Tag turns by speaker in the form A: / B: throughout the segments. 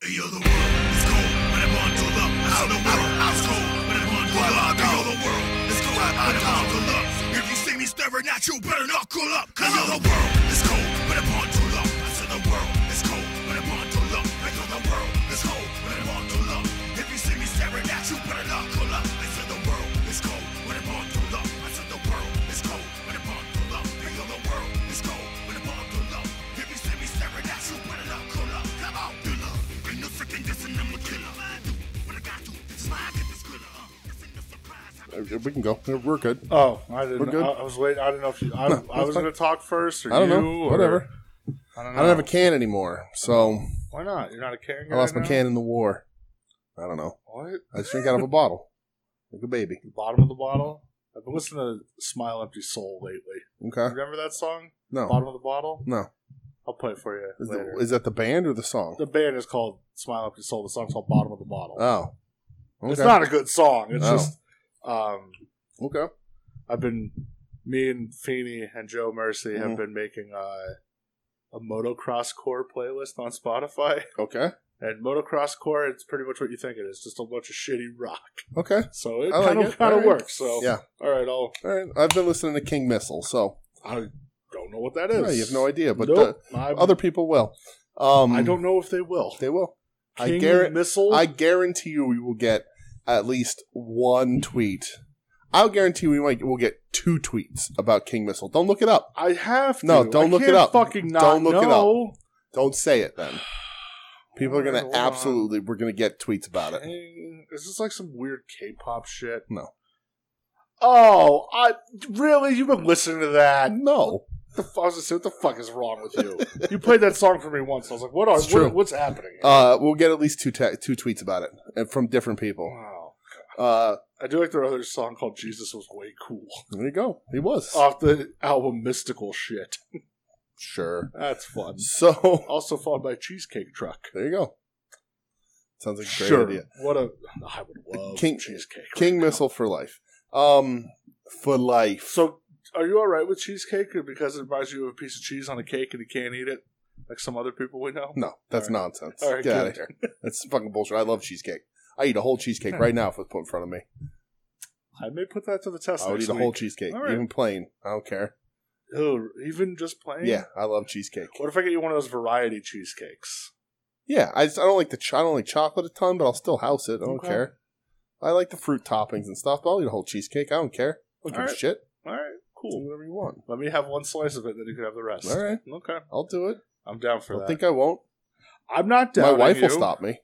A: Hey yo, the world is cold, but I'm on to love. I saw the world is cold, but I'm on to love. Hey yo, the world is cold, but I'm on to love. If you see me staring at you, better not cool up. Cause yo, the world is cold, but I'm on to love. I saw the world is cold, but I'm on to love. Hey yo, the world is cold, but I'm on to love. If you see me staring at you, better not cool up. I said the world is cold, but I'm on to love. I said the world is cold, but I'm on to love. Hey yo, the world is cold, but I'm on to love. If you see me staring at you, better not cool up. Come on, do love. Ain't no freaking dissing, I'm a killer. What I got to, this is why I get this killer. Uh, this ain't no surprise. I'm
B: Uh, We can go. We're good.
C: Oh, I didn't.
B: We're good?
C: I, I was waiting. I didn't know if you. I, I was
B: fine.
C: going to talk first, or
B: I don't
C: you,
B: know.
C: or-
B: Whatever.
C: I don't
B: I
C: know.
B: don't have a can anymore, so
C: Why not? You're not a Karen.
B: I lost
C: right
B: my
C: now?
B: can in the war. I don't know.
C: What?
B: I just drink out of a bottle, like a baby.
C: The bottom of the bottle. I've been listening to "Smile Empty Soul" lately.
B: Okay.
C: Remember that song?
B: No.
C: Bottom of the bottle.
B: No.
C: I'll play it for you
B: Is,
C: later.
B: the, is that the band or the song?
C: the band is called "Smile Empty Soul." The song's called "Bottom of the Bottle."
B: Oh. Okay.
C: It's not a good song. It's
B: Oh.
C: just um,
B: okay.
C: I've been me and Feeney and Joe Mercy have
B: Mhm.
C: been making uh, a motocross core playlist on Spotify.
B: Okay.
C: And motocross core, it's pretty much what you think it is, just a bunch of shitty rock.
B: Okay.
C: So it
B: I like
C: kind of
B: it.
C: kind of
B: Alright.
C: works. So
B: Yeah.
C: all right, I'll
B: All right. I've been listening to King Missile, so
C: I don't know what that is.
B: yeah, you have no idea, but
C: Nope. I'm-
B: the, other people will. Um,
C: I don't know if they will.
B: They will. I
C: King
B: guarant-
C: missile.
B: I guarantee you, we will get at least one tweet. I'll guarantee we might we'll get two tweets about King Missile. Don't look it up.
C: I have to.
B: No, don't
C: I
B: look it
C: can't
B: up.
C: Fucking not
B: Don't look it up.
C: know.
B: Don't say it then. People are
C: Alright,
B: gonna
C: hold on.
B: absolutely we're gonna get tweets about it.
C: Dang, Eh, Is this like some weird K-pop shit?
B: No.
C: Oh, I really? You've been listening to that?
B: No.
C: The, fu- I was gonna say, what the fuck is wrong with you? you played that song for me once. I was like, what are?
B: It's true.
C: What, what's happening? here?
B: Uh, we'll get at least two te- two tweets about it and from different people.
C: wow.
B: Uh,
C: I do like their other song called "Jesus Was Way Cool"
B: there you go. He was
C: off the album Mystical Shit.
B: sure.
C: That's fun.
B: So
C: Also followed by Cheesecake Truck.
B: there you go. Sounds like a great idea.
C: What a I would love
B: King-
C: cheesecake.
B: King Missile for life. Um, for life.
C: So, are you all right with cheesecake, or because it reminds you of a piece of cheese on a cake and you can't eat it, like some other people we know?
B: No, that's
C: All
B: nonsense.
C: All right,
B: Get
C: good.
B: out of here. That's fucking bullshit. I love cheesecake. I eat a whole cheesecake right now if it's put in front of me.
C: I may put that to the test.
B: I would
C: next
B: eat a
C: week.
B: whole cheesecake,
C: All right.
B: even plain. I don't care.
C: Ew, even just plain.
B: Yeah, I love cheesecake.
C: What if I get you one of those variety cheesecakes?
B: Yeah, I, just, I don't like the ch- I don't like chocolate a ton, but I'll still house it. I don't
C: Okay.
B: care. I like the fruit toppings and stuff, but I'll eat a whole cheesecake. I don't care. I don't give
C: All
B: a
C: right.
B: shit.
C: All right,
B: Do
C: cool.
B: whatever you want.
C: Let me have one slice of it, then you can have the rest.
B: All right.
C: Okay,
B: I'll do it.
C: I'm down for
B: I
C: that.
B: think I won't.
C: I'm not
B: My
C: down.
B: wife will stop me.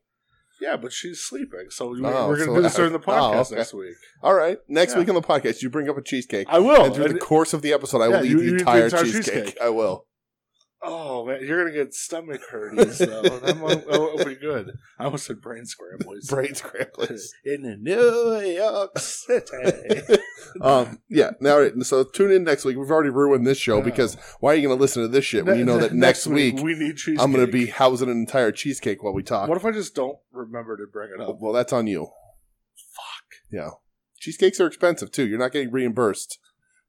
C: Yeah, but she's sleeping, so we,
B: Oh,
C: we're going to
B: so-
C: do this during the
B: oh,
C: podcast
B: okay.
C: next week.
B: All right. Next
C: Yeah.
B: week on the podcast, you bring up a cheesecake.
C: I will.
B: and through the
C: And-
B: course of the episode, I
C: Yeah,
B: will eat
C: you-
B: the
C: you eat the
B: entire,
C: entire
B: cheesecake.
C: cheesecake.
B: I will.
C: Oh man, you're gonna get stomach hurties though. that won't, that won't be good. I almost said brain scrambles.
B: Brain scramblers.
C: in New York City.
B: Um, yeah. Now, all right, so tune in next week. We've already ruined this show
C: Yeah.
B: because why are you going to listen to this shit when you know that next, week,
C: we need cheesecake.
B: I'm going to be housing an entire cheesecake while we talk?
C: What if I just don't remember to bring it up?
B: well, that's on you. Fuck. Yeah. Cheesecakes are expensive too. You're not getting reimbursed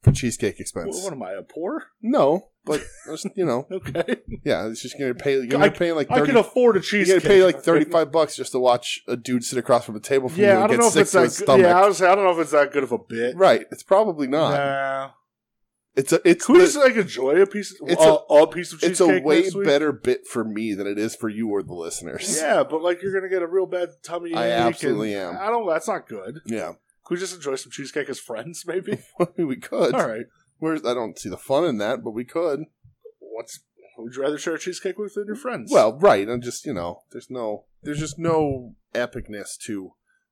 B: for cheesecake expense.
C: What, what am I a poor?
B: no, but there's- you know,
C: Okay,
B: yeah, it's just going to pay. You're
C: I
B: going
C: c-
B: to pay like
C: I
B: thirty.
C: can afford a
B: You're going
C: cheesecake.
B: to pay like thirty-five bucks just to watch a dude sit across from a table from
C: Yeah,
B: you
C: I
B: and
C: don't
B: get
C: know if
B: sick
C: it's
B: to his
C: that. Good.
B: stomach.
C: Yeah, I was. I don't know if it's that good of a bit.
B: right. It's probably not.
C: Nah.
B: It's a. It's
C: Can we
B: the-
C: just like enjoy a piece? Of,
B: It's
C: a, a piece of cheesecake.
B: it's a way
C: next week?
B: better bit for me than it is for you or the listeners.
C: Yeah, but like you're gonna get a real bad tummy.
B: I
C: ache
B: absolutely
C: and,
B: am.
C: I don't. That's not good.
B: Yeah.
C: Could we just enjoy some cheesecake as friends, maybe?
B: we could.
C: All right.
B: Where's I don't see the fun in that, but we could.
C: What's who would you rather share a cheesecake with than your friends?
B: Well, right. I'm just you know, there's no there's just no epicness to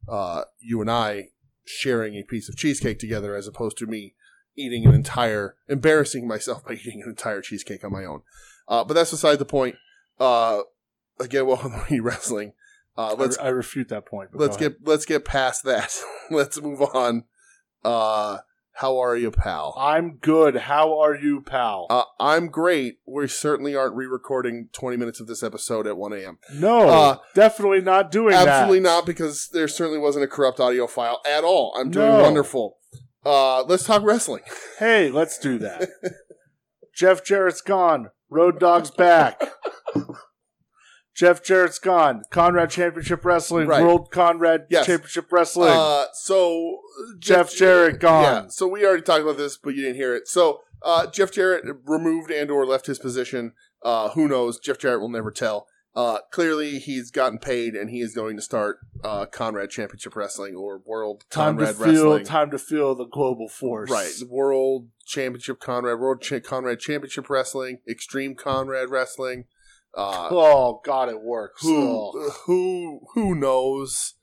B: uh you and I sharing a piece of cheesecake together as opposed to me eating an entire embarrassing myself by eating an entire cheesecake on my own. Uh but that's beside the point. Uh again, welcome to Wing Wrestling. Uh let's
C: let's. I, refute that point. but
B: let's
C: go ahead.
B: get let's get past that. let's move on. Uh, how are you, pal?
C: I'm good. How are you, pal?
B: Uh, I'm great. We certainly aren't re-recording 20 minutes of this episode at 1 a.m.
C: no,
B: uh,
C: definitely not doing that.
B: Absolutely not, because there certainly wasn't a corrupt audio file at all. I'm doing
C: No.
B: wonderful. Uh, let's talk wrestling.
C: Hey, let's do that. Jeff Jarrett's gone. Road Dog's back. Jeff Jarrett's gone. Conrad Championship Wrestling.
B: Right.
C: World Conrad
B: Yes.
C: Championship Wrestling.
B: Uh, so
C: Jeff Jarrett gone.
B: Yeah, so we already talked about this, but you didn't hear it. So uh, Jeff Jarrett removed and or left his position. Uh, who knows? Jeff Jarrett will never tell. Uh, clearly, he's gotten paid, and he is going to start uh, Conrad Championship Wrestling or World
C: time
B: Conrad
C: to feel.
B: Wrestling.
C: Time to feel the global force.
B: Right, the World Championship Conrad, World Cha- Conrad Championship Wrestling, Extreme Conrad Wrestling. Uh,
C: Oh God, it works.
B: who uh,
C: Oh.
B: who who knows?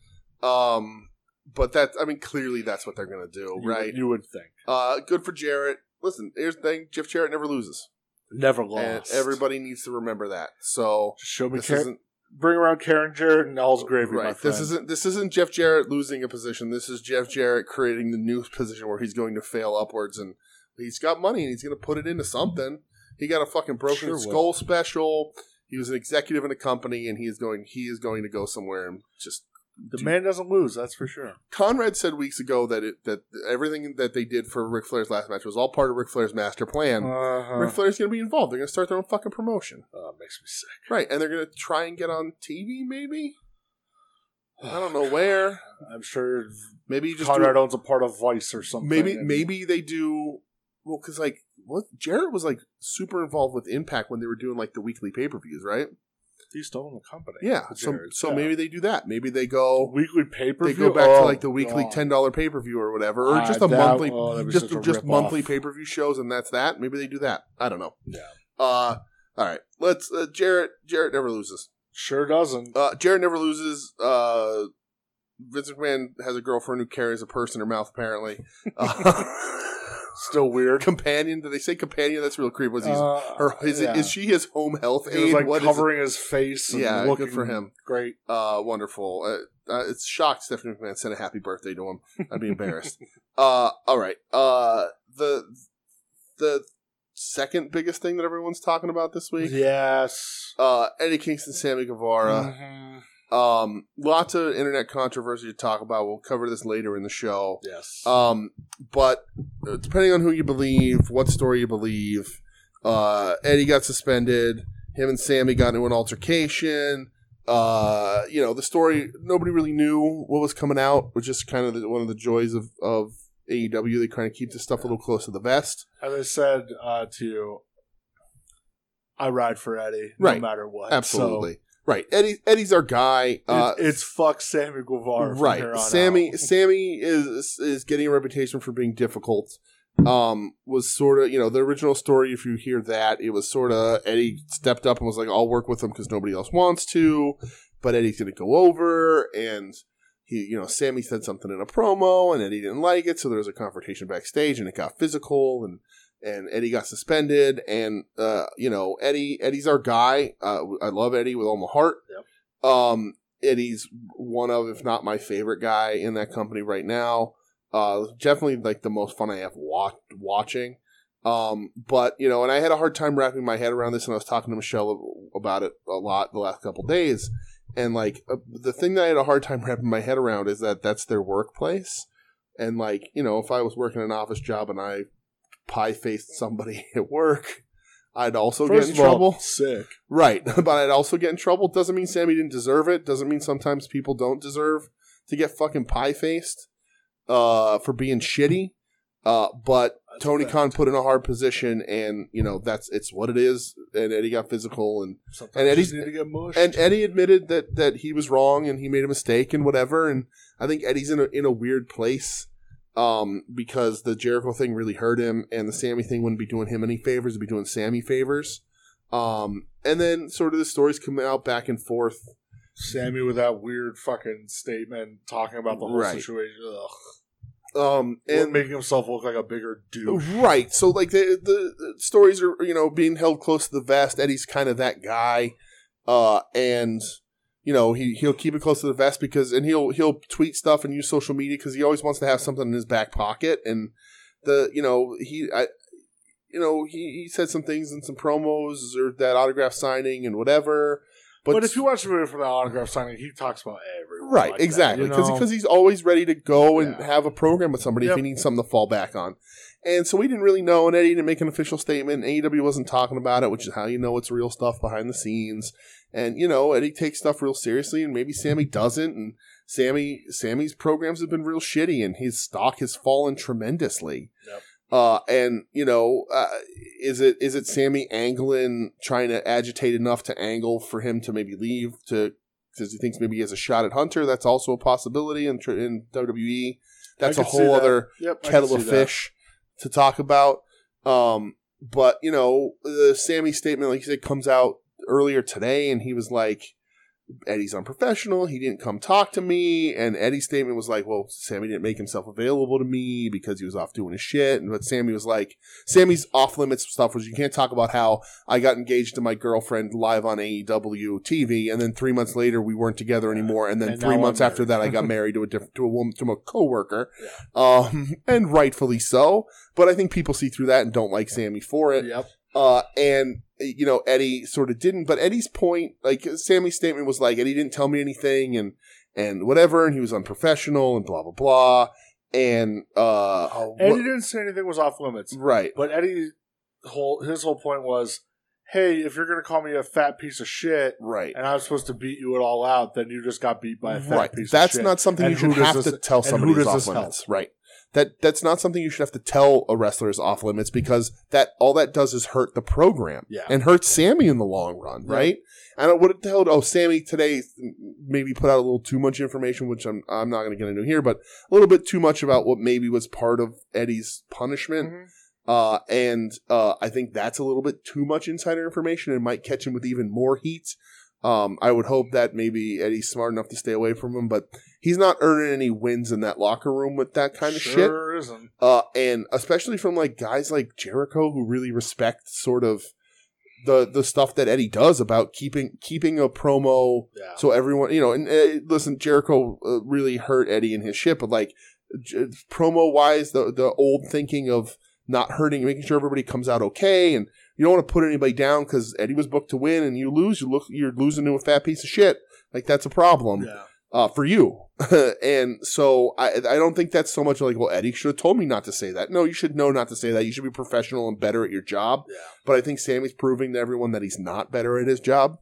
B: Um, but that I mean, clearly that's what they're gonna do,
C: You-
B: right?
C: You would think
B: Uh, good for Jarrett. Listen, here's the thing: Jeff Jarrett never loses,
C: never
B: and
C: lost.
B: everybody needs to remember that. So
C: Just show me
B: this
C: Karen,
B: isn't
C: bring around Karen Jarrett and all's gravy. my
B: right. This
C: friend.
B: isn't this isn't Jeff Jarrett losing a position. This is Jeff Jarrett creating the new position where he's going to fail upwards, and he's got money and he's going to put it into something. He got a fucking broken
C: Sure will.
B: skull special. He was an executive in a company, and he is going he is going to go somewhere and just
C: the man doesn't lose. That's for sure.
B: Conrad said weeks ago that it, that everything that they did for Ric Flair's last match was all part of Ric Flair's master plan.
C: Uh-huh.
B: Ric Flair's going to be involved. They're going to start their own fucking promotion,
C: Oh, it makes me sick.
B: right? And they're going to try and get on TV, maybe. I don't know where.
C: I'm sure
B: Maybe you just do-
C: Conrad owns a part of Vice or something.
B: maybe
C: and-
B: maybe they do. Well, because like what Jarrett was like super involved with Impact when they were doing like the weekly pay per views, right?
C: He still owned the company.
B: Yeah.
C: The
B: So
C: Jarretts,
B: so
C: yeah.
B: maybe they do that. Maybe they go
C: weekly Oh, pay per
B: they
C: view. Ah,
B: go back to like the weekly ten dollar pay per view or whatever, or just a monthly
C: oh,
B: just just monthly pay per view shows, and that's that. Maybe they do that. I don't know.
C: Yeah.
B: Uh, all right. Let's uh, Jarrett. Jarrett never loses.
C: Sure doesn't.
B: Uh, Jared never loses. Uh, Vince McMahon has a girlfriend who carries a purse in her mouth, apparently. Uh,
C: Still weird.
B: companion? Did they say companion? That's real creepy. Was he,
C: Uh,
B: her, is,
C: yeah.
B: it, is she his home health
C: He
B: aide?
C: was like
B: What is it?
C: covering his face. And
B: Yeah,
C: looking
B: good for him.
C: Great.
B: Uh, wonderful. Uh, uh, it's shocked Stephanie McMahon sent a happy birthday to him. I'd be embarrassed. uh, all right. Uh, the the second biggest thing that everyone's talking about this week.
C: Yes.
B: Uh, Eddie Kingston, Sammy Guevara.
C: Mhm.
B: Um, lots of internet controversy to talk about. We'll cover this later in the show.
C: Yes.
B: Um, but uh, depending on who you believe, what story you believe, uh, Eddie got suspended. Him and Sammy got into an altercation. Uh, you know, the story nobody really knew what was coming out, which is kind of the, one of the joys of of AEW. They kind of keep this stuff a little close to the vest.
C: As I said uh, to you, I ride for Eddie
B: Right.
C: no matter what.
B: Absolutely right. Eddie Eddie's our guy.
C: So
B: Uh,
C: it- it's fuck Sammy Guevara. from here
B: right
C: on
B: sammy
C: out.
B: sammy is is getting a reputation for being difficult um was sort of you know the original story if you hear that it was sort of eddie stepped up and was like i'll work with him because nobody else wants to but eddie's gonna go over and he you know sammy said something in a promo and eddie didn't like it so there was a confrontation backstage and it got physical and and Eddie got suspended, and uh, you know Eddie. Eddie's our guy. Uh, I love Eddie with all my heart. Um, Eddie's one of, if not my favorite guy in that company right now. Uh, definitely like the most fun I have wa- watching. Um, but you know, and I had a hard time wrapping my head around this, and I was talking to Michelle about it a lot the last couple days. And like uh, the thing that I had a hard time wrapping my head around is that that's their workplace, and like you know, if I was working an office job and I pie faced somebody at work, I'd also
C: First
B: get in
C: of all,
B: trouble.
C: Sick.
B: Right, but I'd also get in trouble. Doesn't mean Sammy didn't deserve it. Doesn't mean sometimes people don't deserve to get fucking pie faced uh, for being shitty. Uh, but
C: That's
B: Tony
C: fact.
B: Khan put in a hard position, and you know that's it's what it is. And Eddie got physical, and
C: Sometimes
B: and
C: you just
B: Eddie's-
C: need to get mushed.
B: and Eddie admitted that that he was wrong and he made a mistake and whatever. And I think Eddie's in a in a weird place um, because the Jericho thing really hurt him, and the Sammy thing wouldn't be doing him any favors; it'd be doing Sammy favors. Um, and then sort of the stories come out back and forth.
C: Sammy with that weird fucking statement talking about the whole
B: Right.
C: situation, Ugh.
B: Um,
C: and
B: and
C: making himself look like a bigger douche.
B: Right. So like the, the the stories are you know being held close to the vest. Eddie's kind of that guy, uh, and you know he he'll keep it close to the vest because and he'll he'll tweet stuff and use social media because he always wants to have something in his back pocket and the you know he I you know he, he said some things in some promos or that autograph signing and whatever.
C: But,
B: But,
C: if you watch the movie from the autograph signing, he talks about everyone.
B: Right,
C: like that,
B: exactly.
C: you
B: Because
C: know?
B: he's always ready to go and
C: Yeah.
B: have a program with somebody
C: Yep.
B: if he needs something to fall back on. And so we didn't really know, and Eddie didn't make an official statement. and AEW wasn't talking about it, which is how you know it's real stuff behind the scenes. And you know, Eddie takes stuff real seriously, and maybe Sammy doesn't. And Sammy, Sammy's programs have been real shitty, and his stock has fallen tremendously.
C: Yep.
B: Uh, and you know, uh, is it is it Sammy Anglin trying to agitate enough to angle for him to maybe leave to because he thinks maybe he has a shot at Hunter. That's also a possibility in, tr- in WWE. That's
C: I
B: a
C: could see
B: whole
C: that.
B: other
C: Yep, I can
B: kettle of
C: see that.
B: fish to talk about. Um, but you know, the Sammy statement, like you said, comes out earlier today, and he was like, "Eddie's unprofessional. He didn't come talk to me." And Eddie's statement was like, "Well, Sammy didn't make himself available to me because he was off doing his shit." And but Sammy was like, "Sammy's off limits stuff was you can't talk about how I got engaged to my girlfriend live on E AEW TV, and then three months later we weren't together anymore, and then
C: And
B: three
C: now
B: months
C: I'm
B: after that I got married to a different to a woman to a coworker,
C: Yeah.
B: um, and rightfully so. But I think people see through that and don't like Sammy for it.
C: Yep.
B: Uh, and you know Eddie sort of didn't, but Eddie's point, like Sammy's statement was like Eddie didn't tell me anything and and whatever, and he was unprofessional and blah blah blah, and uh,
C: Oh, Eddie
B: what-
C: didn't say anything was off limits,
B: right,
C: but Eddie whole his whole point was, hey, if you're gonna call me a fat piece of shit
B: right.
C: and I'm supposed to beat you it all out, then you just got beat by a fat
B: right.
C: piece
B: that's
C: of shit.
B: not something
C: And
B: you
C: who
B: should
C: does
B: have
C: this-
B: to tell
C: and who
B: somebody is
C: does
B: off
C: this help?
B: limits. Right. That that's not something you should have to tell a wrestler is off limits because that all that does is hurt the program
C: Yeah.
B: and hurts Sammy in the long run,
C: Yeah.
B: right? And I would have told oh Sammy today maybe put out a little too much information, which I'm I'm not going to get into here, but a little bit too much about what maybe was part of Eddie's punishment.
C: Mhm.
B: Uh, and uh, I think that's a little bit too much insider information and might catch him with even more heat. Um, I would hope that maybe Eddie's smart enough to stay away from him, but he's not earning any wins in that locker room with that kind of shit.
C: Sure isn't.
B: Uh, and especially from like guys like Jericho who really respect sort of the the stuff that Eddie does about keeping keeping a promo
C: Yeah.
B: so everyone, you know, and uh, listen, Jericho uh, really hurt Eddie and his shit, but like j- promo wise, the the old thinking of not hurting, making sure everybody comes out okay, and you don't want to put anybody down because Eddie was booked to win, and you lose, you look, you're losing to a fat piece of shit. Like that's a problem
C: yeah.
B: uh, for you. and so I, I don't think that's so much like, well, Eddie should have told me not to say that. No, you should know not to say that. You should be professional and better at your job.
C: Yeah.
B: But I think Sammy's proving to everyone that he's not better at his job.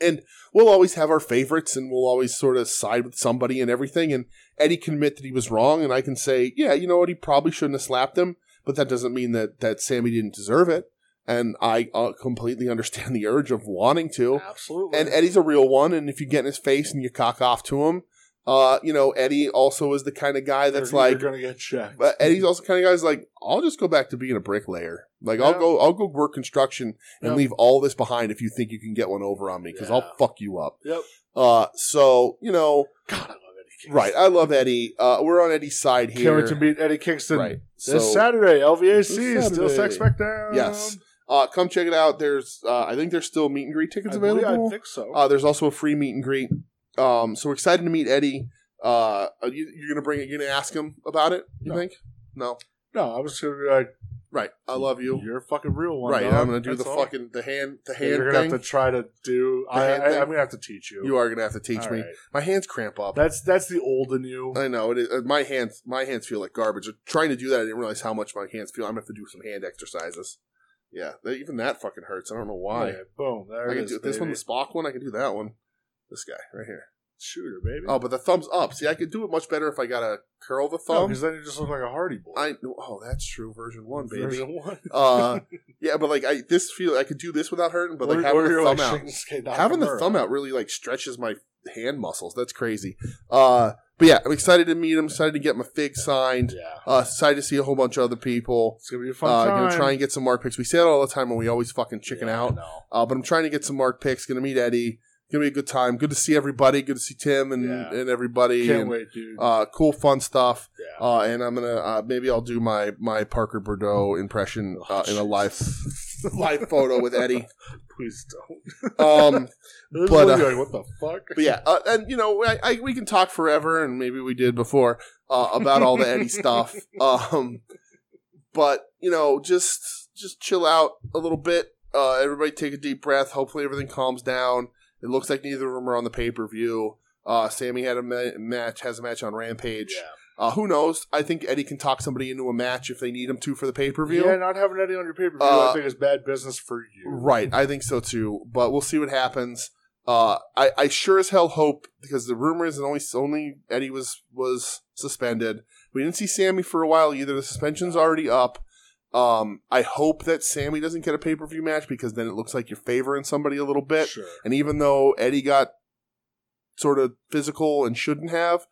B: And we'll always have our favorites and we'll always sort of side with somebody and everything. And Eddie can admit that he was wrong. And I can say, yeah, you know what? He probably shouldn't have slapped him. But that doesn't mean that, that Sammy didn't deserve it. And I uh, completely understand the urge of wanting to.
C: Absolutely.
B: And Eddie's a real one, and if you get in his face and you cock off to him, uh, you know, Eddie also is the kind of guy that's
C: You're-
B: like
C: you're gonna get checked.
B: but Eddie's also kind of guy's like, I'll just go back to being a bricklayer. Like I'll
C: Yeah.
B: go I'll go work construction and
C: Yep.
B: leave all this behind if you think you can get one over on me, because
C: Yeah.
B: I'll fuck you up.
C: Yep.
B: Uh so, you know,
C: God, I love Eddie Kingston.
B: right. I love Eddie. Uh we're on Eddie's side here.
C: Can't wait to meet Eddie Kingston
B: right.
C: this
B: So-
C: Saturday. LVAC
B: This
C: still
B: Saturday.
C: sex back down.
B: Yes. Uh, come check it out. There's, uh, I think there's still meet and greet tickets
C: I, believe-
B: available.
C: I think so.
B: Uh, there's also a free meet and greet. Um, so we're excited to meet Eddie. Uh, are you, you're gonna bring it. You're gonna ask him about it. You
C: No.
B: think? No.
C: no, I was gonna be like,
B: Right. I love you.
C: you're a fucking real one.
B: Right.
C: dog.
B: I'm gonna do
C: That's
B: the
C: all.
B: fucking the hand the hand
C: You're gonna
B: thing.
C: have to try to do.
B: The
C: I,
B: hand
C: I,
B: thing?
C: I'm gonna have to teach you.
B: you are gonna have to teach
C: All
B: me.
C: right.
B: My hands cramp up.
C: That's that's the old in you.
B: I know it is. uh, My hands my hands feel like garbage. Trying to do that, I didn't realize how much my hands feel. I'm gonna have to do some hand exercises. Yeah. that- Even that fucking hurts. I don't know why.
C: Yeah, boom. There
B: I
C: it
B: can
C: is,
B: do this one,
C: baby.
B: the Spock one. I can do that one. This guy right here.
C: shooter, baby.
B: Oh, but the thumbs up. See, I could do it much better if I gotta curl the thumb.
C: because then you just look like a Hardy boy.
B: I oh that's true version one baby.
C: Version one.
B: uh yeah, but like I this feel I could do this without hurting, but like
C: Or-
B: having
C: or
B: the
C: you're
B: thumb
C: like
B: out,
C: Shinsuke
B: having the
C: Nakamura.
B: thumb out really like stretches my hand muscles. That's crazy. Uh, but yeah, I'm excited to meet him. Excited to get my fig signed.
C: Yeah,
B: Uh, excited to see a whole bunch of other people.
C: it's gonna be a fun
B: Uh,
C: time.
B: gonna try and get some mark picks. We say it all the time, and we always fucking chicken
C: Yeah, I
B: out.
C: know.
B: Uh, but I'm trying to get some mark picks. Gonna meet Eddie. Gonna be a good time. Good to see everybody. Good to see Tim and
C: Yeah.
B: and everybody.
C: Can't
B: and,
C: wait, dude.
B: Uh, cool, fun stuff.
C: yeah.
B: Uh, and I'm gonna uh, maybe I'll do my my Parker Bordeaux impression uh, in a live live photo with Eddie.
C: Please don't.
B: Um,
C: This is
B: But,
C: what
B: uh,
C: you're like, what the fuck?
B: but yeah, uh, and you know I, I, we can talk forever, and maybe we did before uh, about all the Eddie stuff. Um, but you know, just just chill out a little bit. Uh, everybody take a deep breath. Hopefully everything calms down. It looks like neither of them are on the pay per view. Uh, Sammy had a ma- match, has a match on Rampage.
C: Yeah.
B: Uh, who knows? I think Eddie can talk somebody into a match if they need him to for the pay per view.
C: Yeah, not having Eddie on your pay per view,
B: Uh,
C: I think, is bad business for you.
B: Right, I think so too. But we'll see what happens. Uh, I, I sure as hell hope because the rumor is that only only Eddie was was suspended. We didn't see Sammy for a while either. The suspension's already up. Um, I hope that Sammy doesn't get a pay per view match because then it looks like you're favoring somebody a little bit.
C: Sure.
B: And even though Eddie got sort of physical and shouldn't have,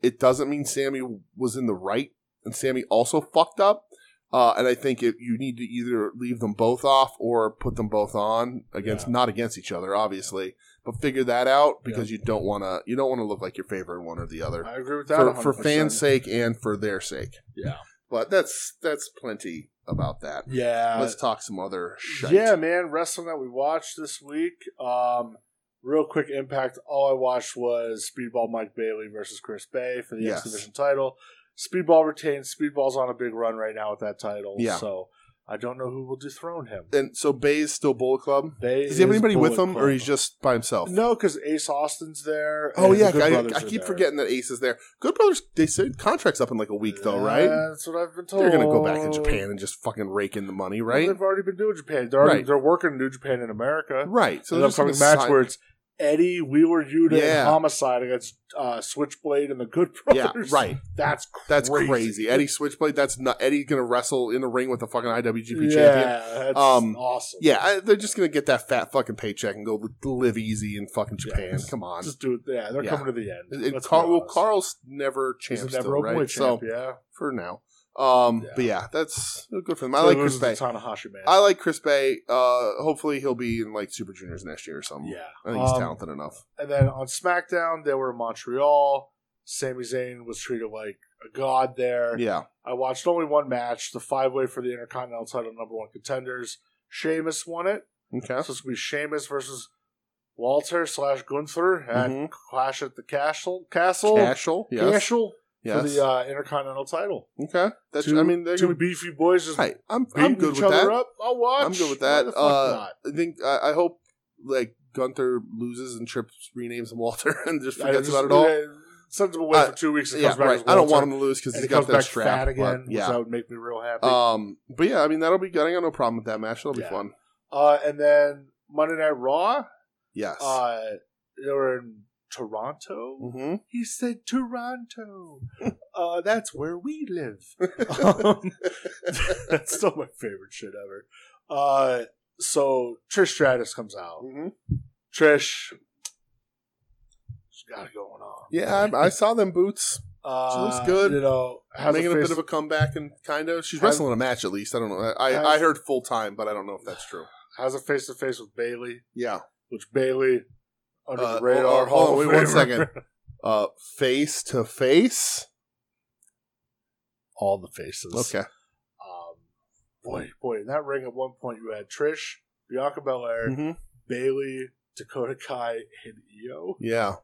B: it doesn't mean Sammy was in the right. And Sammy also fucked up. Uh, and I think it, you need to either leave them both off or put them both on against, not against each other, obviously, but figure that out because you don't want to, you don't want to look like you're favoring one or the other
C: I agree with that.
B: for, for
C: 100%.
B: fans' sake and for their sake.
C: Yeah.
B: But that's, that's plenty about that.
C: Yeah.
B: Let's talk some other shit.
C: Uh, Yeah, man. Wrestling that we watched this week. Um, real quick impact. All I watched was Speedball Mike Bailey versus Chris Bay for the
B: Yes.
C: X Division title. Speedball retains. Speedball's on a big run right now with that title.
B: Yeah.
C: So I don't know who will dethrone him.
B: And so Bay's still Bullet Club.
C: They
B: Does he have
C: is
B: anybody with
C: Bullet
B: him,
C: Club.
B: or he's just by himself?
C: no? Because Ace Austin's there.
B: Oh
C: and
B: yeah,
C: the Good
B: I,
C: Brothers
B: I
C: are
B: keep
C: there.
B: forgetting that Ace is there. Good Brothers, they said contracts up in like a week though, right?
C: Yeah, Oh. That's what I've been told.
B: They're gonna go back to Japan and just fucking rake in the money, right?
C: They've already been doing Japan. They're already,
B: Right.
C: they're working New Japan in America.
B: Right.
C: So
B: So
C: the
B: they're just
C: upcoming
B: gonna
C: match
B: sign-
C: where it's Eddie Wheeler Yuta
B: Yeah.
C: and Homicide against uh, Switchblade and the Good
B: yeah,
C: Brothers.
B: right.
C: That's crazy.
B: That's crazy. Eddie Switchblade. That's not Eddie gonna wrestle in the ring with the fucking IWGP
C: yeah,
B: champion.
C: that's
B: Um,
C: awesome.
B: Yeah, I, they're just gonna get that fat fucking paycheck and go li- live easy in fucking Japan.
C: Yes.
B: Come on.
C: just do it. Yeah, they're
B: Yeah.
C: coming to the end.
B: And
C: Let's
B: Carl,
C: be
B: well,
C: honest.
B: Carl's never
C: He's
B: champ,
C: a
B: still,
C: never open
B: right?
C: weight
B: so
C: champ. yeah,
B: for now, um,
C: Yeah.
B: but yeah, that's good for them. I like Chris Bay.
C: Tanahashi man.
B: I like Chris Bay. Uh, hopefully he'll be in like Super Juniors next year or something.
C: yeah,
B: I think he's
C: Um,
B: talented enough.
C: And then on SmackDown, they were in Montreal. Sami Zayn was treated like a god there.
B: Yeah,
C: I watched only one match, the five way for the Intercontinental title, number one contenders. Sheamus won it.
B: okay.
C: So it's gonna be Sheamus versus Walter slash Gunther at
B: Mhm.
C: Clash at the Castle. Castle.
B: Cashel, yes,
C: Castle
B: yes.
C: for the uh, Intercontinental title.
B: uh, okay. That's
C: two,
B: I mean, they're
C: two
B: gonna be.
C: beefy boys just
B: Hey, I'm
C: beating
B: I'm good
C: each
B: with
C: other
B: that.
C: up. I'll watch.
B: I'm good with
C: Why
B: that.
C: the fuck
B: Uh,
C: not?
B: I think I, I hope like Gunther loses and trips renames him Walter and just
C: I
B: forgets
C: just-
B: about it all.
C: uh, Sends him away
B: I-
C: for two weeks. And
B: yeah,
C: comes back
B: right.
C: as
B: I don't want
C: Walter,
B: him to lose because
C: And
B: he's
C: he
B: got
C: comes
B: that
C: back
B: strap.
C: fat
B: but,
C: again. which
B: yeah.
C: that would make me real happy.
B: Um, but yeah, I mean that'll be good. I got no problem with that match. That'll be
C: Yeah.
B: fun.
C: Uh, and then Monday Night Raw.
B: Yes.
C: Uh, they were in Toronto.
B: hmm
C: He said Toronto. uh, that's where we live. um, that's still my favorite shit ever. Uh, so Trish Stratus comes out.
B: hmm
C: Trish, she's got it going on.
B: Yeah, I, I saw them boots.
C: Uh,
B: looks good.
C: You know, has
B: making a,
C: face,
B: bit of a comeback and kind of she's
C: Has-
B: wrestling a match at least. I don't know. I
C: Has-
B: I, I heard full time, but I don't know if that's true.
C: has a face to face with Bailey,
B: Yeah.
C: which Bailey under
B: Uh,
C: the radar.
B: hold on,
C: Hall
B: hold on,
C: of
B: wait one
C: Famer.
B: second. Uh, face to face.
C: All the faces.
B: Okay.
C: Um, boy, boy, in that ring at one point you had Trish, Bianca Belair,
B: hmm
C: Bailey, Dakota Kai, and Io.
B: Yeah.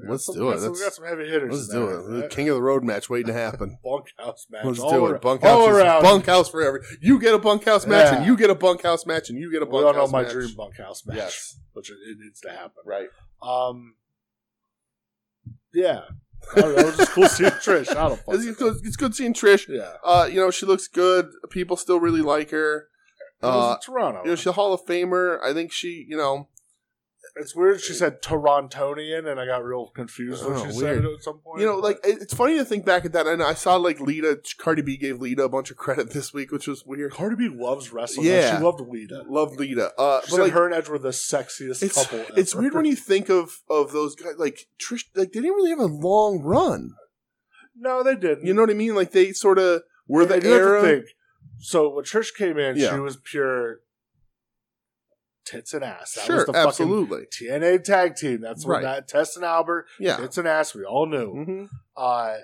C: We got
B: Let's
C: some-
B: do
C: we
B: it.
C: got some- we got
B: Let's-
C: some heavy hitters.
B: Let's
C: in
B: do
C: there.
B: it.
C: That
B: King of the road match waiting to happen.
C: bunkhouse match.
B: Let's
C: all
B: do
C: ar-
B: it. Bunkhouse
C: all
B: is-
C: around.
B: bunkhouse for every. You get a bunkhouse match, and
C: Yeah.
B: you get a bunkhouse match, and you get a
C: we all
B: bunkhouse
C: know my
B: match.
C: dream bunkhouse match,
B: Yes.
C: which it, it needs to happen.
B: Right.
C: Um, yeah, I don't know. It was just cool seeing Trish. I don't fucking
B: It's good, it's good seeing Trish.
C: know. Yeah,
B: Uh, you know she looks good. People still really like her.
C: it was
B: Uh,
C: in Toronto.
B: you know she's a Hall of Famer. I think she. You know.
C: it's weird. She said Torontonian, and I got real confused when
B: Oh,
C: she
B: weird.
C: said it at some point.
B: You know,
C: but-
B: like it- it's funny to think back at that. And I saw like Lita, Cardi B gave Lita a bunch of credit this week, which was weird.
C: Cardi B loves wrestling. and
B: Yeah.
C: she loved Lita.
B: Love Lita, uh,
C: She
B: but
C: said
B: like
C: her and Edge were the sexiest
B: it's
C: couple.
B: it's
C: ever.
B: weird when you think of of those guys like Trish. Like they didn't really have a long run.
C: no, they didn't.
B: You know what I mean? Like they sort of were
C: I
B: the
C: do have to
B: era.
C: think. So when Trish came in,
B: Yeah.
C: she was pure tits and ass. That was
B: Sure,
C: the
B: absolutely,
C: fucking TNA tag team. That's when
B: Right.
C: that Tess and Albert,
B: yeah.
C: tits and ass, we all knew.
B: hmm
C: Uh,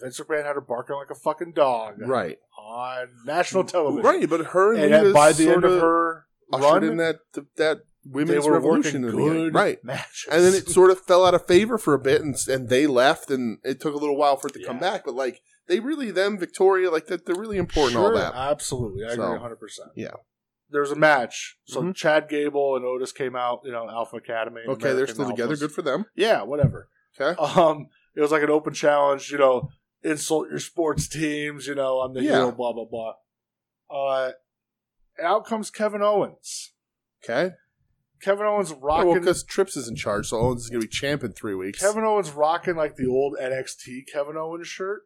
C: Vince McMahon had her barking like a fucking dog
B: Right, Mm-hmm.
C: on national television.
B: right. But her and,
C: And
B: Lita
C: at- by the end of
B: her
C: her
B: ushered
C: run,
B: in that that
C: they
B: women's
C: were
B: revolution
C: working
B: in the
C: good
B: end. right?
C: matches.
B: and then it sort of fell out of favor for a bit, and and they left, and it took a little while for it to come
C: Yeah.
B: back. But like they really them Victoria, like that they're really important.
C: Sure,
B: All that
C: Absolutely. I
B: So,
C: agree 100%.
B: yeah.
C: there was a match. So
B: Mhm.
C: Chad Gable and Otis came out, you know, Alpha Academy. and
B: Okay, they're
C: American
B: still together.
C: Alphas.
B: Good for them.
C: Yeah, whatever.
B: Okay.
C: Um, it was like an open challenge, you know, insult your sports teams, you know, I'm the
B: Yeah.
C: hero, blah, blah, blah. Uh, out comes Kevin Owens.
B: Okay.
C: Kevin Owens
B: Yeah, well,
C: rocking.
B: because Trips is in charge, so Owens is going to be champ in three weeks.
C: Kevin Owens rocking like the old NXT Kevin Owens shirt.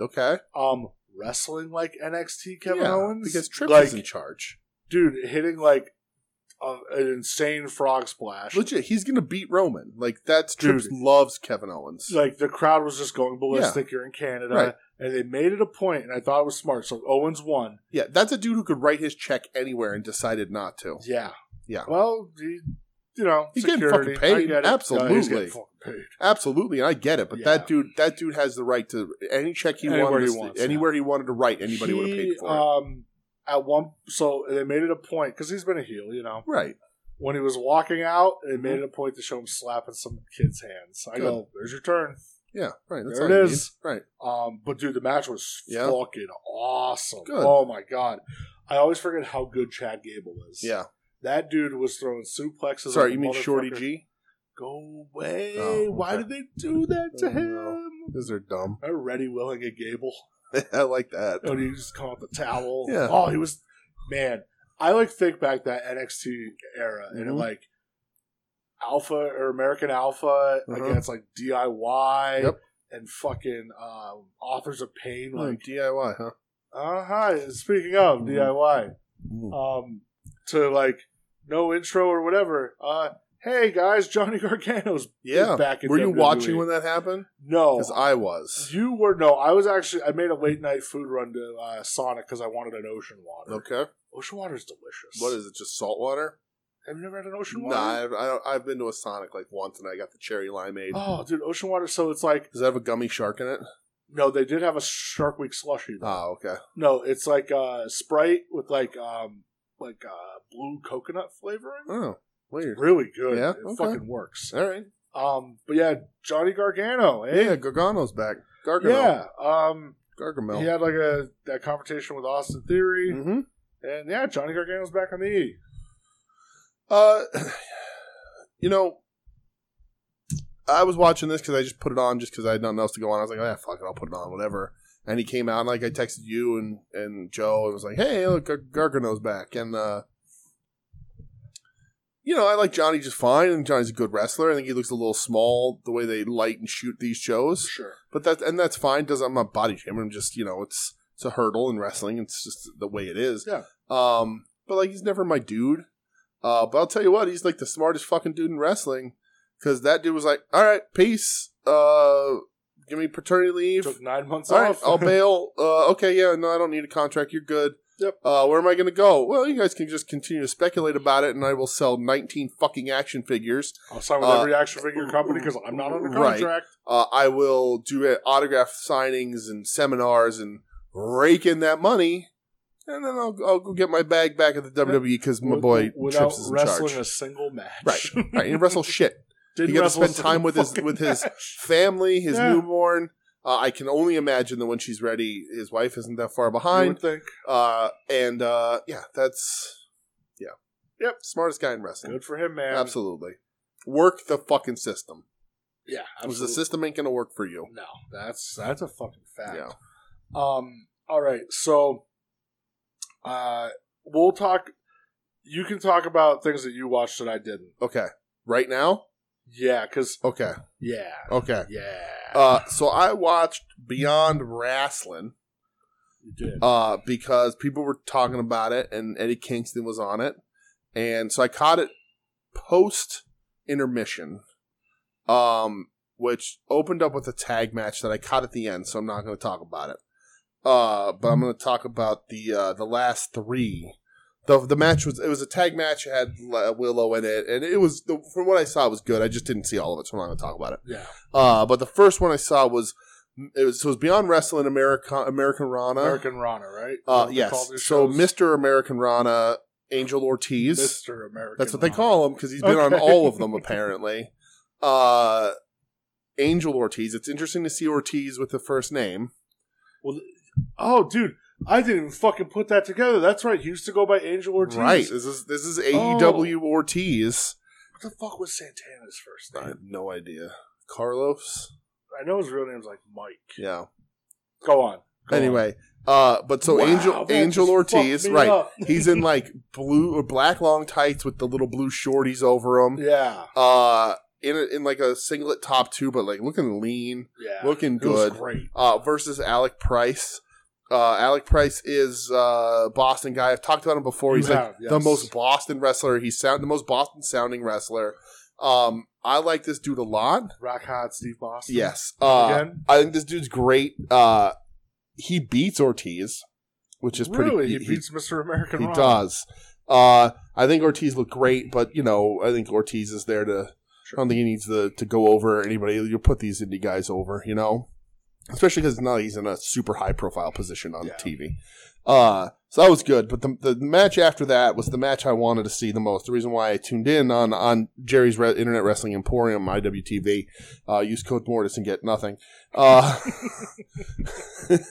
B: okay.
C: Um, wrestling like NXT Kevin
B: Yeah,
C: Owens
B: Because Trips
C: like
B: is in charge.
C: dude hitting like a, an insane frog splash.
B: Legit, he's going to beat Roman. Like, that's
C: Dude.
B: Trips loves Kevin Owens.
C: like the crowd was just going ballistic here in Canada,
B: Right.
C: and they made it a point, and I thought it was smart. So Owens won.
B: Yeah, that's a dude who could write his check anywhere and decided not to.
C: Yeah,
B: Yeah.
C: Well, he, you know,
B: He's getting
C: security,
B: fucking paid,
C: I get it.
B: absolutely.
C: Yeah, he's getting fucking paid.
B: Absolutely, and I get it, but
C: Yeah.
B: that dude, that dude has the right to any check he
C: Anywhere
B: wanted,
C: he
B: to-
C: wants,
B: anywhere he wanted to write. Anybody would have
C: He,
B: paid for it,
C: um, at one, so they made it a point because he's been a heel, you know.
B: right?
C: When he was walking out, they made it a point to show him slapping some kid's hands. I
B: Mm-hmm. Good.
C: go, "There's your turn."
B: Yeah, right. That's
C: There
B: all
C: it
B: you
C: is.
B: need. Right.
C: Um, but dude, the match was
B: Yeah.
C: fucking awesome.
B: Good.
C: Oh my god, I always forget how good Chad Gable is.
B: Yeah.
C: That dude was throwing suplexes.
B: Sorry,
C: on
B: you
C: the
B: mean Shorty
C: motherfucker.
B: G?
C: Go away!
B: Oh, okay.
C: Why did they do that to
B: Oh, no.
C: him?
B: Because they're dumb.
C: Already willing a Gable,
B: I like that.
C: and he just come out the towel.
B: Yeah.
C: Oh, he was man. I like think back that NXT era and it,
B: Mhm.
C: like Alpha or American Alpha
B: Uh-huh.
C: against like DIY
B: Yep.
C: and fucking um, Authors of Pain.
B: Hmm,
C: Like,
B: DIY, huh?
C: uh huh. Speaking of
B: Mhm.
C: DIY,
B: Hmm.
C: um, to like no intro or whatever. Uh, hey guys, Johnny Gargano's
B: Yeah.
C: is back. In
B: Were you
C: WWE.
B: watching when that happened?
C: No,
B: Because I was.
C: you were no. I was actually. I made a late night food run to uh, Sonic because I wanted an ocean water.
B: Okay.
C: Ocean water is delicious.
B: What is it? Just salt water?
C: Have you never had an ocean
B: Nah,
C: water?
B: I've, I don't, I've been to a Sonic like once, and I got the cherry limeade.
C: Oh, dude, ocean water. So it's like
B: Does that have a gummy shark in it?
C: no. They did have a Shark Week slushy. Though.
B: Oh, okay.
C: No, it's like uh, Sprite with like um like uh blue coconut flavoring.
B: Oh, weird.
C: Really good.
B: Yeah?
C: It
B: Okay.
C: fucking works.
B: All right.
C: Um, but yeah, Johnny Gargano. Eh?
B: Yeah, Gargano's back. Gargano.
C: Yeah. Um,
B: Gargamel.
C: he had like a that confrontation with Austin Theory,
B: Mm-hmm.
C: and yeah, Johnny Gargano's back on the E.
B: Uh, you know, I was watching this because I just put it on just because I had nothing else to go on. I was like, ah, fuck it, I'll put it on, whatever. And he came out, and like I texted you and and Joe, and was like, hey, look, Gar- Gargano's back, and uh, you know, I like Johnny just fine, and Johnny's a good wrestler. I think he looks a little small the way they light and shoot these shows.
C: Sure.
B: But that and that's fine. Doesn't I'm not body shaming. I'm just you know it's it's a hurdle in wrestling. It's just the way it is.
C: Yeah.
B: Um. But like he's never my dude. Uh. But I'll tell you what, he's like the smartest fucking dude in wrestling because that dude was like, all right, peace. Uh. Give me paternity leave.
C: Took nine months
B: All right,
C: off.
B: I'll bail. Uh, okay, yeah, no, I don't need a contract. You're good.
C: Yep.
B: Uh, where am I going to go? Well, you guys can just continue to speculate about it, and I will sell 19 fucking action figures.
C: I'll sign with
B: Uh,
C: every action figure company because I'm not under
B: right.
C: contract.
B: Uh, I will do uh, autograph signings and seminars and rake in that money, and then I'll, I'll go get my bag back at the WWE because my
C: With-
B: boy
C: without
B: Trips is in
C: wrestling
B: charge.
C: a single match.
B: Right, right. He wrestle shit.
C: Didn't
B: He got to
C: wrestle a
B: spend
C: single
B: time with his-
C: fucking
B: with his-
C: match.
B: Family, his
C: Yeah.
B: newborn. Uh, I can only imagine that when she's ready, his wife isn't that far
C: You
B: behind.
C: would think.
B: Uh, and uh, yeah, that's yeah,
C: Yep.
B: smartest guy in wrestling.
C: Good for him, man.
B: Absolutely, work the fucking system.
C: Yeah.
B: 'Cause The
C: Absolutely.
B: system ain't gonna work for you.
C: No, that's that's a fucking fact.
B: Yeah.
C: Um. All right. So, uh, we'll talk. You can talk about things that you watched that I didn't.
B: Okay. Right now.
C: Yeah. Because
B: Okay.
C: yeah,
B: Okay.
C: yeah.
B: Uh, so I watched Beyond Wrestling
C: you did.
B: uh, because people were talking about it and Eddie Kingston was on it. And so I caught it post intermission, um, which opened up with a tag match that I caught at the end. So I'm not going to talk about it. Uh, but I'm going to talk about the uh, the last three. The, the match was it was a tag match it had uh, Willow in it and it was the, from what I saw it was good I just didn't see all of it so I'm not going to talk about it
C: yeah.
B: uh, but the first one I saw was it was, so it was Beyond Wrestling America American Rana.
C: American Rana, right?
B: uh,
C: What they call
B: yes.
C: these
B: So
C: shows?
B: Mr. American Rana, Angel Ortiz.
C: Mr. American.
B: that's what they
C: Rana.
B: call him because he's been on
C: Okay.
B: all of them apparently. uh, Angel Ortiz. It's interesting to see Ortiz with the first name.
C: Oh, dude, I didn't even fucking put that together. That's right. He used to go by Angel Ortiz. Oh.
B: Right. This is this is AEW Ortiz.
C: What the fuck was Santana's first
B: I
C: name?
B: have no idea. Carlos.
C: I know his real name's like Mike.
B: Yeah.
C: Go on. Go
B: anyway, uh, but so
C: Wow,
B: Angel
C: that
B: Angel
C: just fucked
B: Ortiz,
C: me
B: right?
C: up.
B: He's in like blue or black long tights with the little blue shorties over him.
C: Yeah.
B: Uh, in a, in like a singlet top too, but like looking lean,
C: Yeah.
B: looking
C: It was
B: good.
C: great.
B: Uh, versus Alec Price. Uh, Alec Price is uh Boston guy. I've talked about him before.
C: You
B: He's like
C: have,
B: the
C: yes.
B: most Boston wrestler. He's sound the most Boston sounding wrestler. Um, I like this dude a lot.
C: rock hard Steve Boston.
B: Yes. Uh,
C: Again?
B: I think this dude's great. Uh, he beats Ortiz, which is
C: really,
B: pretty.
C: he, beats Mr. American.
B: he
C: Rock.
B: does. Uh, I think Ortiz looked great, but you know, I think Ortiz is there to. I don't think he needs to to go over anybody. You'll put these indie guys over, you know, especially because now he's in a super high profile position on
C: Yeah.
B: TV. Uh, so that was good. But the the match after that was the match I wanted to see the most. The reason why I tuned in on on Jerry's Re- Internet Wrestling Emporium IWTV. Uh, use code Mortis and get nothing. Uh, um,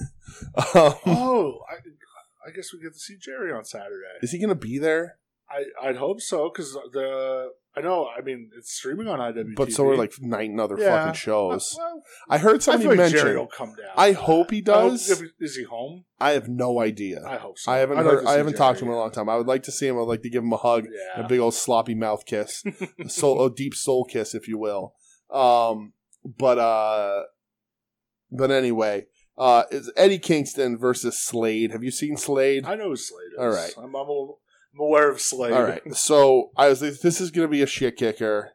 C: Oh, I, I guess we get to see Jerry on Saturday.
B: is he gonna be there?
C: I, I'd hope so because the I know. I mean, it's streaming on IWTV.
B: But so are like nine other
C: Yeah.
B: fucking shows.
C: Uh, Well,
B: I heard
C: I
B: somebody
C: feel like
B: mention.
C: Jerry will come down.
B: I hope he
C: I hope-
B: does.
C: is he home?
B: I have no idea.
C: I hope so.
B: I haven't
C: I'd like
B: heard,
C: to
B: I
C: see
B: haven't talked to him
C: Jerry.
B: in a long time. I would like to see him. I'd like to give him a hug,
C: Yeah.
B: and a big old sloppy mouth kiss, a, soul, a deep soul kiss, if you will. Um, but uh, but anyway, uh, it's Eddie Kingston versus Slade. Have you seen Slade?
C: I know who Slade is.
B: All right.
C: I'm, I'm, a- I'm aware of Slade.
B: All right. So I was like, this is going to be a shit kicker.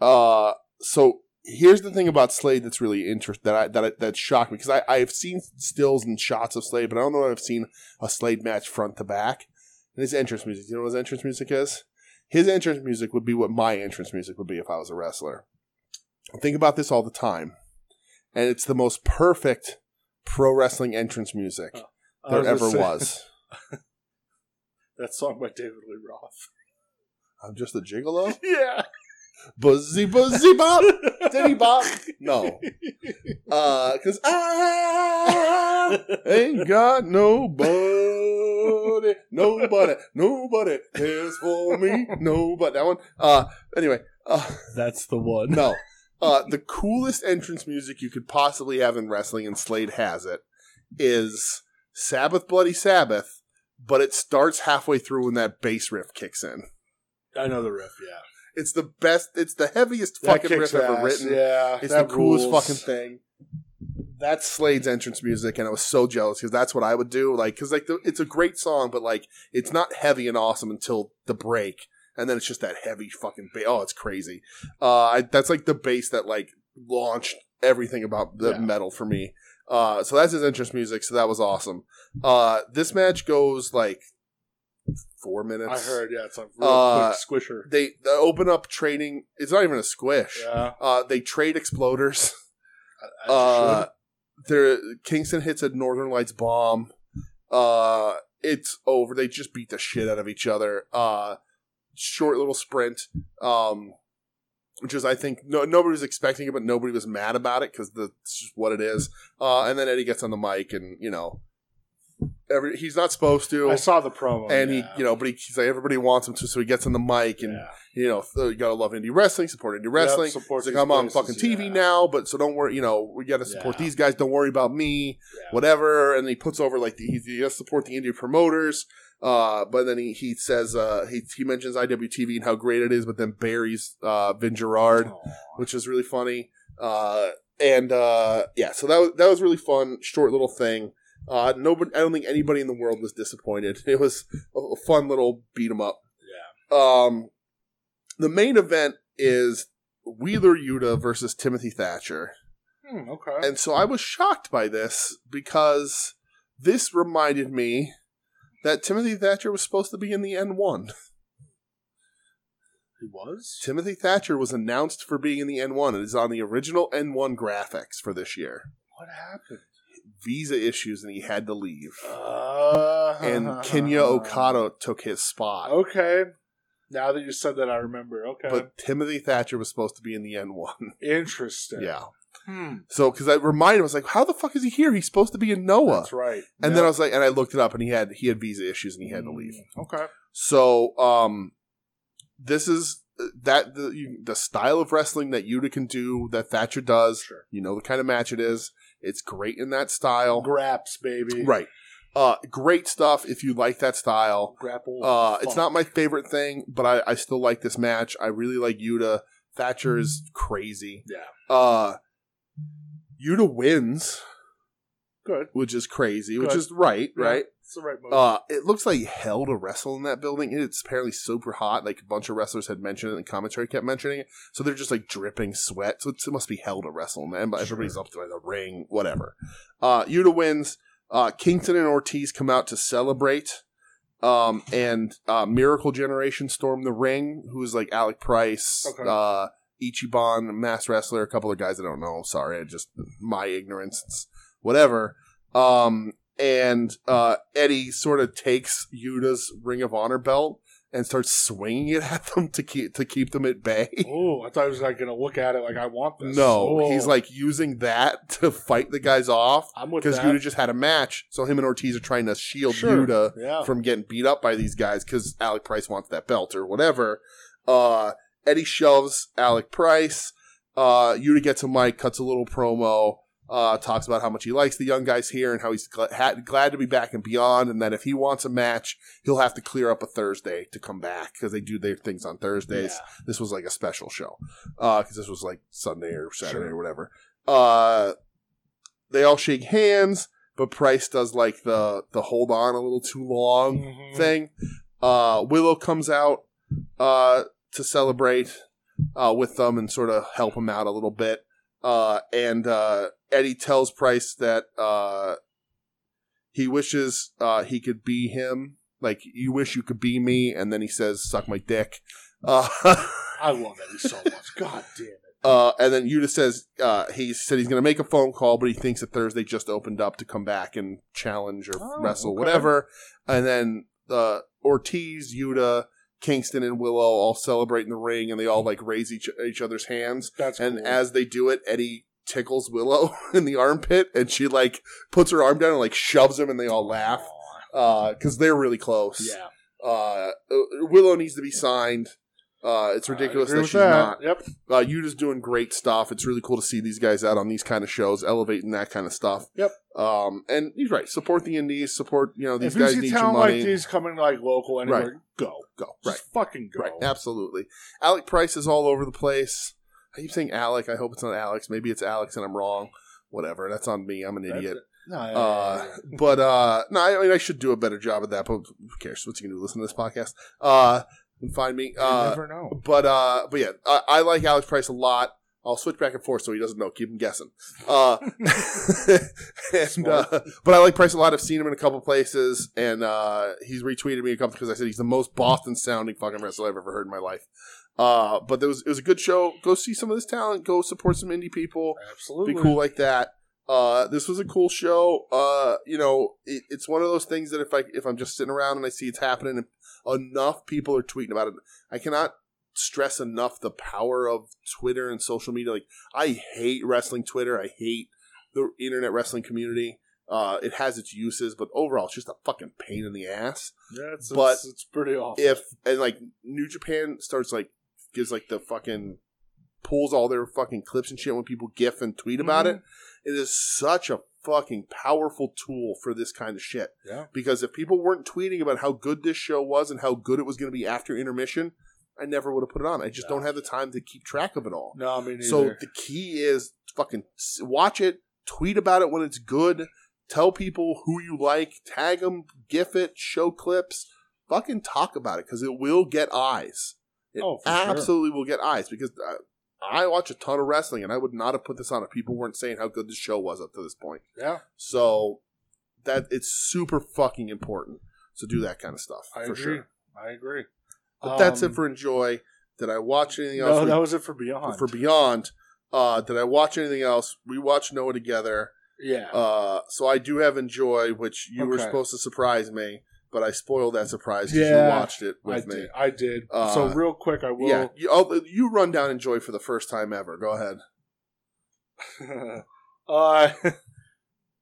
B: Uh, so here's the thing about Slade that's really interesting that I, that I, that shocked me because I I've seen stills and shots of Slade, but I don't know that I've seen a Slade match front to back. And his entrance music. You know what his entrance music is? His entrance music would be what my entrance music would be if I was a wrestler. I think about this all the time, and it's the most perfect pro wrestling entrance music
C: Oh, I
B: there
C: was
B: ever
C: gonna say,
B: was.
C: That song by David Lee Roth.
B: I'm just a gigolo.
C: yeah.
B: Buzzy, buzzy, bop. Diddy bop. No. Uh, cause I ain't got nobody, nobody, nobody cares for me, nobody. That one. Uh, anyway, uh,
C: That's the one.
B: no. Uh, the coolest entrance music you could possibly have in wrestling, and Slade has it, is Sabbath Bloody Sabbath, but it starts halfway through when that bass riff kicks in.
C: I know the riff, yeah.
B: It's the best, it's the heaviest
C: That
B: fucking
C: kicks
B: riff ever
C: ass,
B: written.
C: Yeah.
B: It's
C: that
B: the coolest
C: rules.
B: fucking thing. That's Slade's entrance music, and I was so jealous because that's what I would do. Like, because like the, it's a great song, but like it's not heavy and awesome until the break, and then it's just that heavy fucking. Ba- oh, it's crazy. Uh, I, that's like the bass that like launched everything about the
C: Yeah.
B: metal for me. Uh, so that's his entrance music. So that was awesome. Uh, this match goes like four minutes.
C: I heard, yeah. It's a real
B: Uh,
C: quick squisher.
B: they, they open up trading. It's not even a squish.
C: Yeah.
B: Uh, they trade exploders.
C: I- I
B: Uh, there Kingston hits a Northern Lights bomb. Uh, it's over. They just beat the shit out of each other. Uh, short little sprint. Um, which is I think no nobody was expecting it, but nobody was mad about it because that's just what it is. Uh, and then Eddie gets on the mic and you know, every he's not supposed
C: should-
B: to.
C: I saw the promo.
B: and
C: yeah.
B: he, you know, but he, he's like everybody wants him to, so he gets on the mic and
C: Yeah.
B: you know, th- you gotta love indie wrestling, support indie wrestling.
C: Yep, support
B: It's like
C: these
B: I'm on fucking
C: places,
B: TV
C: yeah.
B: now, but so don't worry. You know, we got to support
C: Yeah.
B: these guys. Don't worry about me,
C: Yeah.
B: whatever. And he puts over like the, he, he does support the indie promoters. Uh, but then he, he says uh, he he mentions IWTV and how great it is, but then buries uh, Vin Gerard,
C: Aw.
B: which is really funny. Uh, and uh, yeah, so that was, that was really fun, short little thing. Uh, nobody, I don't think anybody in the world was disappointed. It was a, a fun little beat 'em up.
C: Yeah.
B: Um, the main event is Wheeler Yuta versus Timothy Thatcher.
C: Hmm, okay.
B: And so I was shocked by this because this reminded me that Timothy Thatcher was supposed to be in the N1.
C: he was?
B: Timothy Thatcher was announced for being in the N1. It is on the original N1 graphics for this year.
C: What happened?
B: Visa issues and he had to leave.
C: Uh,
B: And Kenya Okada took his spot.
C: Okay. Now that you said that, I remember. Okay.
B: But Timothy Thatcher was supposed to be in the N1.
C: Interesting.
B: Yeah.
C: Hmm.
B: So, because I reminded him, I was like, "How the fuck is he here? He's supposed to be in Noah."
C: That's right.
B: And then I was like, and I looked it up, and he had he had visa issues, and he had to leave.
C: Hmm, Okay.
B: So, um, this is uh, that the you- the style of wrestling that Yuta can do, that Thatcher does.
C: Sure.
B: You know the kind of match it is. It's great in that style,
C: Graps, baby.
B: right? Uh, great stuff if you like that style.
C: Grapple.
B: Uh, it's
C: Fuck.
B: not my favorite thing, but I, I still like this match. I really like Yuta. Thatcher is crazy.
C: Mm-hmm. Yeah.
B: Uh, Yuta wins,
C: Good.
B: which is crazy, which
C: Good.
B: is right,
C: Yeah.
B: right?
C: It's the right move.
B: Uh, it looks like hell to wrestle in that building. It's apparently super hot. Like a bunch of wrestlers had mentioned it, and commentary kept mentioning it. So they're just like dripping sweat. So it's, it must be hell to wrestle, man. But everybody's up to the ring, whatever. Uh, Yuta wins. Uh, Kingston and Ortiz come out to celebrate. Um, and uh, Miracle Generation storm the ring, who's like Alec Price,
C: Okay.
B: uh, Ichiban, Mass Wrestler, a couple of guys I don't know. Sorry, I just my ignorance, it's whatever. Um, and uh, Eddie sort of takes Yuta's Ring of Honor belt and starts swinging it at them to keep to keep them at bay.
C: oh, I thought he was like going to look at it like I want this.
B: No,
C: Oh.
B: he's like using that to fight the guys off
C: I'm with
B: because
C: that.
B: Yuta just had a match, so him and Ortiz are trying to shield Yuta
C: Yeah.
B: from getting beat up by these guys because Alec Price wants that belt or whatever. Uh, Eddie shoves Alec Price. Uh, Yuta gets a mic, cuts a little promo, uh, talks about how much he likes the young guys here and how he's gl- ha- glad to be back and beyond, and that if he wants a match, he'll have to clear up a Thursday to come back because they do their things on Thursdays
C: Yeah.
B: this was like a special show because this was like Sunday or Saturday
C: Sure.
B: or whatever. Uh, they all shake hands, but Price does like the the hold on a little too long
C: Mhm.
B: thing. Uh, Willow comes out uh, to celebrate uh, with them and sort of help him out a little bit. Uh, and uh, Eddie tells Price that uh, he wishes uh, he could be him. Like you wish you could be me, and then he says, "Suck my dick." Uh,
C: I love Eddie so much. God damn it.
B: Uh, and then Yuta says uh, he said he's going to make a phone call, but he thinks that Thursday just opened up to come back and challenge or
C: Oh,
B: wrestle,
C: okay.
B: whatever. And then uh, Ortiz, Yuta, Kingston, and Willow all celebrate in the ring, and they all like raise each, each other's hands.
C: That's
B: And
C: cool.
B: as they do it, Eddie tickles Willow in the armpit, and she like puts her arm down and like shoves him, and they all laugh
C: Aw.
B: because they're really close.
C: Yeah.
B: Uh, Willow needs to be signed. Uh, it's ridiculous
C: I agree
B: that
C: with
B: she's not.
C: Yep.
B: Uh, Yuta's doing great stuff. It's really cool to see these guys out on these kind of shows, elevating that kind of stuff.
C: Yep.
B: Um, and he's right. Support the indies. Support you know these
C: if
B: guys
C: you see
B: need your
C: talent
B: money.
C: like these coming like local anywhere, go.
B: Go right,
C: Just fucking go.
B: right, absolutely. Alec Price is all over the place. I keep saying Alec. I hope it's not Alex. Maybe it's Alex, and I'm wrong. Whatever. That's on me. I'm an
C: That's
B: idiot.
C: it. No, yeah,
B: Uh,
C: yeah, yeah.
B: but uh, no, I mean I should do a better job at that. But who cares? What's he gonna do? Listen to this podcast. Uh, you can find me.
C: You
B: Uh,
C: never know.
B: but uh, but yeah, I, I like Alex Price a lot. I'll switch back and forth so he doesn't know. Keep him guessing. Uh, and,
C: Smart.
B: uh, but I like Price a lot. I've seen him in a couple places, and uh, he's retweeted me a couple because I said he's the most Boston sounding fucking wrestler I've ever heard in my life. Uh, but there was it was a good show. Go see some of this talent. Go support some indie people.
C: Absolutely.
B: Be cool like that. Uh, this was a cool show. Uh, you know, it, it's one of those things that if I if I'm just sitting around and I see it's happening, and enough people are tweeting about it. I cannot stress enough the power of Twitter and social media. Like I hate wrestling Twitter. I hate the internet wrestling community. Uh, it has its uses, but overall, it's just a fucking pain in the ass
C: Yeah, it's,
B: But
C: it's, it's pretty awesome.
B: if and like New Japan starts like gives like the fucking pulls all their fucking clips and shit when people gif and tweet about it. It is such a fucking powerful tool for this kind of shit.
C: Yeah.
B: Because if people weren't tweeting about how good this show was and how good it was going to be after intermission, I never would have put it on. I just
C: No.
B: don't have the time to keep track of it all.
C: No, I mean,
B: So the key is fucking s- watch it, tweet about it when it's good, tell people who you like, tag them, gif it, show clips, fucking talk about it because it will get eyes. It
C: Oh, for sure.
B: absolutely will get eyes because uh, I watch a ton of wrestling and I would not have put this on if people weren't saying how good the show was up to this point.
C: yeah,
B: So that it's super fucking important. So do that kind of stuff
C: I
B: for
C: agree.
B: sure.
C: I agree.
B: But that's
C: Um,
B: it for enjoy. Did I watch anything else?
C: No,
B: we
C: that was it for Beyond.
B: for Beyond. Uh, did I watch anything else? We watched Noah together.
C: yeah.
B: Uh, so I do have Enjoy, which you were
C: Okay.
B: supposed to surprise me, but I spoiled that surprise because
C: Yeah,
B: you watched it
C: I
B: with me.
C: did. I did.
B: Uh,
C: so real quick, I will.
B: yeah, you, I'll, you run down Enjoy for the first time ever. Go ahead.
C: uh,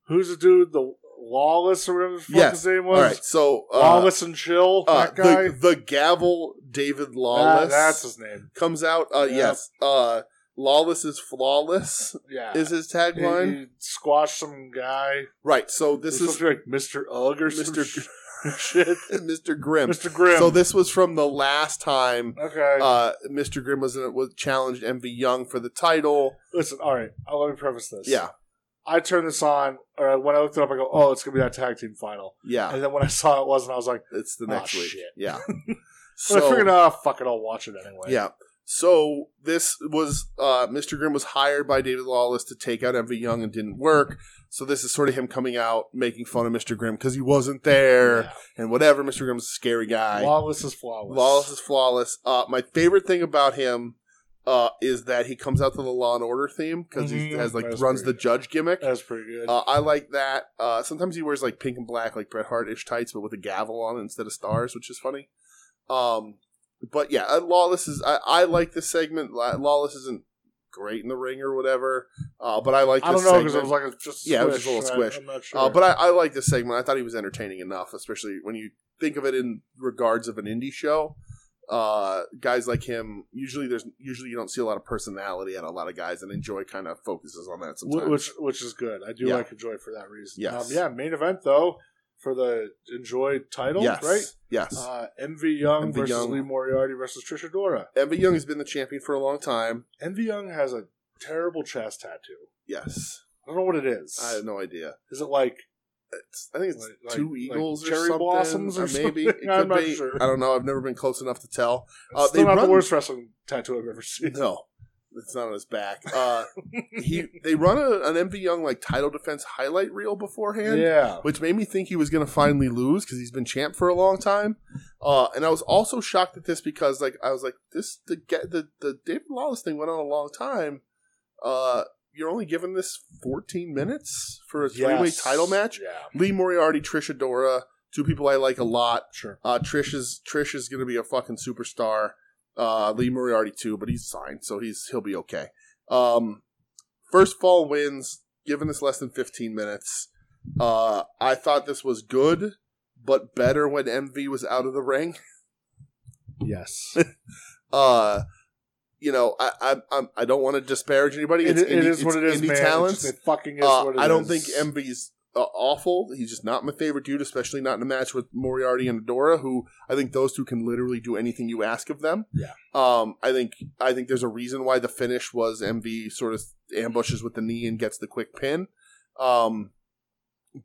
C: who's the dude? The Lawless or whatever the fuck
B: Yes.
C: his name was.
B: All right, so uh,
C: Lawless and Chill.
B: uh,
C: that guy.
B: the the gavel David
C: That-
B: Lawless
C: that's his name.
B: comes out. Uh,
C: Yeah.
B: Yes, uh, Lawless is flawless
C: Yeah.
B: is his
C: he,
B: tagline.
C: he squashed some guy.
B: right, so this
C: He's
B: is
C: supposed to be like Mr. Ugg or Mr.
B: Mr.
C: Sh- shit.
B: Mr. Grimm.
C: Mr. Grimm.
B: So this was from the last time
C: okay.
B: uh, Mr. Grimm was, in, was challenged MV Young for the title.
C: Listen, all right. I'll let me preface this.
B: Yeah,
C: I turned this on, or when I looked it up, I go, oh, it's going to be that tag team final.
B: yeah,
C: And then when I saw it wasn't, I was like,
B: it's the
C: Ah,
B: next week.
C: shit.
B: Yeah,
C: well, I figured, oh, fuck it, I'll watch it anyway.
B: Yeah. So this was uh, Mr. Grimm was hired by David Lawless to take out MV Young and didn't work. So this is sort of him coming out making fun of Mr. Grimm because he wasn't there
C: Yeah.
B: and whatever. Mr. Grimm's a scary guy.
C: Lawless is flawless.
B: Lawless is flawless. Uh, my favorite thing about him uh, is that he comes out to the Law and Order theme because he
C: Mhm.
B: has like
C: That's
B: runs the
C: pretty
B: judge gimmick.
C: That's pretty good.
B: Uh, I like that. Uh, sometimes he wears like pink and black, like Bret Hart ish tights, but with a gavel on it instead of stars, which is funny. Um, but yeah, uh, Lawless is. I, I like this segment. La- Lawless isn't great in the ring or whatever, uh, but I like. This
C: I don't know
B: segment.
C: because it was like a, just a
B: Yeah, it was just a
C: squish,
B: little
C: and I-
B: squish.
C: I'm not sure.
B: Uh, but I, I like this segment. I thought he was entertaining enough, especially when you think of it in regards of an indie show. Uh, guys like him usually there's usually you don't see a lot of personality out of a lot of guys, and Enjoy kind of focuses on that sometimes.
C: Wh- which which is good. I do
B: Yeah.
C: like Enjoy for that reason.
B: Yes.
C: Um, yeah, main event though for the Enjoy title,
B: yes,
C: right?
B: yes.
C: Uh, MV Young
B: MV
C: versus
B: Young.
C: Lee Moriarty versus Trisha Dora.
B: Emma Young has been the champion for a long time.
C: MV Young has a terrible chest tattoo.
B: Yes,
C: I don't know what it is.
B: I have no idea.
C: is it like
B: It's, I think it's
C: Like- like-
B: two
C: like
B: eagles, or
C: cherry
B: something,
C: blossoms or
B: or maybe
C: something?
B: It
C: I'm
B: could
C: not
B: be.
C: sure.
B: I don't know. I've never been close enough to tell. Uh,
C: it's
B: they
C: still not
B: run-
C: the worst wrestling tattoo I've ever seen?
B: No, it's not on his back. Uh, he they run a, an MV Young like title defense highlight reel beforehand.
C: yeah,
B: Which made me think he was going to finally lose because he's been champ for a long time, uh, and I was also shocked at this because like I was like this the get the the David Lawless thing went on a long time. Uh, you're only given this 14 minutes for a three way
C: Yes.
B: title match.
C: Yeah,
B: Lee Moriarty, Trisha Dora, two people I like a lot.
C: sure.
B: Uh, Trish is Trish is going to be a fucking superstar. Uh, Lee Moriarty too, but he's signed, so he's he'll be okay. Um, first fall wins. Given this less than 15 minutes, uh, I thought this was good, but better when MV was out of the ring.
C: Yes,
B: Uh, you know, I I I'm- I don't want to disparage anybody.
C: it,
B: It's
C: it
B: indie-
C: is what it
B: it's
C: is,
B: indie
C: man.
B: talents.
C: It's- It fucking is
B: Uh,
C: what it
B: I don't
C: is.
B: think MV's uh, awful. He's just not my favorite dude, especially not in a match with Moriarty and Adora, who I think those two can literally do anything you ask of them.
C: Yeah.
B: Um, I think I think there's a reason why the finish was MV sort of ambushes with the knee and gets the quick pin. Um,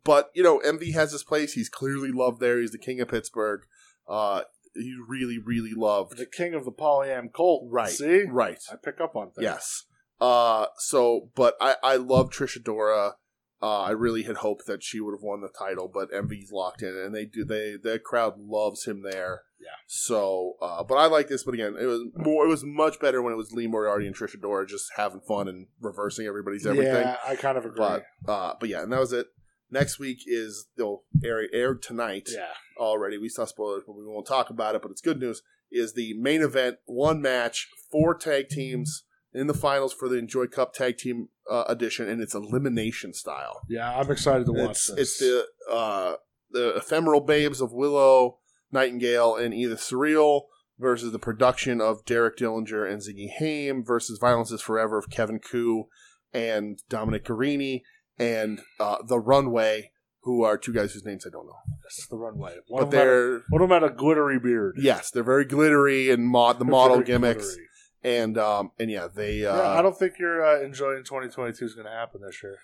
B: but you know, MV has his place. He's clearly loved there. He's the king of Pittsburgh. Uh, he's really, really loved.
C: the king of the polyam cult.
B: Right.
C: See,
B: Right.
C: I pick up on things.
B: Yes. Uh so but I I love Trisha Dora. Uh, I really had hoped that she would have won the title, but MV's locked in, and they do. They the crowd loves him there.
C: Yeah.
B: So, uh, but I like this. But again, it was more. It was much better when it was Lee Moriarty and Trisha Dora just having fun and reversing everybody's everything.
C: Yeah, I kind of agree.
B: But uh, but yeah, and that was it. Next week is they'll air aired tonight
C: yeah,
B: already. We saw spoilers, but we won't talk about it. But it's good news is the main event, one match, four tag teams in the finals for the Enjoy Cup Tag Team uh, edition, and it's elimination style.
C: yeah, I'm excited to watch
B: It's,
C: this.
B: it's the uh, the ephemeral babes of Willow, Nightingale, and Edith Surreal versus the production of Derek Dillinger and Ziggy Haim versus Violence is Forever of Kevin Koo and Dominic Carini and uh, The Runway, who are two guys whose names I don't know.
C: It's the runway. One
B: but
C: of them had a-
B: they're
C: one of them had a glittery beard.
B: Yes, they're very glittery and mod the model
C: Very
B: gimmicks
C: glittery.
B: and um and yeah they uh
C: yeah, I don't think your uh, enjoying 2022 is going to happen this year.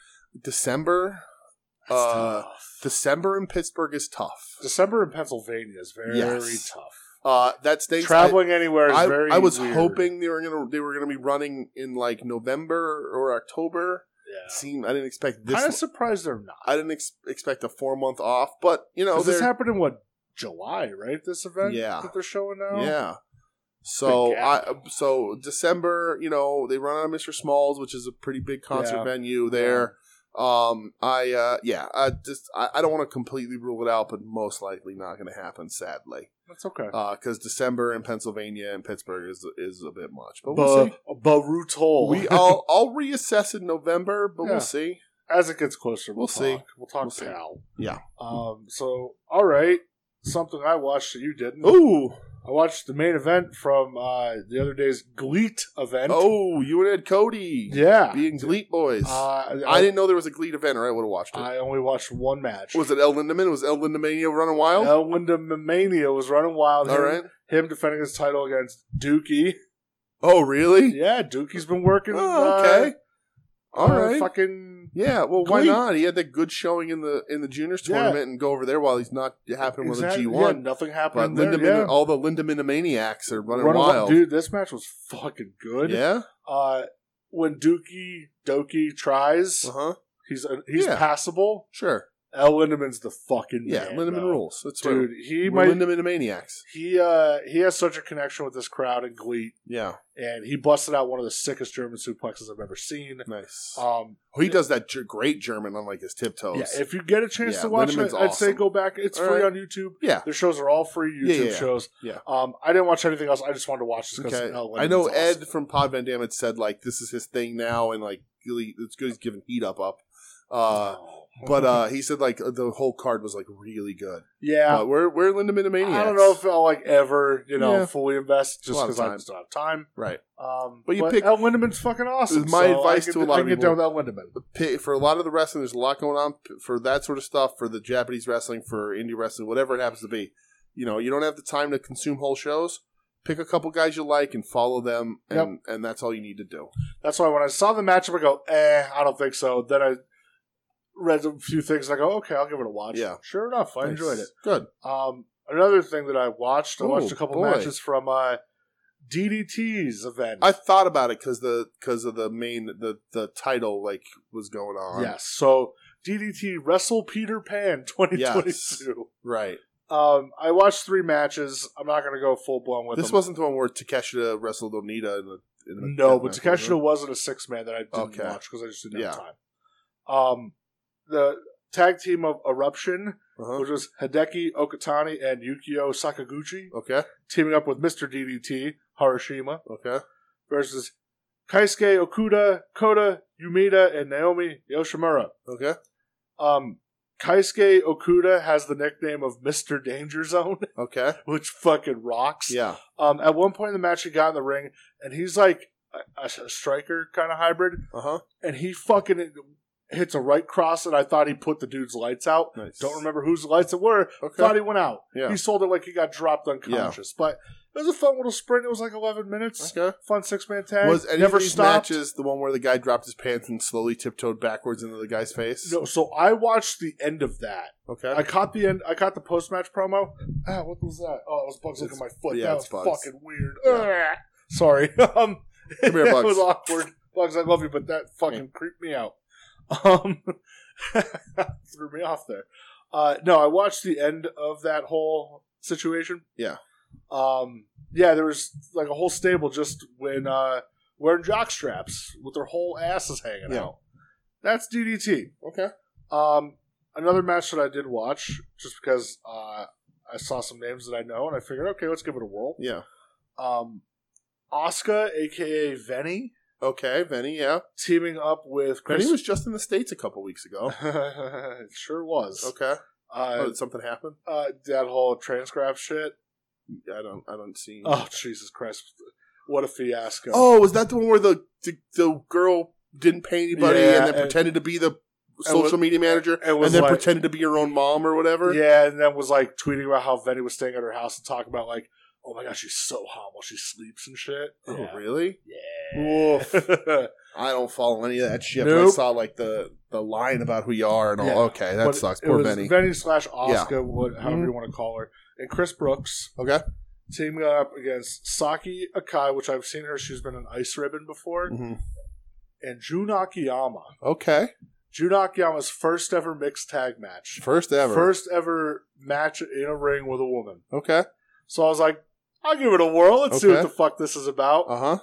B: December
C: That's
B: Uh,
C: tough.
B: December in Pittsburgh is tough.
C: December in Pennsylvania is very
B: Yes.
C: tough.
B: Uh, that stinks.
C: Traveling anywhere is
B: I, I,
C: very.
B: I was
C: weird.
B: hoping they were gonna they were gonna be running in like November or October.
C: Yeah.
B: Seem I didn't expect
C: Kind of
B: this.
C: surprised they're not.
B: I didn't ex- expect a four month off, but you know
C: 'Cause this
B: Oh, they're-
C: happened in what July, right? This event,
B: Yeah.
C: that they're showing now.
B: Yeah. So
C: Big gap.
B: I so December, you know, they run out of Mr. Smalls, which is a pretty big concert
C: Yeah.
B: venue there. Um, I uh, yeah, I just I, I don't want to completely rule it out, but most likely not going to happen. Sadly,
C: That's okay.
B: because December in Pennsylvania and Pittsburgh is is a bit much. But we'll
C: Ba-
B: see.
C: Barutol.
B: We I'll I'll reassess in November, but
C: Yeah.
B: we'll see.
C: as it gets closer, we'll,
B: We'll see.
C: talk. We'll talk
B: We'll see.
C: pal.
B: Yeah.
C: Um. So, all right. Something I watched that you didn't.
B: Ooh,
C: I watched the main event from uh, the other day's Gleet event.
B: oh, you and Ed Cody
C: yeah.
B: being Gleet boys.
C: Uh, I,
B: I
C: I,
B: didn't know there was a Gleet event, or I would have watched it.
C: only watched one match.
B: was it El Lindemann? Was El Lindemania running wild?
C: El Mania was running wild.
B: All
C: him,
B: right.
C: him defending his title against Dookie.
B: Oh, really?
C: Yeah, Dookie's been working.
B: Oh, okay.
C: uh,
B: All
C: uh,
B: right.
C: Fucking.
B: Yeah, well, why
C: Glee.
B: not? He had that good showing in the in the juniors
C: Yeah.
B: tournament, and go over there while he's not happening with
C: Exact-
B: a G
C: yeah,
B: one.
C: nothing
B: but
C: happened.
B: Lindemann,
C: there, yeah.
B: all the Lindemann maniacs are running,
C: Running wild.
B: wild.
C: Dude, this match was fucking good.
B: yeah,
C: uh, when Dookie Doki tries,
B: uh huh.
C: he's uh, he's
B: Yeah.
C: passable.
B: Sure.
C: L. Lindemann's the fucking
B: Yeah,
C: man,
B: Lindemann
C: bro.
B: rules. That's dude.
C: dude. He
B: We're
C: might
B: Lindemann maniacs.
C: he uh he has such a connection with this crowd and Glee,
B: Yeah,
C: and he busted out one of the sickest German suplexes I've ever seen.
B: nice.
C: Um,
B: oh, he does that ger- great German on like his tiptoes.
C: yeah, if you get a
B: Oh,
C: chance
B: Yeah,
C: to watch
B: Lindemann's
C: it, I'd say
B: awesome.
C: go back. It's
B: All
C: free
B: right.
C: on YouTube.
B: Yeah.
C: Their shows are all free YouTube
B: Yeah, yeah, yeah.
C: shows.
B: Yeah.
C: Um, I didn't watch anything else. I just wanted to watch this because
B: Okay. I know Ed from Pod Van Dam had said like this is his thing now, and like really, it's good he's giving heat up up. Uh, but uh, he said like the whole card was like really good.
C: yeah,
B: But we're we're Lindemann maniacs.
C: I don't know if I'll like ever, you know,
B: Yeah.
C: fully invest just
B: lot of
C: because I
B: time.
C: just don't have time.
B: right.
C: Um,
B: But you pick-
C: El Lindeman's fucking awesome.
B: This is my
C: so I
B: advice
C: can-
B: to a lot of
C: I can
B: people.
C: get down with El Lindemann.
B: P- For a lot of the wrestling, there's a lot going on p- for that sort of stuff. For the Japanese wrestling, for indie wrestling, whatever it happens to be, you know, you don't have the time to consume whole shows. Pick a couple guys you like and follow them, and and that's all you need to do.
C: That's why when I saw the matchup, I go, eh, I don't think so. Then I read a few things. And I go, okay, I'll give it a watch.
B: Yeah.
C: Sure enough, I
B: Nice.
C: enjoyed it.
B: Good.
C: Um, another thing that I watched, I
B: Oh,
C: watched a couple
B: boy.
C: matches from uh, DDT's event.
B: I thought about it because the because of the main the the title like was going on.
C: yes. So DDT Wrestle Peter Pan 2022.
B: Right.
C: Um, I watched three matches. I'm not going to go full blown with
B: this
C: them.
B: wasn't the one where Takeshita wrestled Onita in the. In the
C: No,
B: death match,
C: but
B: was it?
C: Takeshita wasn't a six man that I didn't
B: Okay.
C: watch because I just didn't have
B: Yeah.
C: time. Um, the tag team of Eruption,
B: Uh-huh.
C: which was Hideki Okatani and Yukio Sakaguchi,
B: Okay.
C: teaming up with Mr. DDT Harashima
B: Okay.
C: versus Kaisuke Okuda, Kota Umeda, and Naomi Yoshimura.
B: Okay.
C: Um, Kaisuke Okuda has the nickname of Mr. Danger Zone,
B: Okay.
C: which fucking rocks.
B: Yeah.
C: Um, at one point in the match, he got in the ring, and he's like a, a striker kind of hybrid,
B: Uh huh.
C: and he fucking hits a right cross, and I thought he put the dude's lights out.
B: Nice.
C: Don't remember whose lights it were.
B: Okay.
C: Thought he went out.
B: Yeah.
C: He sold it like he got dropped unconscious, but it was a fun little sprint. It was like eleven minutes.
B: Okay.
C: Fun six man tag.
B: was any
C: never
B: of these
C: stopped.
B: matches the one where the guy dropped his pants and slowly tiptoed backwards into the guy's face?
C: No, so I watched the end of that.
B: Okay.
C: I caught the end. I caught the post match promo. Ah, what was that? Oh, it was bugs looking at my foot.
B: yeah,
C: that was
B: it's Bugs.
C: fucking weird. Ah, sorry. Um,
B: Come here,
C: that
B: Bugs.
C: was awkward. Bugs, I love you, but that fucking creeped me out. Um, threw me off there. Uh, no, I watched the end of that whole situation.
B: Yeah.
C: Um, yeah, there was like a whole stable just when uh, wearing jock straps with their whole asses hanging
B: Yeah.
C: out. That's DDT.
B: okay.
C: Um, another match that I did watch, just because uh, I saw some names that I know, and I figured, okay, let's give it a whirl.
B: Yeah.
C: Um, Asuka, aka Venny,
B: Okay. Venny. Yeah.
C: teaming up with Chris.
B: Venny was just in the states a couple weeks ago.
C: It sure was.
B: Okay. oh,
C: Uh,
B: did something happen?
C: uh, that whole transcribe shit.
B: I don't. I don't see.
C: Oh Jesus Christ! What a fiasco!
B: Oh, was that the one where the the, the girl didn't pay anybody
C: Yeah,
B: and then
C: and-
B: pretended to be the social
C: was-
B: media manager
C: and
B: and,
C: was
B: then
C: like-
B: pretended to be her own mom or whatever?
C: yeah, and then was like tweeting about how Venny was staying at her house and talking about like, oh my gosh, she's so hot while she sleeps and shit.
B: Oh,
C: yeah.
B: really?
C: Yeah.
B: I don't follow any of that shit. But I
C: Nope.
B: saw like the the line about who you are and all.
C: Yeah.
B: Okay, that
C: But
B: sucks.
C: it
B: Poor
C: was
B: Benny.
C: Venny slash Oscar, what, however
B: Mhm.
C: you want to call her, and Chris Brooks
B: okay.
C: teaming up against Saki Akai, which I've seen her. She's been an ice ribbon before,
B: hmm
C: and Jun Akiyama.
B: Okay.
C: Jun Akiyama's first ever mixed tag match,
B: First ever.
C: first ever match in a ring with a woman.
B: Okay.
C: So I was like, I'll give it a whirl. Let's see
B: Okay. Uh-huh.
C: what the fuck this is about.
B: Uh huh.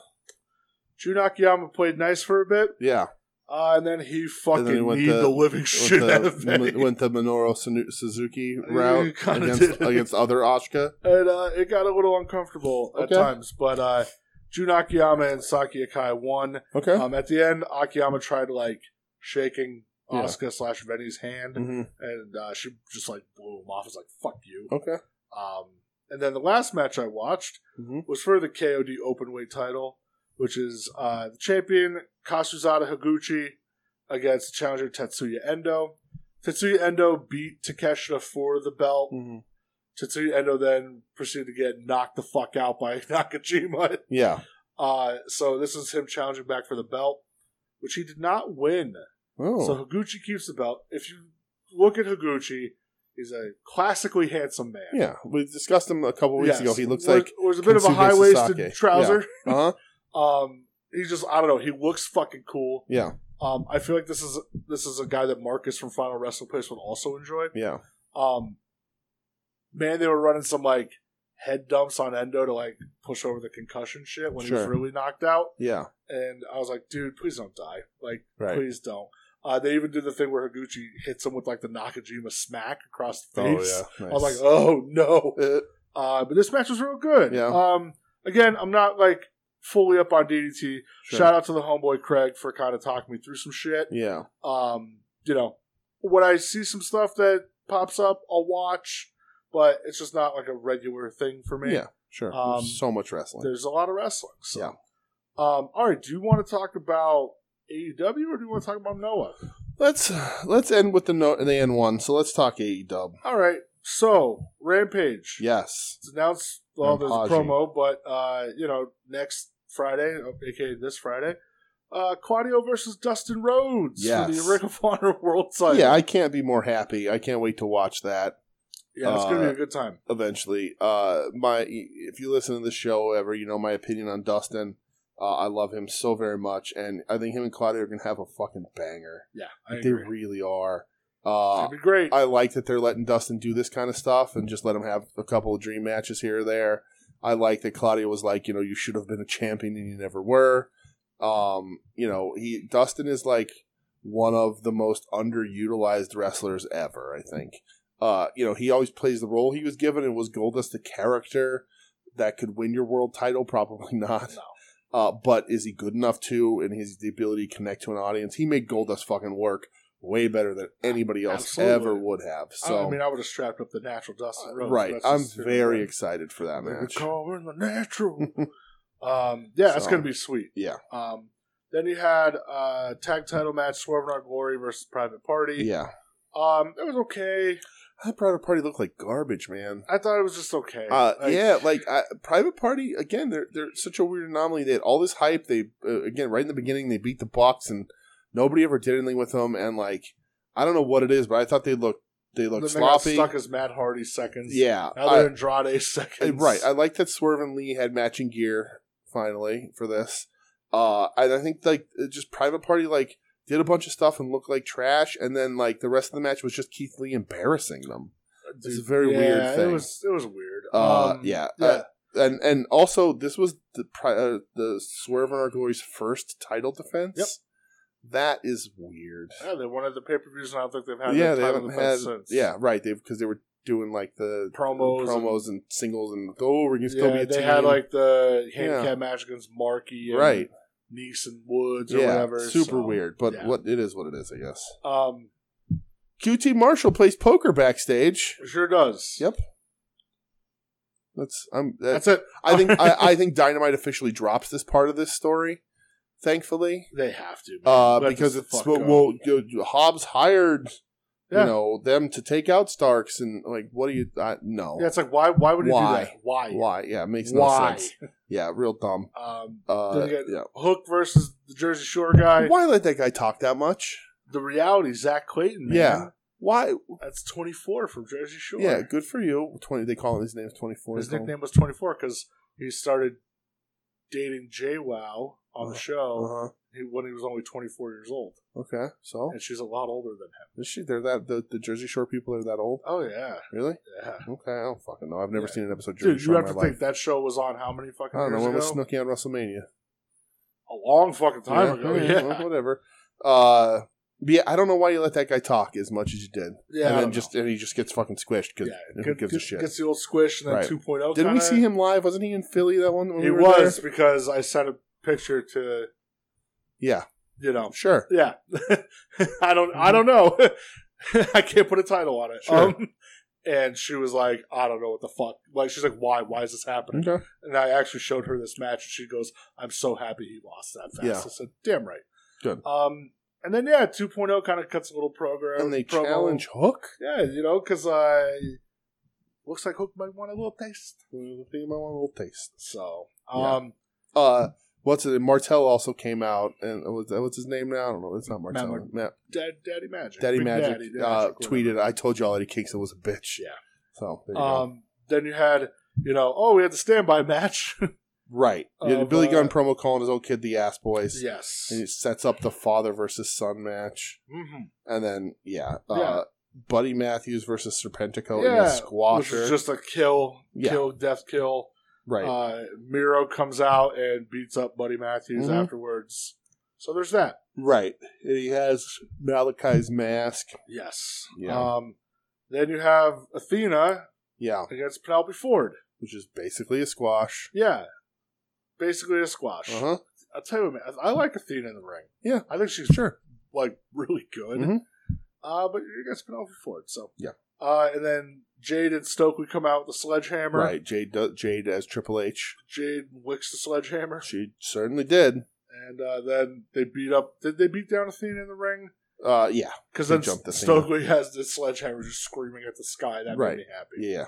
C: Jun Akiyama played nice for a bit.
B: Yeah.
C: Uh, and then he fucking
B: then he went
C: kneed
B: the-
C: the living shit out
B: went
C: of
B: the,
C: me.
B: m- went the Minoru Sunu- Suzuki
C: Yeah,
B: route
C: you kinda
B: against,
C: did.
B: against other Oshka.
C: and uh, it got a little uncomfortable
B: Okay.
C: at times. But uh, Jun Akiyama and Saki Akai won.
B: Okay.
C: Um, at the end, Akiyama tried like shaking
B: Yeah.
C: Asuka slash Venny's hand,
B: hmm
C: and uh, she just like blew him off. It's like fuck you.
B: Okay.
C: Um, and then the last match I watched
B: hmm
C: was for the KOD Openweight title, which is uh, the champion Kasuzada Higuchi against challenger Tetsuya Endo. Tetsuya Endo beat Takeshita for the belt.
B: hmm
C: Tetsuya Endo then proceeded to get knocked the fuck out by Nakajima.
B: Yeah.
C: Uh, so this is him challenging back for the belt, which he did not win.
B: Oh.
C: So Higuchi keeps the belt. If you look at Higuchi, he's a classically handsome man.
B: yeah. We discussed him a couple weeks
C: Yes.
B: ago. He looks
C: Was-
B: like.
C: was a bit of a
B: Kintsugi
C: high
B: Sasaki.
C: waisted trouser.
B: Uh huh.
C: Um, he's just I don't know. He looks fucking cool.
B: Yeah.
C: Um, I feel like this is this is a guy that Marcus from Final Wrestling Place would also enjoy.
B: Yeah.
C: Um, man, they were running some like head dumps on Endo to like push over the concussion shit when he was
B: Sure.
C: really knocked out,
B: Yeah.
C: and I was like, dude, please don't die. Like,
B: Right.
C: please don't. Uh, they even did the thing where Higuchi hits him with like the Nakajima smack across the
B: Oh,
C: face. I was like, oh no.
B: Uh,
C: Uh, but this match was real good.
B: Yeah.
C: Um, again, I'm not like fully up on DDT.
B: sure.
C: Shout out to the homeboy Craig for kind of talking me through some shit.
B: Yeah.
C: Um, you know, when I see some stuff that pops up, I'll watch, but it's just not like a regular thing for me.
B: Yeah. Sure.
C: Um,
B: so much wrestling.
C: There's a lot of wrestling. So.
B: Yeah.
C: Um, all right. Do you want to talk about AEW or do you want to talk about Noah?
B: Let's let's end with the note the end one. So let's talk E AE Dub.
C: All right. So, Rampage.
B: Yes.
C: It's announced, well, there's a
B: Rampage.
C: promo, but, uh, you know, next Friday, aka this Friday, uh, Quadio versus Dustin Rhodes for
B: Yes.
C: the Ring of Honor World title.
B: Yeah, I can't be more happy. I can't wait to watch that.
C: Yeah, it's gonna
B: Uh,
C: be a good time.
B: eventually. Uh, my if you listen to the show ever, you know my opinion on Dustin. Uh, I love him so very much, and I think him and Claudia are gonna have a fucking banger.
C: Yeah, I
B: they
C: agree.
B: really are.
C: It's
B: Uh,
C: gonna be great.
B: I like that they're letting Dustin do this kind of stuff and just let him have a couple of dream matches here or there. I like that Claudia was like, you know, you should have been a champion and you never were. Um, you know, he Dustin is like one of the most underutilized wrestlers ever, I think. Uh, you know, he always plays the role he was given and was Goldust the character that could win your world title? Probably not.
C: No.
B: Uh, but is he good enough to? And he's the ability to connect to an audience. He made Goldust fucking work way better than anybody else
C: Absolutely.
B: ever would have. So,
C: I mean, I would have strapped up the natural Dustin Rhodes.
B: right,
C: That's
B: I'm
C: just-
B: very excited for that
C: They
B: match.
C: call her the natural. um, yeah, it's
B: So,
C: gonna be sweet.
B: yeah.
C: Um, then you had uh, tag title match Swerve and Our Glory versus Private Party.
B: Yeah,
C: Um, it was okay.
B: that private party looked like garbage, man.
C: I thought it was just okay.
B: Uh,
C: Like,
B: yeah, like I, private party again. They're they're such a weird anomaly. They had all this hype. They uh, again right in the beginning they beat the Bucks and nobody ever did anything with them. And like I don't know what it is, but I thought they looked they
C: then
B: looked
C: they got
B: sloppy.
C: Stuck as Matt Hardy seconds.
B: Yeah,
C: Now
B: I-
C: they're Andrade
B: Uh,
C: seconds.
B: Right. I like that Swerve and Lee had matching gear finally for this. Uh, and I think like it just Private Party like did a bunch of stuff and looked like trash, and then like the rest of the match was just Keith Lee embarrassing them. It's a very
C: yeah,
B: weird thing.
C: It was. It was weird.
B: Uh,
C: Um,
B: yeah.
C: Yeah.
B: Uh, and and also this was the pri- uh, the Swerve and Our Glory's first title defense.
C: Yep.
B: That is weird.
C: Yeah, they wanted the pay per views, and I don't think they've had
B: yeah,
C: yeah,
B: they
C: the title
B: haven't had.
C: defense since.
B: Yeah, right. They because they were doing like the
C: promos, and-
B: promos and, singles and oh, we're gonna still
C: yeah,
B: be a
C: they
B: team.
C: had like the
B: Yeah.
C: handicap match against Markey, and
B: right.
C: Nice and Woods or whatever.
B: Super
C: so,
B: weird, but
C: yeah.
B: what it is what it is, I guess.
C: Um,
B: QT Marshall plays poker backstage.
C: it sure does.
B: Yep. That's I'm that's
C: That's it.
B: I think I, I think Dynamite officially drops this part of this story, thankfully.
C: They have to, man.
B: Uh,
C: Let
B: because
C: this
B: it's
C: fuck
B: well,
C: go.
B: well you know, Hobbs hired
C: Yeah.
B: you know them to take out Starks and like what do you I, no
C: yeah, it's like why? Why would you
B: Why?
C: do that? Why?
B: why yeah it makes no
C: Why?
B: sense yeah real dumb
C: Um,
B: uh,
C: Then you got-
B: yeah
C: Hook versus the Jersey Shore guy.
B: why let that guy talk that much
C: The reality, Zach Clayton. Man.
B: Yeah. why
C: that's twenty four from Jersey Shore.
B: yeah good for you twenty they call him his name's twenty four
C: his nickname was twenty four because he started dating Jay Wow on the show.
B: uh-huh.
C: he, when he was only 24 years old,
B: Okay, so
C: and she's a lot older than him.
B: is she? They're that the, the Jersey Shore people are that old?
C: Oh yeah,
B: Really?
C: yeah.
B: Okay, I don't fucking know. I've never
C: Yeah.
B: seen an episode of Jersey
C: Dude, you
B: Shore
C: have
B: in
C: to
B: my
C: think
B: life.
C: that show was on how many fucking
B: I don't know
C: years
B: when was
C: ago?
B: Snooki on WrestleMania.
C: a long fucking time
B: oh, Yeah,
C: ago.
B: okay,
C: Yeah,
B: well, whatever. Uh, but yeah, I don't know why you let that guy talk as much as you did,
C: yeah. I
B: and then
C: don't
B: just and he just gets fucking squished
C: know.
B: because who
C: yeah, get-
B: gives a
C: get-
B: shit?
C: Gets the old squish and then
B: Right.
C: 2.0.
B: Didn't we
C: kinda-
B: see him live? Wasn't he in Philly that one? When
C: He
B: we were
C: was
B: there?
C: because I sent a picture to
B: Yeah,
C: you know.
B: sure.
C: Yeah, I don't. I don't know. I can't put a title on it.
B: Mm-hmm. Sure.
C: Um, and she was like, "I don't know what the fuck." Like she's like, "Why? Why is this happening?"
B: Okay.
C: And I actually showed her this match, and she goes, "I'm so happy he lost that fast."
B: Yeah.
C: I said, "Damn right."
B: Good.
C: Um, and then yeah, 2.0 kind of cuts a little program.
B: And they
C: promo.
B: challenge Hook.
C: Yeah, you know, because I looks like Hook might want a little taste.
B: I think I want a little taste.
C: So,
B: Yeah.
C: um,
B: Uh, what's it? Martel also came out, and uh, what's what's his name now? I don't know. It's not Martel.
C: Matt-
B: Matt-
C: Dad, Daddy Magic,
B: Daddy
C: Big
B: Magic uh,
C: Magic, whatever.
B: tweeted, "I told you already, Kingston was a bitch."
C: Yeah.
B: So there you go.
C: Um, then you had, you know, oh, we had the standby match.
B: Right. Yeah,
C: of,
B: Billy
C: uh,
B: Gunn promo calling his old kid the Ass Boys.
C: yes.
B: And it sets up the father versus son match.
C: Mm-hmm.
B: And then, yeah, uh,
C: Yeah.
B: Buddy Matthews versus Serpentico in
C: Yeah,
B: a
C: Which
B: squasher.
C: is just a kill,
B: Yeah.
C: kill, death kill.
B: right.
C: Uh, Miro comes out and beats up Buddy Matthews
B: Mhm.
C: afterwards. So there's that.
B: right. And he has Malachi's mask.
C: Yes.
B: Yeah.
C: Um, then you have Athena
B: Yeah.
C: against Penelope Ford.
B: Which is basically a squash.
C: Yeah. Basically a squash.
B: Uh huh.
C: I'll tell you what, man, I like Athena in the ring.
B: Yeah.
C: I think she's
B: Sure.
C: like really good.
B: Mhm.
C: Uh, but you guys can over for it. So
B: Yeah.
C: Uh, and then Jade and Stokely come out with the sledgehammer.
B: Right. Jade, do- Jade as Triple H.
C: Jade wicks the sledgehammer,
B: She certainly did.
C: and uh, then they beat up. Did they beat down Athena in the ring?
B: Uh, yeah.
C: Because
B: They
C: then
B: jumped Athena.
C: Stokely has the sledgehammer just screaming at the sky. That
B: Right.
C: made me happy.
B: Yeah.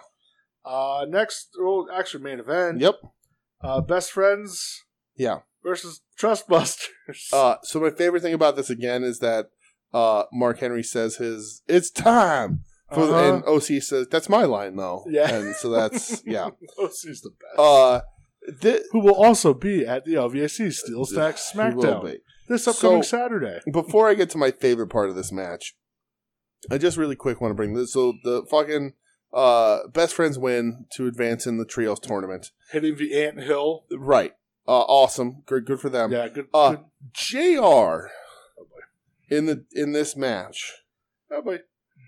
C: Uh, next, well, actually, main event.
B: Yep.
C: Uh, best friends.
B: Yeah.
C: Versus Trustbusters.
B: Uh, so my favorite thing about this again is that uh, Mark Henry says his "It's time," for the,
C: Uh-huh.
B: and OC says that's my line though.
C: Yeah.
B: and so that's yeah.
C: OC's the best.
B: Uh, thi-
C: who will also be at the LVAC Steel Stack
B: he will
C: SmackDown
B: be.
C: this upcoming
B: So-
C: Saturday.
B: Before I get to my favorite part of this match, I just really quick want to bring this. So the fucking uh, best friends win to advance in the trios tournament.
C: Hitting the Ant Hill.
B: Right. Uh, awesome. Good. Good for them.
C: Yeah, good.
B: Uh,
C: good.
B: Jr. in the in this match
C: Oh, boy.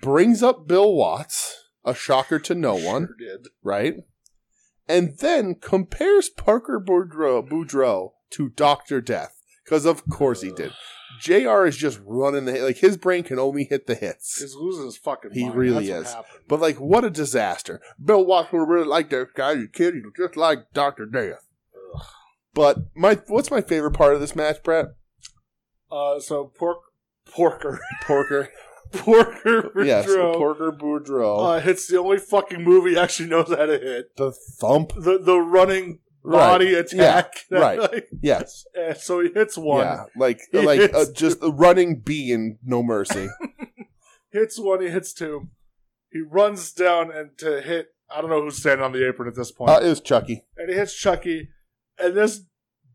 B: brings up Bill Watts, a shocker to no
C: Sure
B: one.
C: did.
B: right? And then compares Parker Boudreau, Boudreau to Dr. Death. Because of course he did. JR is just running the like his brain can only hit the hits.
C: He's losing his fucking
B: He
C: mind.
B: really
C: That's
B: is.
C: What happened.
B: But like what a disaster. Bill Watts would really like that guy, you kid, you just like Dr. Death.
C: Ugh.
B: But my what's my favorite part of this match, Brett?
C: Uh, so pork, porker,
B: Porker.
C: porker Boudreaux
B: yes, Porker Boudreau.
C: uh, hits the only fucking move he actually knows how to hit.
B: the thump.
C: The the running body attack.
B: Yeah, right.
C: Like,
B: Yes.
C: and so he hits one,
B: Yeah. Like
C: He
B: like uh,
C: hits-
B: just a running bee and no mercy.
C: hits one, he hits two. He runs down and to hit. I don't know who's standing on the apron at this point.
B: uh, it was Chucky.
C: and he hits Chucky, and this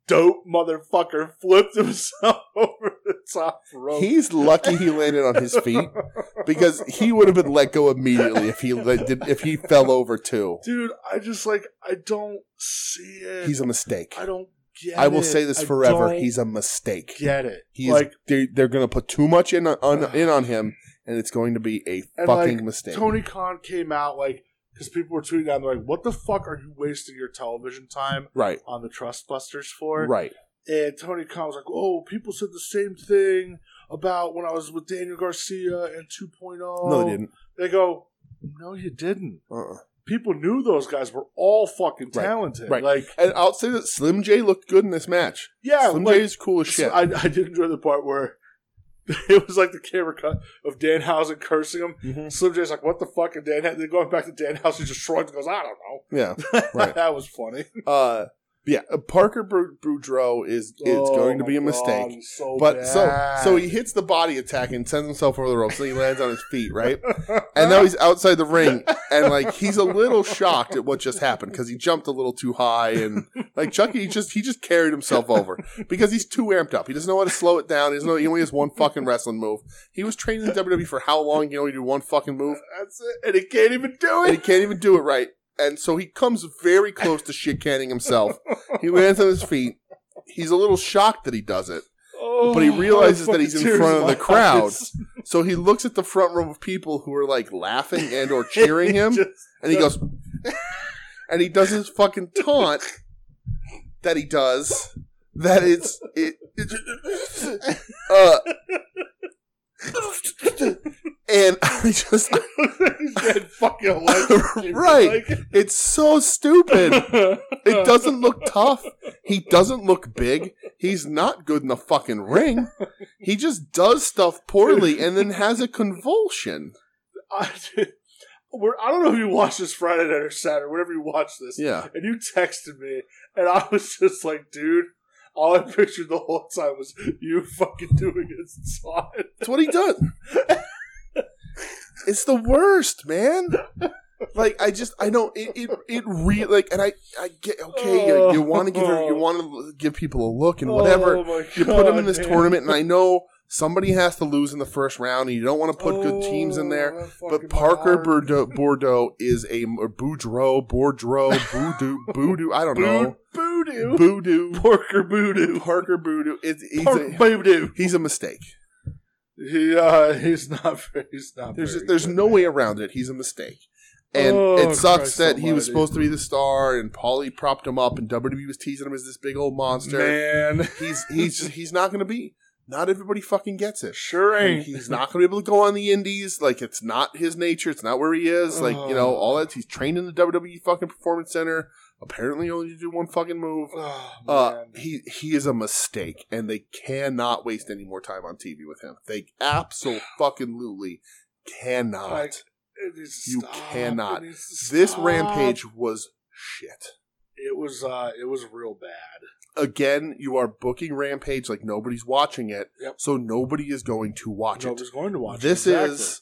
C: dope motherfucker flipped himself over the top rope.
B: He's lucky he landed on his feet because he would have been let go immediately if he let- did, if he fell over too.
C: Dude, I just like I don't see it.
B: He's a mistake.
C: I don't get.
B: I will
C: it.
B: say this
C: I
B: forever.
C: don't
B: He's a mistake.
C: get it.
B: He's
C: like
B: they, they're going to put too much in on in on him, and it's going to be a
C: And,
B: fucking
C: like,
B: mistake.
C: Tony Khan came out like because people were tweeting out they're like, "What the fuck are you wasting your television time
B: right,
C: on the Trustbusters for?"
B: right,
C: And Tony Khan was like, "Oh, people said the same thing about when I was with Daniel Garcia and 2.0."
B: no,
C: oh.
B: they didn't.
C: They go, "No, you didn't."
B: Uh-uh.
C: people knew those guys were all fucking
B: Right,
C: talented.
B: right.
C: Like,
B: And I'll say that Slim J looked good in this match.
C: yeah,
B: Slim
C: like,
B: J is cool as shit.
C: I, I did enjoy the part where it was like the camera cut of Danhausen cursing him.
B: Mhm.
C: Slim J's like, what the fuck? And Dan, they're going back to Danhausen, just shrugs and goes, I don't
B: Yeah,
C: know.
B: Right.
C: that was funny. It's
B: uh, yeah. Parker Bru- Boudreaux is it's
C: Oh
B: going to be a mistake.
C: so
B: But
C: bad.
B: so so he hits the body attack and sends himself over the rope, so he lands on his feet, right? And now he's outside the ring, and like he's a little shocked at what just happened because he jumped a little too high, and like Chucky he just he just carried himself over because he's too amped up. He doesn't know how to slow it down. He doesn't know he only has one fucking wrestling move. He was training in WWE for how long? You only do one fucking move,
C: That's it. And he can't even do
B: and he
C: it.
B: can't even do it right. And so he comes very close to shit canning himself. He lands on his feet. he's a little shocked that he does it.
C: Oh,
B: But he realizes that he's in
C: fucking
B: front of
C: tears
B: the
C: my
B: crowd.
C: eyes.
B: So he looks at the front row of people who are like laughing and or cheering him,
C: Just-
B: and he goes, and he does his fucking taunt that he does. That it's it, it uh, and I just
C: he's dead fucking electrocuted,
B: Right.
C: like-
B: it's so stupid. It doesn't look tough. He doesn't look big. He's not good in the fucking ring. He just does stuff poorly and then has a convulsion.
C: I, we're, I don't know if you watched this Friday night or Saturday, whenever you watched this,
B: Yeah.
C: and you texted me, and I was just like, dude, all I pictured the whole time was you fucking doing his song.
B: It's what he does. It's the worst, man. Like I just I don't it it, it re like and I I get okay you, you want to give her, you want to give people a look and whatever
C: Oh my
B: you put him in
C: God,
B: this
C: man.
B: tournament and I know somebody has to lose in the first round and you don't want to put good teams in there
C: Oh, that fucking
B: But Parker
C: hard.
B: Bordeaux, Bordeaux is a or Boudreaux, Bordeaux, Boodoo, Boodoo. I don't know.
C: Boo- Voodoo.
B: Boodoo,
C: Parker Voodoo.
B: Parker Boodoo. It's he's
C: Parker
B: a,
C: Voodoo.
B: he's a mistake.
C: He, uh, he's not very, he's not
B: There's
C: very
B: there's
C: good.
B: no way around it. He's a mistake. And
C: Oh,
B: it sucks
C: Christ
B: that he was
C: almighty.
B: supposed to be the star, and Paulie propped him up, and WWE was teasing him as this big old monster.
C: Man.
B: He's he's he's not going to be. Not everybody fucking gets it.
C: Sure
B: And
C: ain't.
B: he's not going to be able to go on the indies. Like it's not his nature. It's not where he is. Like you
C: Oh.
B: know, all that he's trained in the WWE fucking Performance Center. Apparently, only to do one fucking move.
C: Oh,
B: Uh,
C: man.
B: he he is a mistake, and they cannot waste any more time on TV with him. They absolutely cannot.
C: Like, it needs to
B: You
C: stop.
B: cannot.
C: It needs to
B: this
C: stop.
B: rampage was shit.
C: It was uh it was real bad.
B: Again, you are booking rampage like nobody's watching it,
C: Yep.
B: so nobody is going to watch it.
C: Nobody's going to watch
B: this
C: it. exactly.
B: is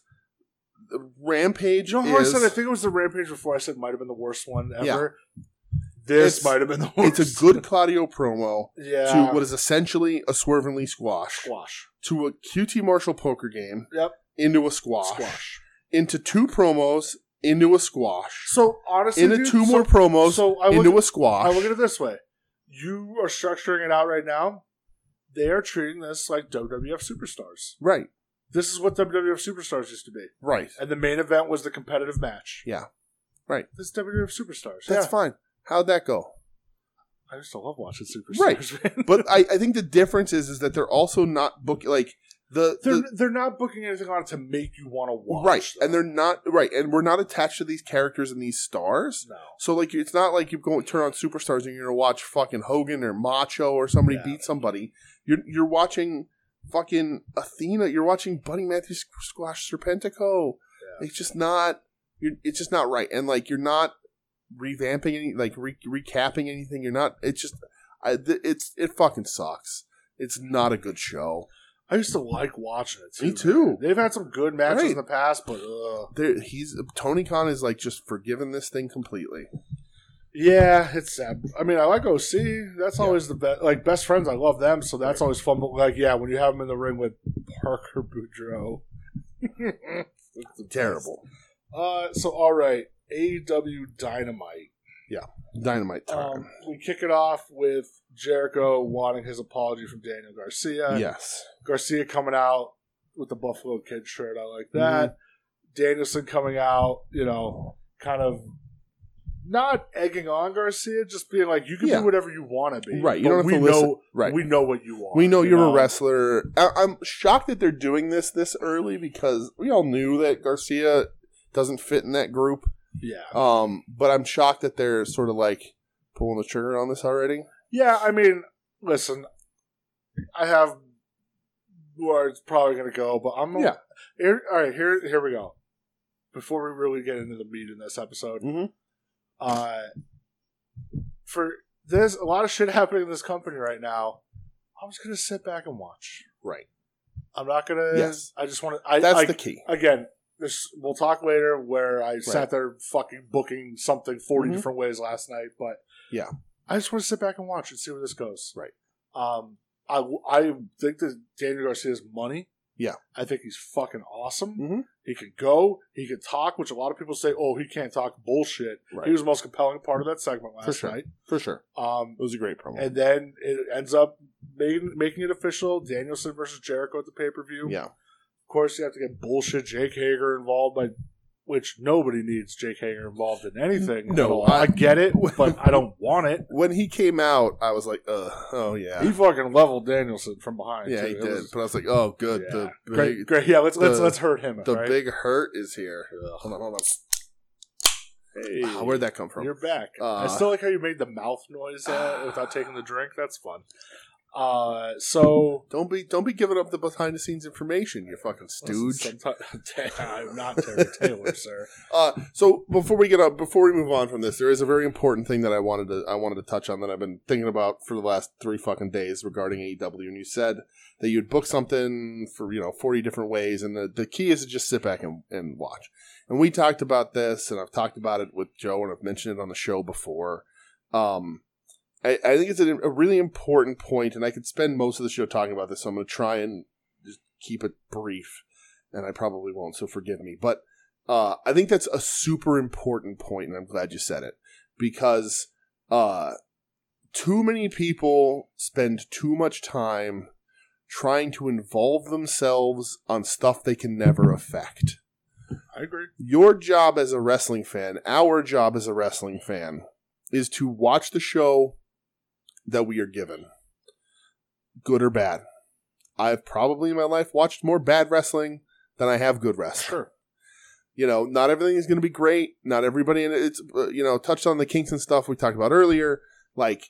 B: uh, rampage.
C: You know how
B: is,
C: I said I think it was the rampage before I said might have been the worst one
B: Yeah.
C: ever. This
B: It's-
C: might have been the worst.
B: it's a good Claudio promo
C: yeah.
B: to what is essentially a swervingly squash,
C: squash.
B: to a QT Marshall poker game
C: Yep.
B: into a squash,
C: Squash.
B: into two promos into a squash,
C: So honestly,
B: into
C: dude,
B: two
C: so-
B: more promos
C: So I
B: into
C: look,
B: a squash.
C: I look at it this way: you are structuring it out right now. They are treating this like WWF superstars.
B: right,
C: This is what WWF superstars used to be,
B: right.
C: and the main event was the competitive match.
B: Yeah. Right.
C: This is WWF superstars.
B: That's
C: yeah.
B: fine. How'd that go?
C: I used to love watching
B: Right.
C: superstars. man.
B: But I, I think the difference is is that they're also not book like the,
C: they're
B: the
C: they're not booking anything on it to make you want to watch.
B: right,
C: them.
B: and they're not right, and we're not attached to these characters and these stars.
C: no.
B: So like it's not like you go turn on superstars and you're gonna watch fucking Hogan or Macho or somebody
C: Yeah.
B: beat somebody. You're you're watching fucking Athena. You're watching Buddy Matthews squash Serpentico. It's just not. You're, it's just not right. And like you're not revamping any like re- recapping anything. You're not. It's just. I, th- it's it fucking sucks. It's not a good show.
C: I used to like watching it. Too,
B: Me too.
C: man. They've had some good matches
B: Right.
C: in the past, but uh,
B: There, he's Tony Khan is like just forgiven this thing completely.
C: yeah, it's sad. I mean, I like OC. That's always the best. Like best friends, I love them, so that's always fun. But like, yeah, when you have them in the ring with Parker Boudreaux, That's the best.
B: Terrible.
C: Uh, so all right, AEW Dynamite.
B: Dynamite time.
C: Um, we kick it off with Jericho wanting his apology from Daniel Garcia.
B: yes.
C: Garcia coming out with the Buffalo Kid shirt. I like
B: Mhm.
C: that. Danielson coming out, you know, kind of not egging on Garcia, just being like, you can
B: Yeah.
C: be whatever you want to be.
B: Right, you
C: but
B: don't have
C: we
B: to
C: know,
B: listen. Right.
C: We know what you want.
B: We know
C: you
B: you're a wrestler. I- I'm shocked that they're doing this this early because we all knew that Garcia doesn't fit in that group.
C: Yeah.
B: Um, but I'm shocked that they're sort of like pulling the trigger on this already.
C: Yeah, I mean, listen, I have where it's probably going to go, but I'm.
B: Yeah.
C: Here, all right, here, here we go. Before we really get into the meat in this episode,
B: Mhm.
C: uh, for there's a lot of shit happening in this company right now. I'm just going to sit back and watch.
B: Right.
C: I'm not going to.
B: Yes.
C: I just want to. I,
B: That's
C: Uh, I,
B: the key.
C: again. This we'll talk later. Where I sat there fucking booking something 40
B: Mhm.
C: different ways last night, but
B: Yeah.
C: I just want to sit back and watch and see where this goes.
B: Right.
C: Um, I I think that Daniel Garcia's money
B: Yeah.
C: I think he's fucking awesome.
B: Mhm.
C: He can go. He can talk, which a lot of people say, "Oh, he can't talk." Bullshit.
B: Right.
C: He was the most compelling part of that segment last
B: For sure.
C: night.
B: for sure.
C: Um,
B: It was a great promo.
C: and then it ends up making, making it official: Danielson versus Jericho at the pay per view.
B: yeah,
C: Of course, you have to get bullshit Jake Hager involved, by which nobody needs Jake Hager involved in anything.
B: No,
C: at all. I,
B: I-
C: get it, but I don't want it.
B: when he came out, I was like, Ugh, oh yeah,
C: He fucking leveled Danielson from behind.
B: yeah,
C: too.
B: he
C: It
B: did.
C: was-
B: but I was like, oh good,
C: yeah.
B: the big,
C: great, great. Yeah, let's let's
B: the-
C: let's hurt him.
B: the
C: right?
B: big hurt is here. Hold on, hold on.
C: Hey,
B: Ah, where'd that come from?
C: You're back. I
B: Uh, ah.
C: still like how you made the mouth noise uh, without taking the drink. That's fun. Uh, so
B: Don't be don't be giving up the behind the scenes information, you fucking stooge.
C: Sometime- I'm not Terry Taylor, sir.
B: Uh, so before we get up, before we move on from this, there is a very important thing that I wanted to I wanted to touch on that I've been thinking about for the last three fucking days regarding AEW. And you said that you'd book something for you know forty different ways, and the, the key is to just sit back and, and watch. And we talked about this, and I've talked about it with Joe, and I've mentioned it on the show before. Um, I, I think it's a, a really important point, and I could spend most of the show talking about this. So I'm going to try and just keep it brief, and I probably won't. So forgive me, but uh, I think that's a super important point, and I'm glad you said it because uh, too many people spend too much time trying to involve themselves on stuff they can never affect.
C: I agree.
B: Your job as a wrestling fan, our job as a wrestling fan, is to watch the show that we are given, good or bad. I've probably in my life watched more bad wrestling than I have good wrestling
C: Sure.
B: you know, not everything is going to be great. Not everybody, and it's uh, you know, touched on the kinks and stuff we talked about earlier. Like,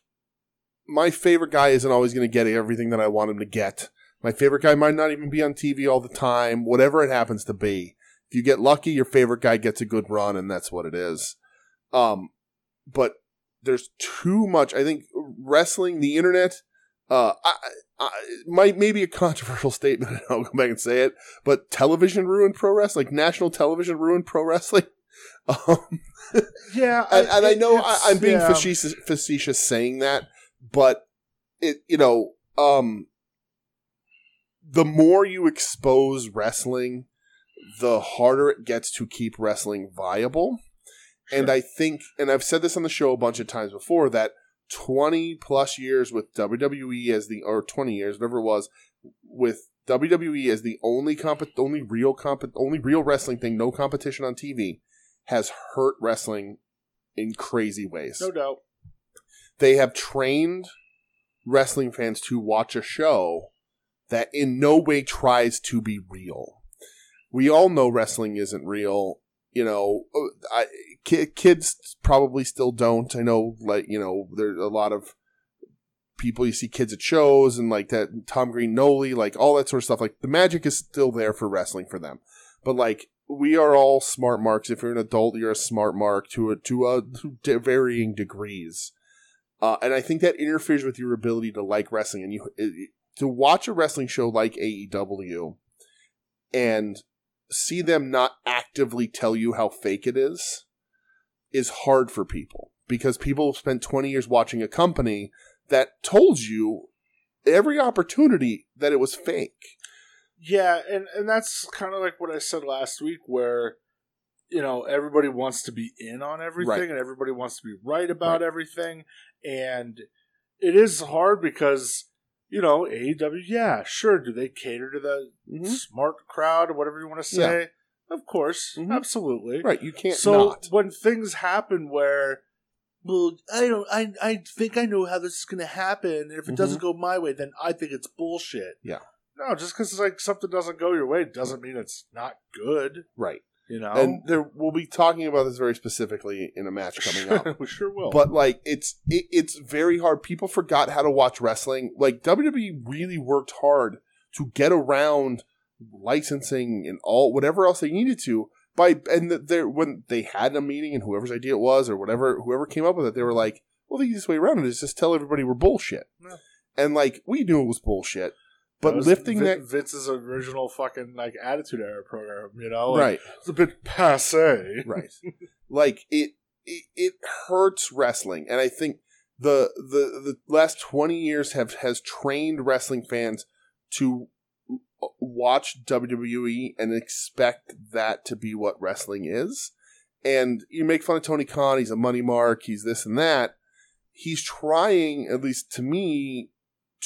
B: my favorite guy isn't always going to get everything that I want him to get. My favorite guy might not even be on TV all the time. Whatever it happens to be, if you get lucky, your favorite guy gets a good run, and that's what it is. Um, but there's too much. I think wrestling, the internet. Uh, I, I, it might maybe a controversial statement. and I'll go back and say it but television ruined pro wrestling, like national television ruined pro wrestling. Um,
C: Yeah,
B: and, and I know I,
C: it's-
B: I'm being
C: yeah.
B: facetious, facetious saying that, but it, you know, um, the more you expose wrestling, the harder it gets to keep wrestling viable. And
C: Sure.
B: I think, and I've said this on the show a bunch of times before, that 20 plus years with WWE as the, or 20 years, whatever it was, with WWE as the only comp, only real comp, only real wrestling thing, no competition on TV, has hurt wrestling in crazy ways
C: no doubt.
B: they have trained wrestling fans to watch a show that in no way tries to be real. We all know wrestling isn't real. You know, uh, I, ki- kids probably still don't. I know, like, you know, there's a lot of people you see kids at shows and like that Tom Green Noli, like all that sort of stuff. Like the magic is still there for wrestling for them. But like we are all smart marks. If you're an adult, you're a smart mark to a to a to varying degrees. Uh, and I think that interferes with your ability to like wrestling and you it- it- to watch a wrestling show like AEW and see them not actively tell you how fake it is is hard for people because people have spent 20 years watching a company that told you every opportunity that it was fake.
C: Yeah, and and that's kind of like what I said last week, where you know everybody wants to be in on everything,
B: Right.
C: and everybody wants to be right about everything, and it is hard because you know AEW. Yeah, sure, do they cater to the
B: Mm-hmm.
C: smart crowd or whatever you want to say? Of course,
B: Mhm.
C: absolutely.
B: Right, you can't
C: so
B: not.
C: when things happen where well i don't i i think i know how this is going to happen and if it doesn't go my way then i think it's bullshit
B: Mm-hmm. Yeah.
C: no just because like something doesn't go your way doesn't mean it's not good
B: Right.
C: you know
B: And there we'll be talking about this very specifically in a match coming up.
C: we sure will
B: But like it's it, it's very hard. People forgot how to watch wrestling. Like WWE really worked hard to get around licensing and all whatever else they needed to by and the- there when they had a meeting and whoever's idea it was or whatever whoever came up with it they were like well the easiest way around it is just tell everybody we're bullshit
C: Yeah.
B: and like we knew it was bullshit but
C: That was
B: lifting
C: Vin-
B: that
C: vince's original fucking like attitude era program you know like,
B: right
C: it's a bit passe
B: right like it, it it hurts wrestling and i think the the the last 20 years have has trained wrestling fans to watch WWE and expect that to be what wrestling is. And you make fun of Tony Khan, he's a money mark, he's this and that. He's trying, at least to me,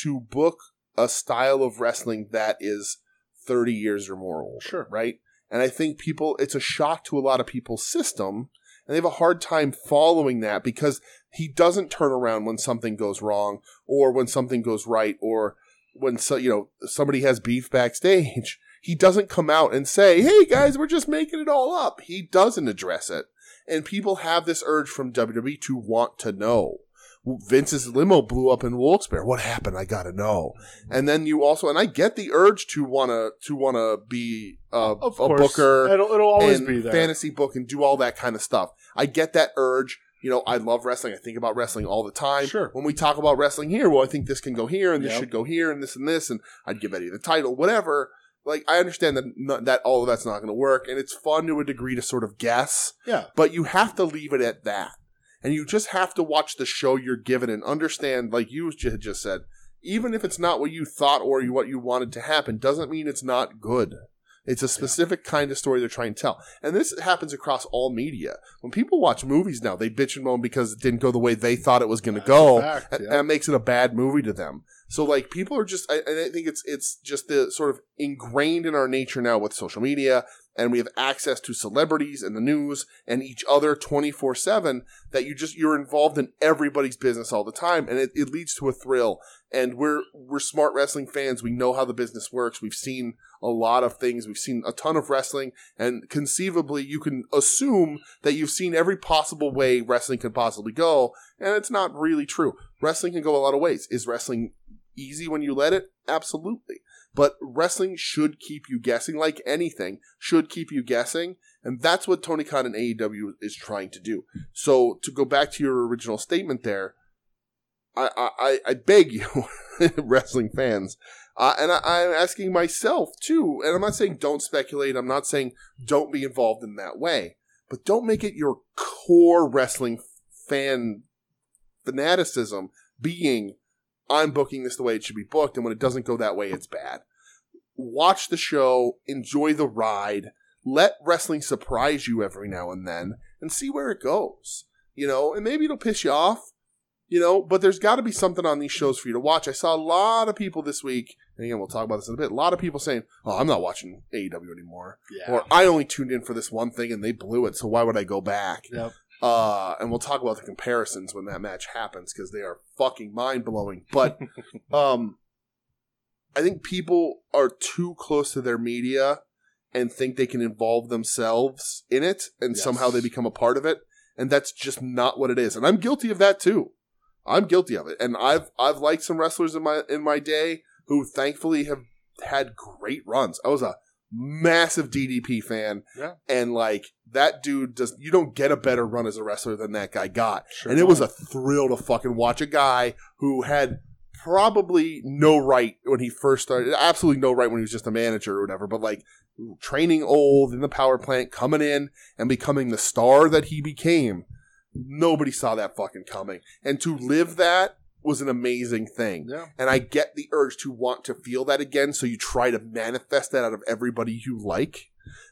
B: to book a style of wrestling that is 30 years or more old.
C: Sure.
B: Right? And I think people, it's a shock to a lot of people's system, and they have a hard time following that because he doesn't turn around when something goes wrong or when something goes right or when so, you know somebody has beef backstage he doesn't come out and say hey guys we're just making it all up he doesn't address it and people have this urge from WWE to want to know Vince's limo blew up in Wilkes-Barre what happened I got to know and then you also and I get the urge to want to to want to be a,
C: Of
B: a
C: course,
B: booker
C: it'll, it'll always
B: and
C: be there.
B: fantasy book and do all that kind of stuff. I get that urge. You know, I love wrestling. I think about wrestling all the time.
C: Sure.
B: When we talk about wrestling here, well, I think this can go here and this
C: Yep.
B: should go here and this and this, and I'd give Eddie the title, whatever. Like, I understand that not, that all of that's not going to work, and it's fun to a degree to sort of guess,
C: yeah,
B: but you have to leave it at that. And you just have to watch the show you're given and understand, like you j- just said, even if it's not what you thought or you, what you wanted to happen, doesn't mean it's not good. It's a specific kind of story they're trying to tell. And this happens across all media. When people watch movies now, they bitch and moan because it didn't go the way they thought it was going to
C: That's
B: go.
C: a fact,
B: and
C: yeah.
B: That makes it a bad movie to them. So like people are just, I, and I think it's, it's just the sort of ingrained in our nature now with social media and we have access to celebrities and the news and each other 24 seven that you just, you're involved in everybody's business all the time. And it, it leads to a thrill and we're we're smart wrestling fans. We know how the business works. We've seen a lot of things. We've seen a ton of wrestling, and conceivably, you can assume that you've seen every possible way wrestling could possibly go, and it's not really true. Wrestling can go a lot of ways. Is wrestling easy when you let it? Absolutely. But wrestling should keep you guessing, like anything should keep you guessing, and that's what Tony Khan and AEW is trying to do. So to go back to your original statement there, I I, I- I beg you, wrestling fans, uh, and I, I'm asking myself too. And I'm not saying don't speculate. I'm not saying don't be involved in that way, but don't make it your core wrestling fan fanaticism being I'm booking this the way it should be booked, and when it doesn't go that way, it's bad. Watch the show, enjoy the ride, let wrestling surprise you every now and then, and see where it goes. You know, and maybe it'll piss you off, you know, but there's got to be something on these shows for you to watch. I saw a lot of people this week, and again, we'll talk about this in a bit. A lot of people saying, "Oh, I'm not watching AEW anymore,"
C: yeah.
B: or "I only tuned in for this one thing and they blew it, so why would I go back?"
C: Yep.
B: Uh, and we'll talk about the comparisons when that match happens because they are fucking mind blowing. But um, I think people are too close to their media and think they can involve themselves in it and
C: Yes.
B: somehow they become a part of it. And that's just not what it is. And I'm guilty of that too. I'm guilty of it. And I've I've liked some wrestlers in my in my day who thankfully have had great runs. I was a massive DDP fan.
C: Yeah.
B: And like that dude does you don't get a better run as a wrestler than that guy got.
C: Sure
B: and it
C: don't.
B: was a thrill to fucking watch a guy who had probably no right when he first started absolutely no right when he was just a manager or whatever, but like training old in the power plant, coming in and becoming the star that he became. Nobody saw that fucking coming. And to live that was an amazing thing
C: yeah.
B: and I get the urge to want to feel that again. So you try to manifest that out of everybody you like,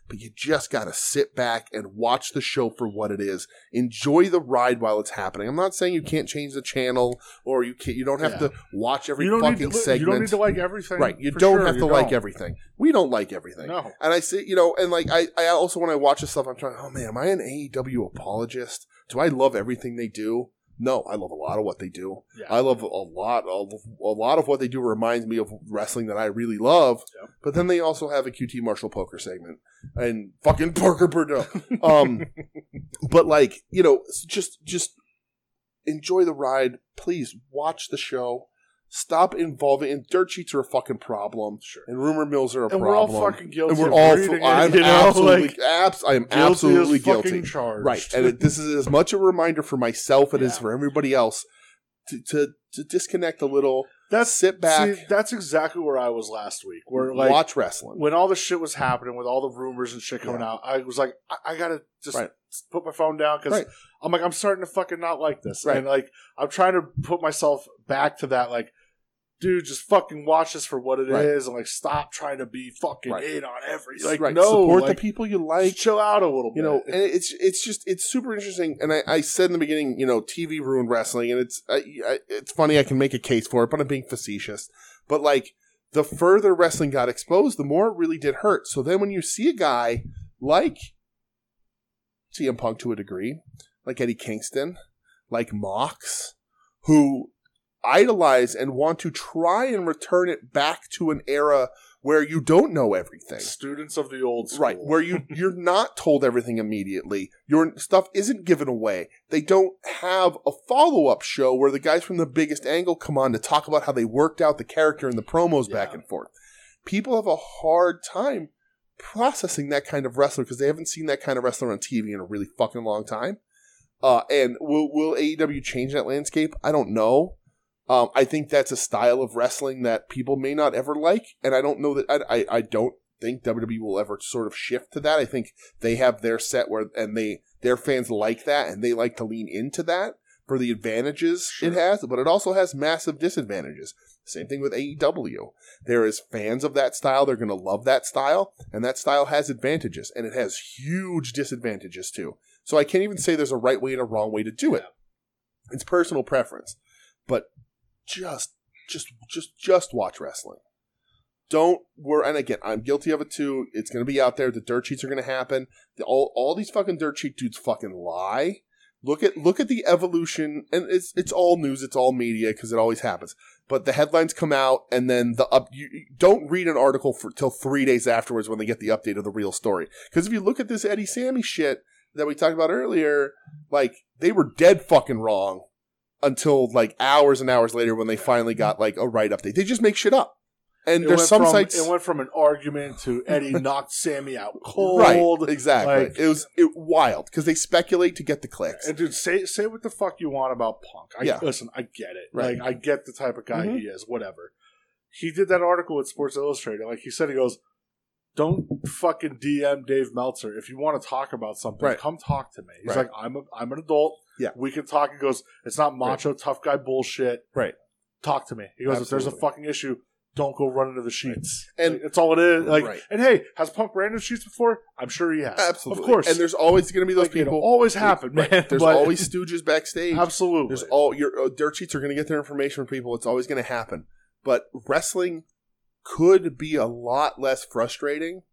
B: but you just got to sit back and watch the show for what it is. Enjoy the ride while it's happening. I'm not saying you can't change the channel or you can't, you don't have
C: Yeah.
B: to watch every
C: You don't,
B: fucking
C: need to, li-
B: segment.
C: you don't need to like everything.
B: right. You
C: for
B: don't
C: sure,
B: have to
C: you
B: like
C: don't.
B: everything. We don't like everything.
C: No.
B: And I see, you know, and like I, I also when I watch this stuff, I'm trying. Oh man, am I an AEW apologist? Do I love everything they do? No, I love a lot of what they do.
C: Yeah.
B: I love a lot of a lot of what they do reminds me of wrestling that I really love.
C: Yeah.
B: But then they also have a QT Marshall poker segment and fucking Parker Burdell. Um, but like you know, s- just just enjoy the ride. Please watch the show. Stop involving and dirt sheets are a fucking problem. Sure. And rumor mills are a
C: And we're all
B: problem
C: fucking guilty.
B: and we're
C: of
B: all
C: reading it,
B: I'm
C: you know,
B: absolutely
C: like,
B: abs- I am
C: guilty as
B: absolutely
C: fucking
B: guilty
C: Charged.
B: right and it, this is as much a reminder for myself it is
C: Yeah.
B: for everybody else to, to to disconnect a little
C: that's
B: sit back
C: See, that's exactly where I was last week. Where like
B: watch wrestling
C: when all the shit was happening, with all the rumors and shit coming
B: Yeah.
C: out, I was like, I, I gotta just
B: Right.
C: put my phone down because
B: Right.
C: I'm like, I'm starting to fucking not like this,
B: Right.
C: and like I'm trying to put myself back to that. Like, dude, just fucking watch this for what it is,
B: Right.
C: and like stop trying to be fucking
B: Right.
C: in on every like
B: right.
C: no
B: Support
C: like,
B: the people you
C: just
B: like.
C: chill out a little
B: you
C: bit.
B: know, and it's it's just it's super interesting. And I, I said in the beginning, you know, TV ruined wrestling, and it's I, I, it's funny I can make a case for it, but I'm being facetious. But like the further wrestling got exposed, the more it really did hurt. So then when you see a guy like CM Punk to a degree, like Eddie Kingston, like Mox, who idolize and want to try and return it back to an era where you don't know everything
C: students of the old school,
B: right where you you're not told everything immediately your stuff isn't given away they don't have a follow-up show where the guys from the biggest angle come on to talk about how they worked out the character and the promos back
C: Yeah.
B: and forth people have a hard time processing that kind of wrestler because they haven't seen that kind of wrestler on tv in a really fucking long time uh, and will will AEW change that landscape? I don't know. Um, I think that's a style of wrestling that people may not ever like, and I don't know that I, I I don't think WWE will ever sort of shift to that. I think they have their set where and they their fans like that and they like to lean into that for the advantages
C: Sure.
B: it has, but it also has massive disadvantages. Same thing with AEW. There is fans of that style, they're going to love that style, and that style has advantages and it has huge disadvantages too. So I can't even say there's a right way and a wrong way to do it. It's personal preference. But just just just just watch wrestling. Don't worry and again, I'm guilty of it too. It's gonna be out there, the dirt sheets are gonna happen. The- all all these fucking dirt sheet dudes fucking lie. Look at look at the evolution and it's it's all news, it's all media because it always happens. But the headlines come out and then the up you you don't read an article for till 3 days afterwards when they get the update of the real story. Cuz if you look at this Eddie Sammy shit that we talked about earlier, like they were dead fucking wrong until like hours and hours later when they finally got like a write update. They just make shit up. And
C: It
B: there's
C: went
B: some
C: from-
B: sites
C: It went from an argument to Eddie knocked Sammy out cold.
B: right, exactly.
C: like-
B: it was it, wild because they speculate to get the clicks.
C: And dude, say say what the fuck you want about Punk. I,
B: Yeah.
C: Listen, I get it.
B: Right.
C: Like, I get the type of guy
B: Mhm.
C: he is. Whatever. He did that article with Sports Illustrated. Like he said, he goes, "Don't fucking DM Dave Meltzer if you want to talk about something.
B: Right.
C: Come talk to me." He's
B: Right.
C: like, "I'm a, I'm an adult.
B: Yeah.
C: we can talk." He goes, "It's not macho tough guy bullshit.
B: Right.
C: Talk to me." He goes, "If there's a
B: Absolutely.
C: fucking issue." Don't go running to the sheets,
B: And-
C: and it's all it is. Like,
B: Right.
C: and hey, has Punk ran into sheets before? I'm sure he has.
B: Absolutely,
C: of course.
B: And there's always going to be those
C: Like, it'll
B: people.
C: always happen,
B: Right.
C: man.
B: There's
C: But-
B: always stooges backstage.
C: Absolutely.
B: There's all your uh, dirt sheets are going to get their information from people. It's always going to happen. But wrestling could be a lot less frustrating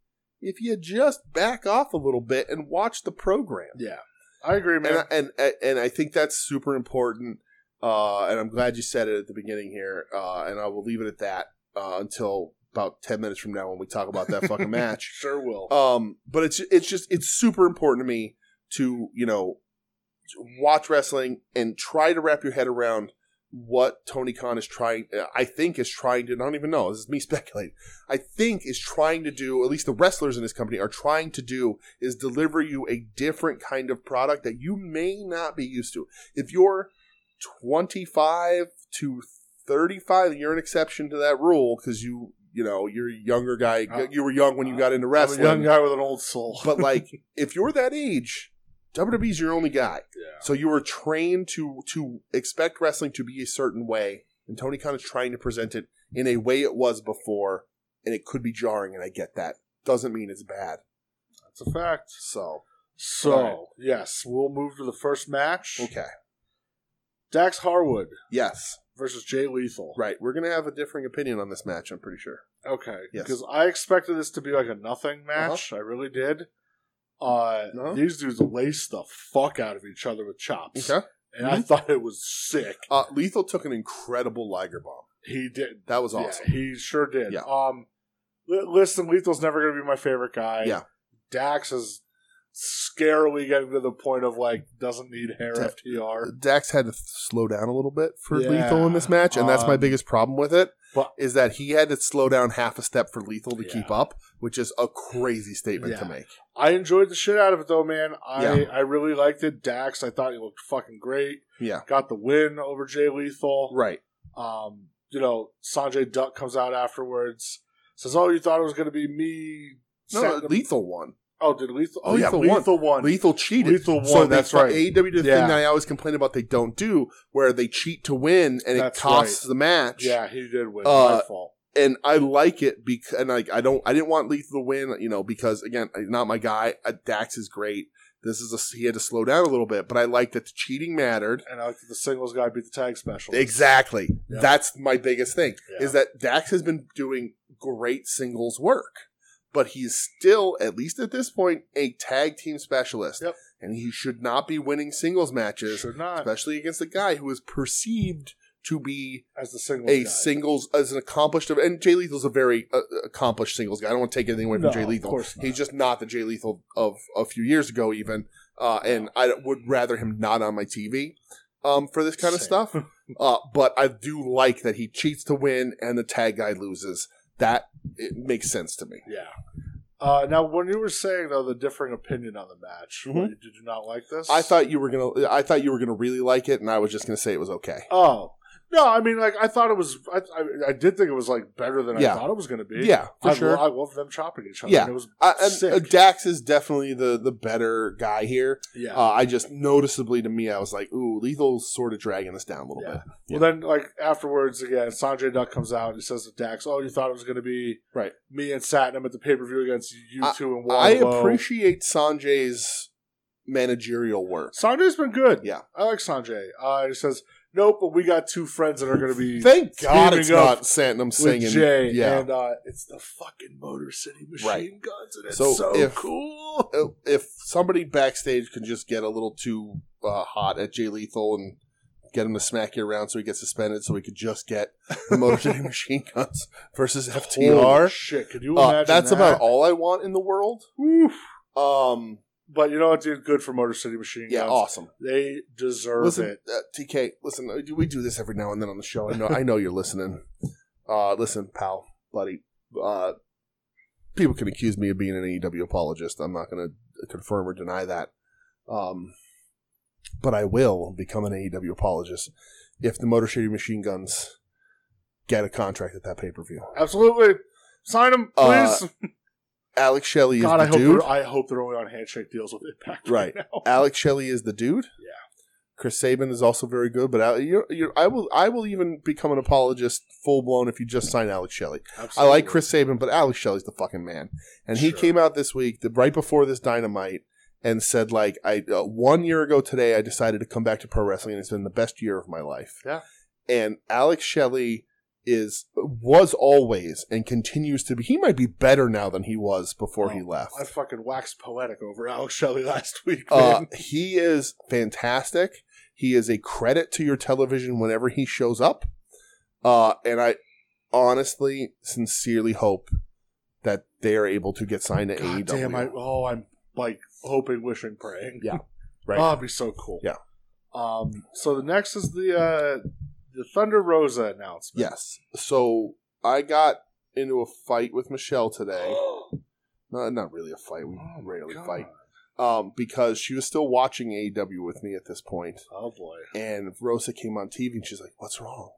B: if you just back off a little bit and watch the program.
C: yeah, I agree, man.
B: and, I- and and and I think that's super important. Uh, and I'm glad you said it at the beginning here. Uh, and I will leave it at that uh, until about ten minutes from now when we talk about that fucking match.
C: sure will.
B: Um, but it's it's just it's super important to me to you know watch wrestling and try to wrap your head around what Tony Khan is trying. I think is trying to. I don't even know. This is me speculating. I think is trying to do. At least the wrestlers in this company are trying to do is deliver you a different kind of product that you may not be used to. If you're 25 to 35, you're an exception to that rule because you. You know, you're a younger guy.
C: Uh,
B: you were young when you got into
C: I'm a
B: wrestling
C: young guy with an old soul.
B: but like if you're that age WWE's your only guy.
C: yeah.
B: So you were trained to to expect wrestling to be a certain way and Tony Khan is trying to present it in a way it was before and it could be jarring and I get that. Doesn't mean it's bad.
C: That's a fact.
B: So,
C: So,
B: All right.
C: yes, we'll move to the first match.
B: okay.
C: Dax Harwood
B: Yes.
C: versus Jay Lethal.
B: Right. We're going to have a differing opinion on this match, I'm pretty sure.
C: Okay.
B: Yes.
C: Because I expected this to be like a nothing match. I really did. Uh,
B: Uh-huh.
C: These dudes laced the fuck out of each other with chops.
B: Okay. Mm-hmm.
C: And I thought it was sick.
B: Uh, Lethal took an incredible Liger bomb.
C: He did.
B: That was awesome.
C: Yeah, he sure did.
B: Yeah.
C: Um, li- listen, Lethal's never going to be my favorite guy.
B: Yeah.
C: Dax is scarily getting to the point of like doesn't need hair
B: Da-
C: FTR.
B: Dax had to slow down a little bit for
C: Yeah.
B: Lethal in this match, and that's my
C: Um,
B: biggest problem with it. Is
C: but-
B: that he had to slow down half a step for Lethal to
C: Yeah.
B: keep up, which is a crazy statement to
C: Yeah.
B: make.
C: I enjoyed the shit out of it though, man. I
B: Yeah.
C: I really liked it. Dax, I thought he looked fucking great.
B: Yeah,
C: Got the win over Jay Lethal.
B: right.
C: Um, you know, Sanjay Duck comes out afterwards, says, "Oh, you thought it was going to be me."
B: No,
C: setting the
B: Lethal won.
C: Oh, did lethal? Oh,
B: Lethal
C: lethal yeah,
B: won.
C: lethal one.
B: Lethal cheated.
C: Lethal
B: So
C: won,
B: they-
C: that's right.
B: AEW did the
C: Yeah.
B: thing that I always complain about they don't do, where they cheat to win and
C: That's
B: it costs the match.
C: yeah, he did win.
B: Uh,
C: My fault.
B: And I like it because, and like I don't, I didn't want Lethal to win, you know, because again, he's not my guy. Uh, Dax is great. This is a he had to slow down a little bit, but I like that the cheating mattered.
C: And I like that the singles guy beat the tag special.
B: Exactly.
C: Yeah.
B: That's my biggest thing
C: Yeah.
B: is that Dax has been doing great singles work, but he's still, at least at this point, a tag team specialist.
C: Yep.
B: And he should not be winning singles matches,
C: Should not
B: especially against a guy who is perceived to be
C: as the singles
B: a
C: guy.
B: singles as an accomplished and Jay Lethal's a very uh, accomplished singles guy. I don't want to take anything away from
C: No,
B: Jay
C: of
B: Lethal.
C: course not.
B: He's just not the Jay Lethal of a few years ago, even. Uh, and I would rather him not on my TV um, for this kind of
C: Same.
B: stuff. Uh, but I do like that he cheats to win and the tag guy loses. That it makes sense to me.
C: Yeah. Uh, now, when you were saying though the differing opinion on the match,
B: Mhm.
C: what, did you not like this?
B: I thought you were gonna. I thought you were gonna really like it, and I was just gonna say it was okay.
C: Oh no, I mean, like I thought it was. I I, I did think it was like better than
B: Yeah.
C: I thought it was going to be.
B: Yeah, for
C: I,
B: sure.
C: I love them chopping each other.
B: Yeah.
C: and it was.
B: I, and,
C: sick.
B: uh, Dax is definitely the the better guy here.
C: Yeah.
B: Uh, I just noticeably to me, I was like, "Ooh, Lethal's sort of dragging us down a little
C: Yeah.
B: bit."
C: Well, then, like afterwards, again, Sanjay Dutt comes out and he says to Dax, "Oh, you thought it was going to be
B: Right.
C: me and Satnam at the pay per view against you
B: I-
C: two and
B: I
C: Wardlow."
B: appreciate Sanjay's managerial work.
C: Sanjay's been good.
B: Yeah.
C: I like Sanjay. Uh, he says, "Nope, but we got two friends that are going to be
B: Thank God
C: teaming
B: it's
C: up
B: not Santam
C: with
B: singing.
C: Jay,
B: yeah.
C: and uh, it's the fucking Motor City machine
B: Right.
C: guns, and it's
B: So
C: so,
B: if-
C: cool."
B: Uh, If somebody backstage can just get a little too uh, hot at Jay Lethal and get him to smack you around so he gets suspended, so we could just get the Motor City Machine Guns versus
C: Holy
B: FTR.
C: shit! Could you
B: Uh,
C: imagine?
B: that's
C: that?
B: about all I want in the world.
C: Oof.
B: Um,
C: But you know what, dude? Good for Motor City Machine
B: yeah,
C: Guns.
B: awesome.
C: They deserve
B: listen,
C: it.
B: Uh, TK, listen, uh, we do this every now and then on the show. I know, I know you're listening. Uh, listen, pal, buddy. Uh, people can accuse me of being an AEW apologist. I'm not going to confirm or deny that. Um, but I will become an AEW apologist if the Motor City Machine Guns get a contract at that pay per view.
C: Absolutely. Sign them,
B: Uh,
C: please.
B: Alex Shelley is
C: God,
B: the
C: I hope
B: dude.
C: they're, I hope they're only on handshake deals with Impact
B: Right.
C: right, now.
B: Alex Shelley is the dude.
C: Yeah.
B: Chris Sabin is also very good, but Al- you're, you're, I will I will even become an apologist full blown if you just sign Alex Shelley. I like Chris Sabin, but Alex Shelley's the fucking man. And he
C: Sure.
B: came out this week, the, right before this Dynamite, and said like, I uh, one year ago today, I decided to come back to pro wrestling, and it's been the best year of my life.
C: Yeah.
B: And Alex Shelley is was always and continues to be. He might be better now than he was before he
C: Oh,
B: left.
C: I fucking waxed poetic over Alex Shelley last week.
B: Uh,
C: man.
B: he is fantastic. He is a credit to your television whenever he shows up. Uh, and I honestly, sincerely hope that they are able to get signed to E AEW.
C: God damn, I, oh, I'm like hoping, wishing, praying.
B: Yeah, right.
C: Oh, it'd be so cool.
B: Yeah.
C: Um. So the next is the uh, the Thunder Rosa announcement.
B: yes. So I got into a fight with Michelle today.
C: Oh,
B: No, not really a fight. We rarely
C: God.
B: fight. Um, because she was still watching AEW with me at this point,
C: Oh boy.
B: and Rosa came on TV and she's like, "What's wrong?"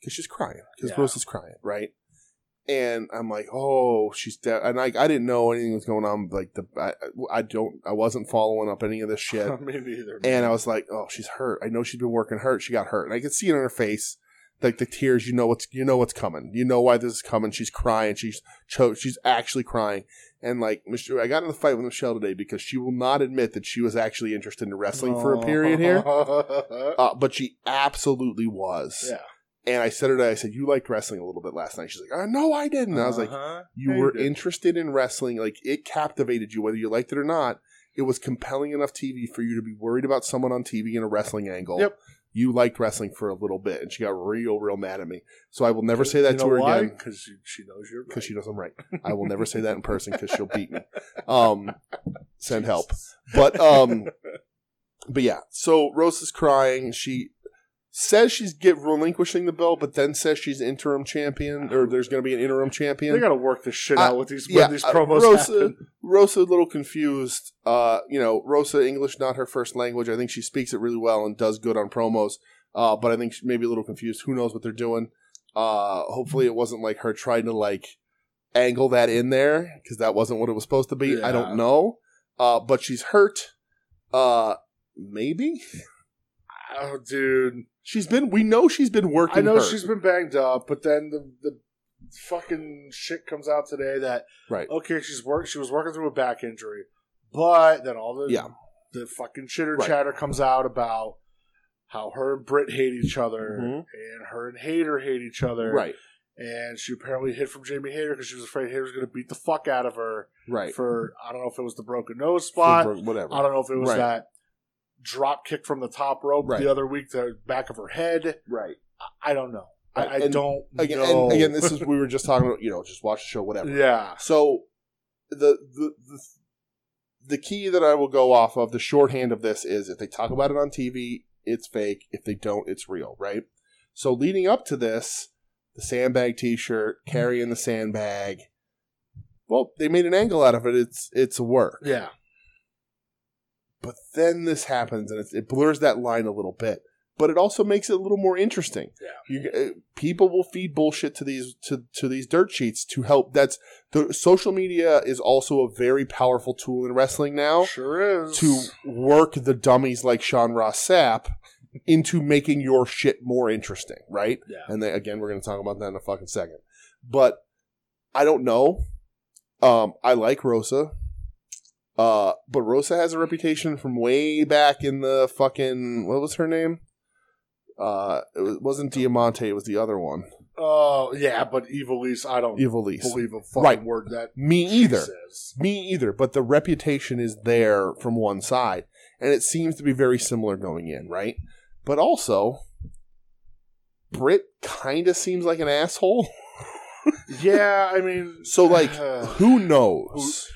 B: Because she's crying. Because
C: Yeah.
B: Rosa's crying, right? And I'm like, "Oh, she's dead." And like, I didn't know anything was going on. Like the, I, I don't, I wasn't following up any of this shit.
C: Me neither. man.
B: and I was like, "Oh, she's hurt. I know she's been working hurt. She got hurt." And I could see it on her face, like the tears. You know what's, you know what's coming. You know why this is coming. She's crying. She's cho- She's actually crying. And like, Mich- I got in a fight with Michelle today because she will not admit that she was actually interested in wrestling for a period here. Uh, but she absolutely was.
C: yeah.
B: And I said to her, today, I said, You liked wrestling a little bit last night. She's like, uh, No, I didn't. And I was like,
C: Uh-huh.
B: You
C: Yeah,
B: were
C: did.
B: interested in wrestling. Like, it captivated you, whether you liked it or not. It was compelling enough TV for you to be worried about someone on TV in a wrestling angle.
C: Yep.
B: You liked wrestling for a little bit. And she got real, real mad at me. So I will never say that
C: You
B: to
C: know
B: her
C: why?
B: again
C: because she, she knows you're
B: because she knows I'm right. I will never say that in person because she'll beat me. Um, send help. But um but yeah, so Rose is crying. She says she's get relinquishing the belt, but then says she's interim champion or there's going to be an interim
C: They
B: champion.
C: got to work this shit
B: I-
C: out with these
B: yeah,
C: when these
B: uh,
C: promos
B: Rosa-
C: happen.
B: Rosa a little confused. Uh, you know, Rosa English not her first language. I think she speaks it really well and does good on promos. Uh, but I think she may be a little confused. Who knows what they're doing? Uh, hopefully it wasn't like her trying to like angle that in there because that wasn't what it was supposed to be. I
C: Yeah.
B: don't know. Uh, but she's hurt. Uh, maybe
C: Oh, dude.
B: she's been. We know she's been working.
C: I know
B: her.
C: she's been banged up, but then the, the fucking shit comes out today that
B: right.
C: okay, she's work she was working through a back injury, but then all the
B: Yeah.
C: the fucking shitter
B: Right.
C: chatter comes out about how her and Britt hate each other,
B: Mhm.
C: and her and Hater hate each other,
B: Right.
C: And she apparently hid from Jamie Hater because she was afraid Hater was going to beat the fuck out of her
B: Right.
C: for I don't know if it was the broken nose spot,
B: For- whatever.
C: I don't know if it was
B: Right.
C: that drop kick from the top rope
B: Right.
C: the other week to the back of her head.
B: Right.
C: I don't know. I, I
B: Right, and
C: don't
B: Again,
C: know.
B: and again, this is we were just talking about. You know, just watch the show, whatever.
C: yeah,
B: So the, the the the key that I will go off of the shorthand of this is if they talk about it on TV, it's fake. If they don't, it's real, right? So leading up to this, the sandbag T-shirt, carrying the sandbag. Well, they made an angle out of it. It's it's a work,
C: yeah,
B: but then this happens and it, it blurs that line a little bit. But it also makes it a little more interesting. Yeah. You, uh, people will feed bullshit to these to, to these dirt sheets to help. That's the social media is also a very powerful tool in wrestling now
C: sure is.
B: to work the dummies like Sean Ross Sapp into making your shit more interesting, right?
C: Yeah.
B: And then, again, we're going to talk about that in a fucking second. But I don't know. Um, I like Rosa. Uh, but Rosa has a reputation from way back in the fucking what was her name? Uh, it was- wasn't Diamante. It was the other one,
C: Oh yeah, but Evilise, I don't
B: Evilise.
C: believe a fucking
B: Right.
C: word that
B: Me
C: she
B: either.
C: says.
B: Me either, but the reputation is there from one side, and it seems to be very similar going in, right? But also, Britt kind of seems like an asshole.
C: Yeah, I mean,
B: So, like,
C: who
B: who knows,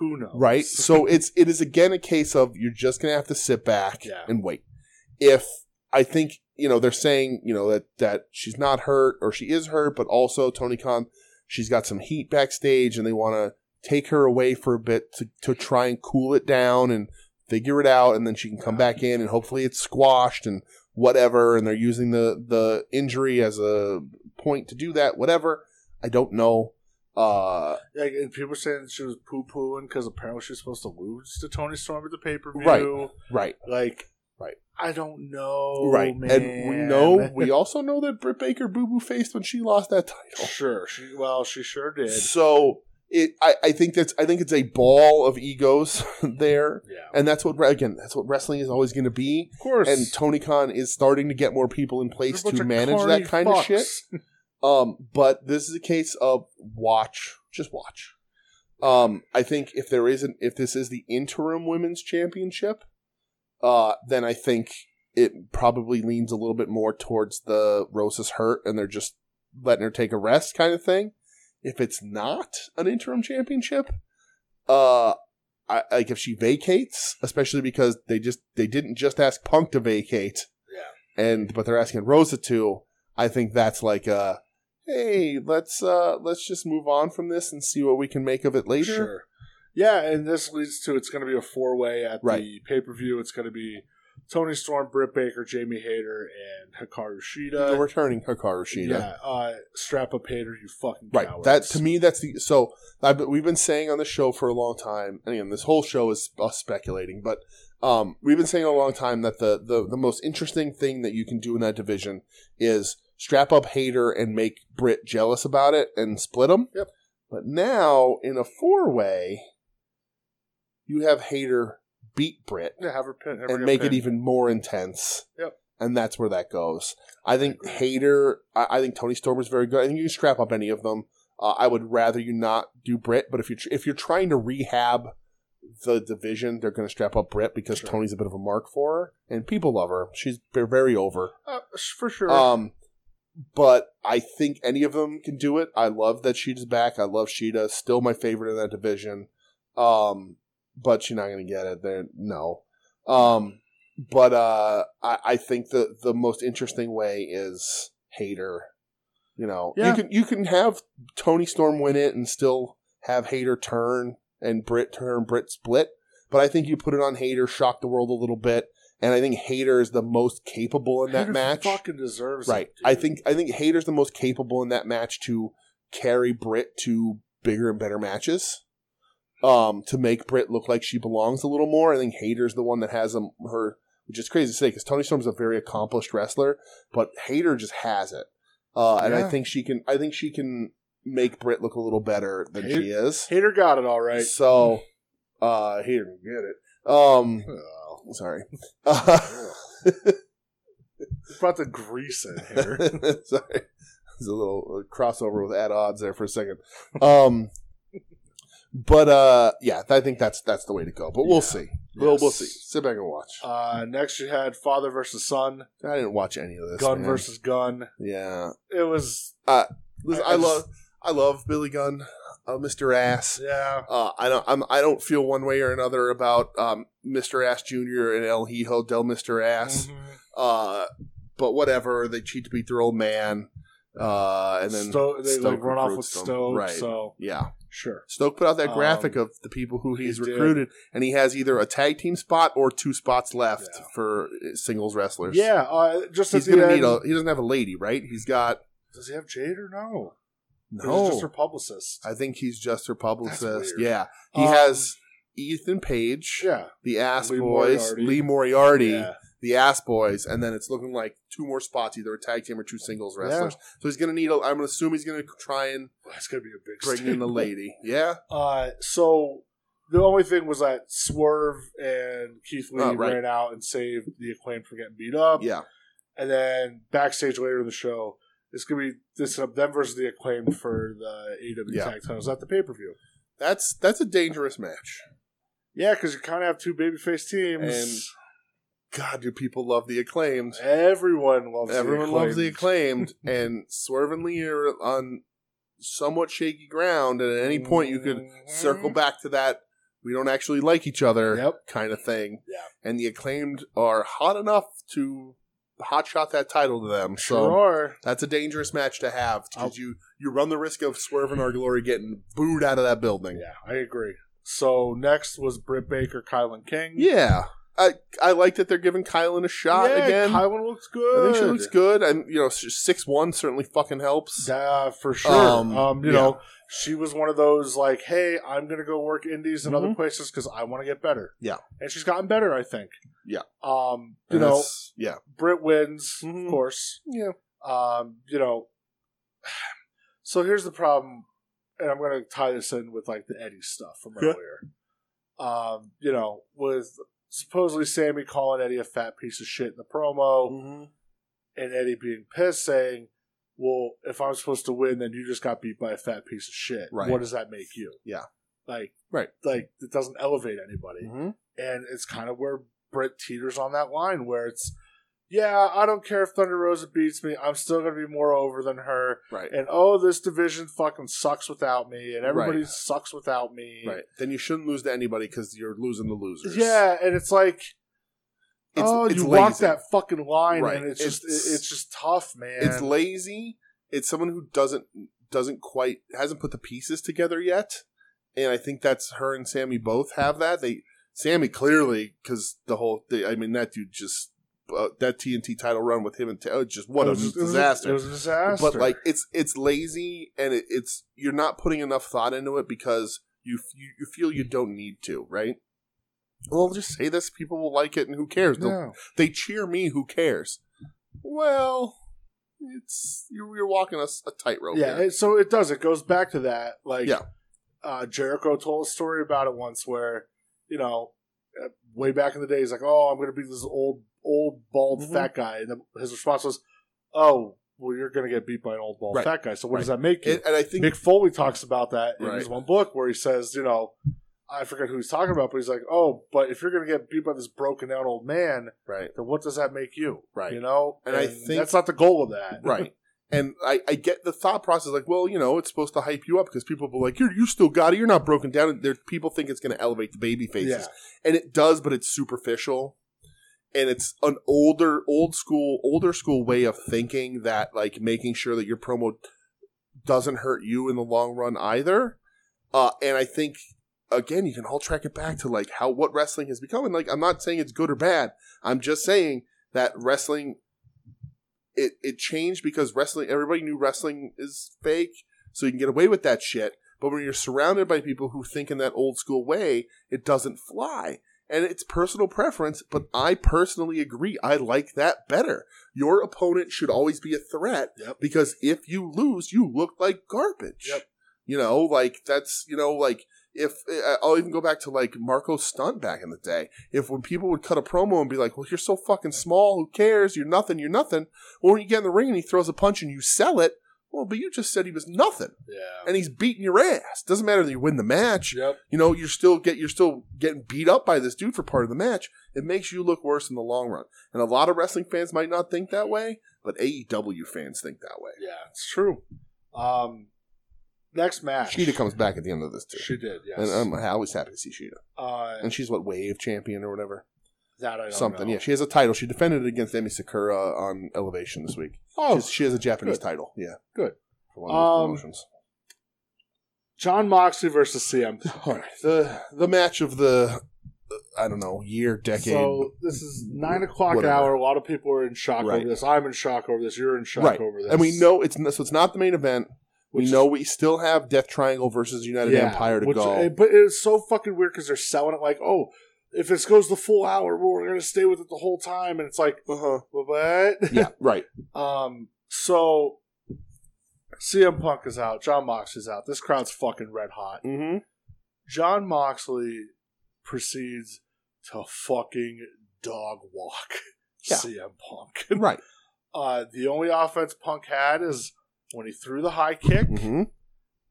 C: knows,
B: right? So it's it is again a case of you're just gonna have to sit back
C: Yeah.
B: and wait. If I think you know they're saying you know that that she's not hurt or she is hurt, but also Tony Khan, she's got some heat backstage, and they want to take her away for a bit to, to try and cool it down and figure it out and then she can come back in and hopefully it's squashed and whatever and they're using the the injury as a point to do that whatever i don't know uh
C: Like, and people saying she was poo pooing because apparently she's supposed to lose to Tony Storm at the pay per view.
B: Right. right
C: Like,
B: Right.
C: I don't know,
B: right
C: Oh, man.
B: and we know we also know that britt baker boo boo faced when she lost that title
C: sure. She well, she sure did.
B: so it I, I think that's i think it's a ball of egos there
C: Yeah,
B: and that's what again that's what wrestling is always going to be
C: of course.
B: and Tony Khan is starting to get more people in
C: They're a
B: place
C: bunch
B: to
C: of
B: manage
C: corny
B: that kind of shit.
C: fucks.
B: Um, but this is a case of watch, just watch. Um, I think if there isn't, if this is the interim women's championship, uh, then I think it probably leans a little bit more towards the Rosa's hurt and they're just letting her take a rest kind of thing. If it's not an interim championship, uh, I, like if she vacates, especially because they just they didn't just ask Punk to vacate, yeah, and but they're asking Rosa to. I think that's like a hey, let's uh let's just move on from this and see what we can make of it later.
C: Sure. Yeah, and this leads to it's going to be a four way at the
B: Right.
C: pay per view. It's going to be Tony Storm, Britt Baker, Jamie Hayter, and Hikaru
B: The
C: Shida.
B: returning Hikaru Shida.
C: Yeah, uh, strap up Hayter, you fucking
B: Right.
C: cowards.
B: That to me, that's the so I've, been- we've been saying on the show for a long time. And again, this whole show is us speculating, but um, we've been saying a long time that the, the the most interesting thing that you can do in that division is strap up Hater and make Britt jealous about it and split them.
C: Yep.
B: But now in a four way, you have Hater beat Britt
C: yeah, have her pin have her
B: and
C: get
B: make it
C: pinned.
B: even more intense.
C: Yep.
B: And that's where that goes. I think Hater. I, I think Tony Storm is very good. I think you can strap up any of them. Uh, I would rather you not do Britt, but if you are if you're trying to rehab the division, they're going to strap up Britt because
C: Sure.
B: Tony's a bit of a mark for her, and people love her. She's they're very over.
C: Uh, for sure.
B: Um, but I think any of them can do it. I love that Sheeta's back. I love Sheeta. Still my favorite in that division. Um, but she's not going to get it. There, no. Um, but uh, I, I think the the most interesting way is Hater. You know,
C: Yeah.
B: you can you can have Tony Storm win it and still have Hater turn and Brit turn Brit split. But I think you put it on Hater, shock the world a little bit, and I think Hater is the most capable in that
C: Hayter
B: match.
C: fucking deserves
B: Right.
C: it.
B: I
C: dude.
B: think I think Hater's the most capable in that match to carry Britt to bigger and better matches um, to make Britt look like she belongs a little more. I think Hater's the one that has um, her, which is crazy to say because Tony Storm's a very accomplished wrestler, but Hater just has it, uh, and I
C: Yeah.
B: think she can. I think she can make Britt look a little better than she is.
C: Hater got it all right.
B: So, uh, Hater can get it. Um,
C: Oh,
B: sorry. Uh,
C: brought the grease in
B: Sorry,
C: here.
B: it's a little uh, crossover with at odds there for a second. Um, but uh, yeah, I think that's that's the way to go. But we'll
C: Yeah.
B: see. We'll we'll
C: Yes.
B: see. Sit back and watch.
C: Uh, next, you had father versus son,
B: I didn't watch any of this.
C: gun
B: man.
C: versus gun.
B: yeah.
C: It was
B: Listen,
C: I-
B: I,
C: I
B: love I love Billy Gunn, uh, Mr. Ass.
C: yeah,
B: Uh, I don't I'm, I don't feel one way or another about um, Mr. Ass Jr. and El Hijo del Mr. Ass.
C: Mhm.
B: Uh, but whatever, they cheat to beat their old man. Uh, and then
C: Sto- they
B: Stoke
C: like run off with
B: recruits them.
C: Stoke.
B: Right.
C: So
B: yeah,
C: sure,
B: Stoke put out that graphic
C: Um,
B: of the people who
C: he
B: he's
C: did.
B: recruited, and he has either a tag team spot or two spots left
C: Yeah.
B: for uh, singles wrestlers.
C: yeah. Uh, just
B: he's
C: at the
B: gonna
C: end,
B: need a. He doesn't have a lady, right? He's got
C: does he have Jade or no? Or is it
B: no.
C: just her publicist.
B: I think he's just her publicist.
C: weird.
B: Yeah, he
C: Um,
B: has Ethan Page,
C: yeah,
B: the Ass
C: Lee
B: Boys,
C: Moriarty.
B: Lee Moriarty,
C: yeah.
B: the Ass Boys, and then it's looking like two more spots, either a tag team or two singles wrestlers. So he's gonna need. A, I'm gonna assume he's gonna try and
C: That's gonna be a big
B: bring in a
C: statement.
B: lady. Yeah,
C: Uh, so the only thing was that Swerve and Keith Lee
B: Oh, right.
C: ran out and saved the acclaim from getting beat up.
B: yeah.
C: And then backstage later in the show, it's gonna be this up them versus the acclaimed for the AEW
B: Yeah.
C: tag titles at the pay per view.
B: That's that's a dangerous match.
C: Yeah, because you kind of have two babyface teams.
B: God, do people love the acclaimed?
C: everyone loves
B: Everyone
C: the
B: loves the acclaimed, and Swerve and Lee are on somewhat shaky ground, and at any point you could
C: Mhm.
B: circle back to that we don't actually like each other
C: Yep.
B: kind of thing.
C: Yeah.
B: And the acclaimed are hot enough to hotshot that title to them. So
C: Sure are.
B: that's a dangerous match to have because you you run the risk of Swerve and our glory getting booed out of that building.
C: Yeah, I agree. So next was Britt Baker, Kylan King.
B: Yeah. I I like that they're giving Kylan a shot
C: yeah,
B: again.
C: Kylan looks good.
B: I think she looks good. I'm, you know, six one certainly fucking helps.
C: Yeah, for sure.
B: Um,
C: Um, you
B: yeah.
C: know, she was one of those like, "Hey, I'm gonna go work indies and other
B: Mhm.
C: places because I want to get better."
B: Yeah.
C: and she's gotten better, I think.
B: Yeah.
C: Um, you
B: And
C: know,
B: that's- yeah,
C: Britt wins,
B: Mhm.
C: of course.
B: yeah,
C: Um, you know, so here's the problem, and I'm gonna tie this in with like the Eddie stuff from
B: Yeah.
C: earlier. Um, you know, with supposedly Sammy calling Eddie a fat piece of shit in the promo
B: Mm. Mm-hmm.
C: and Eddie being pissed, saying, "Well, if I'm supposed to win, then you just got beat by a fat piece of shit.
B: Right.
C: What does that make you?
B: Yeah.
C: like
B: Right.
C: like it doesn't elevate anybody, and it's kind of where Britt teeters on that line where it's." Yeah, I don't care if Thunder Rosa beats me. I'm still going to be more over than her.
B: right,
C: And oh, this division fucking sucks without me, and everybody
B: Right.
C: sucks without me.
B: right. Then you shouldn't lose to anybody because you're losing the losers.
C: Yeah, and it's like,
B: It's-
C: oh,
B: it's
C: you walk
B: lazy.
C: that fucking line,
B: Right.
C: and it's, just
B: It's-
C: it, it's just tough, man.
B: it's lazy. It's someone who doesn't doesn't quite hasn't put the pieces together yet, and I think that's her and Sammy both have that. They Sammy clearly because the whole thing, I mean that dude just uh, that TNT title run with him and Ta- oh, just what
C: It
B: a
C: was just- it was a-
B: disaster.
C: It was a disaster.
B: But like it's it's lazy and it, it's you're not putting enough thought into it because you, f- you you feel you don't need to, right? Well, just say this. People will like it, and who cares? They'll-
C: no.
B: They cheer me. Who cares? Well, it's you're, you're walking a, s- a tightrope.
C: yeah.
B: here.
C: it- so it does. It goes back to that. Like,
B: Yeah.
C: uh, Jericho told a story about it once, where you know, uh, way back in the day, he's like, "Oh, I'm going to be this old, old bald
B: Mhm.
C: fat guy," and then his response was, "Oh, well, you're going to get beat by an old bald
B: Right.
C: fat guy. So what
B: Right.
C: does that make you?"
B: And- and I think
C: Mick Foley talks about that in his
B: Right.
C: one book where he says, you know, I forget who he's talking about, but he's like, "Oh, but if you're going to get beat by this broken down old man,
B: right,
C: then what does that make you?"
B: Right.
C: You know,
B: And I think-
C: that's not the goal of that.
B: right. And I, I get the thought process like, well, you know, it's supposed to hype you up because people will be like, you you still got it. You're not broken down. There, people think it's going to elevate the baby faces.
C: Yeah.
B: and it does, but it's superficial, and it's an older, old school, older school way of thinking that like making sure that your promo doesn't hurt you in the long run either. Uh, and I think again, you can all track it back to like how what wrestling has become. And like, I'm not saying it's good or bad. I'm just saying that wrestling it it changed because wrestling everybody knew wrestling is fake, so you can get away with that shit. But when you're surrounded by people who think in that old school way, it doesn't fly. And it's personal preference, but I personally agree. I like that better. Your opponent should always be a threat
C: Yep.
B: because if you lose, you look like garbage.
C: Yep.
B: You know, like that's, you know, like if I- I'll even go back to like Marco Stunt back in the day. If when people would cut a promo and be like, well, you're so fucking small, who cares? You're nothing, you're nothing. Or when you get in the ring and he throws a punch and you sell it, well, but you just said he was nothing
C: Yeah.
B: and he's beating your ass. Doesn't matter that you win the match.
C: Yep.
B: You know, you're still get you're still getting beat up by this dude for part of the match. It makes you look worse in the long run. And a lot of wrestling fans might not think that way, but AEW fans think that way.
C: Yeah. It's true. Um, next match.
B: Sheeta comes back at the end of this too.
C: She did. Ah,
B: And
C: Yes.
B: um, I'm always happy to see Sheeta.
C: uh,
B: And she's what wave champion or whatever.
C: that I don't
B: Something.
C: know.
B: Yeah, she has a title. She defended it against Emi Sakura on Elevation this week.
C: Oh,
B: She's- she has a Japanese title. Yeah.
C: Good.
B: For one of those
C: Um,
B: promotions.
C: John Moxley versus CM.
B: All right. The the match of the I don't know, year, decade.
C: So this is nine o'clock
B: Whatever.
C: hour. A lot of people are in shock
B: Right.
C: over this. I'm in shock over this. You're in shock
B: Right.
C: over this.
B: and we know it's n- so it's not the main event. We
C: Which is-
B: know we still have Death Triangle versus United Empire to
C: which-
B: go.
C: it- but it's so fucking weird because they're selling it like, oh, if this goes the full hour, we're gonna stay with it the whole time, and it's like,
B: uh-huh.
C: what?
B: Yeah, right.
C: um. So CM Punk is out. John Moxley's out. This crowd's fucking red hot.
B: Mm-hmm.
C: John Moxley proceeds to fucking dog walk
B: Yeah.
C: CM Punk.
B: Right.
C: Uh, the only offense Punk had is when he threw the high kick
B: Mm-hmm.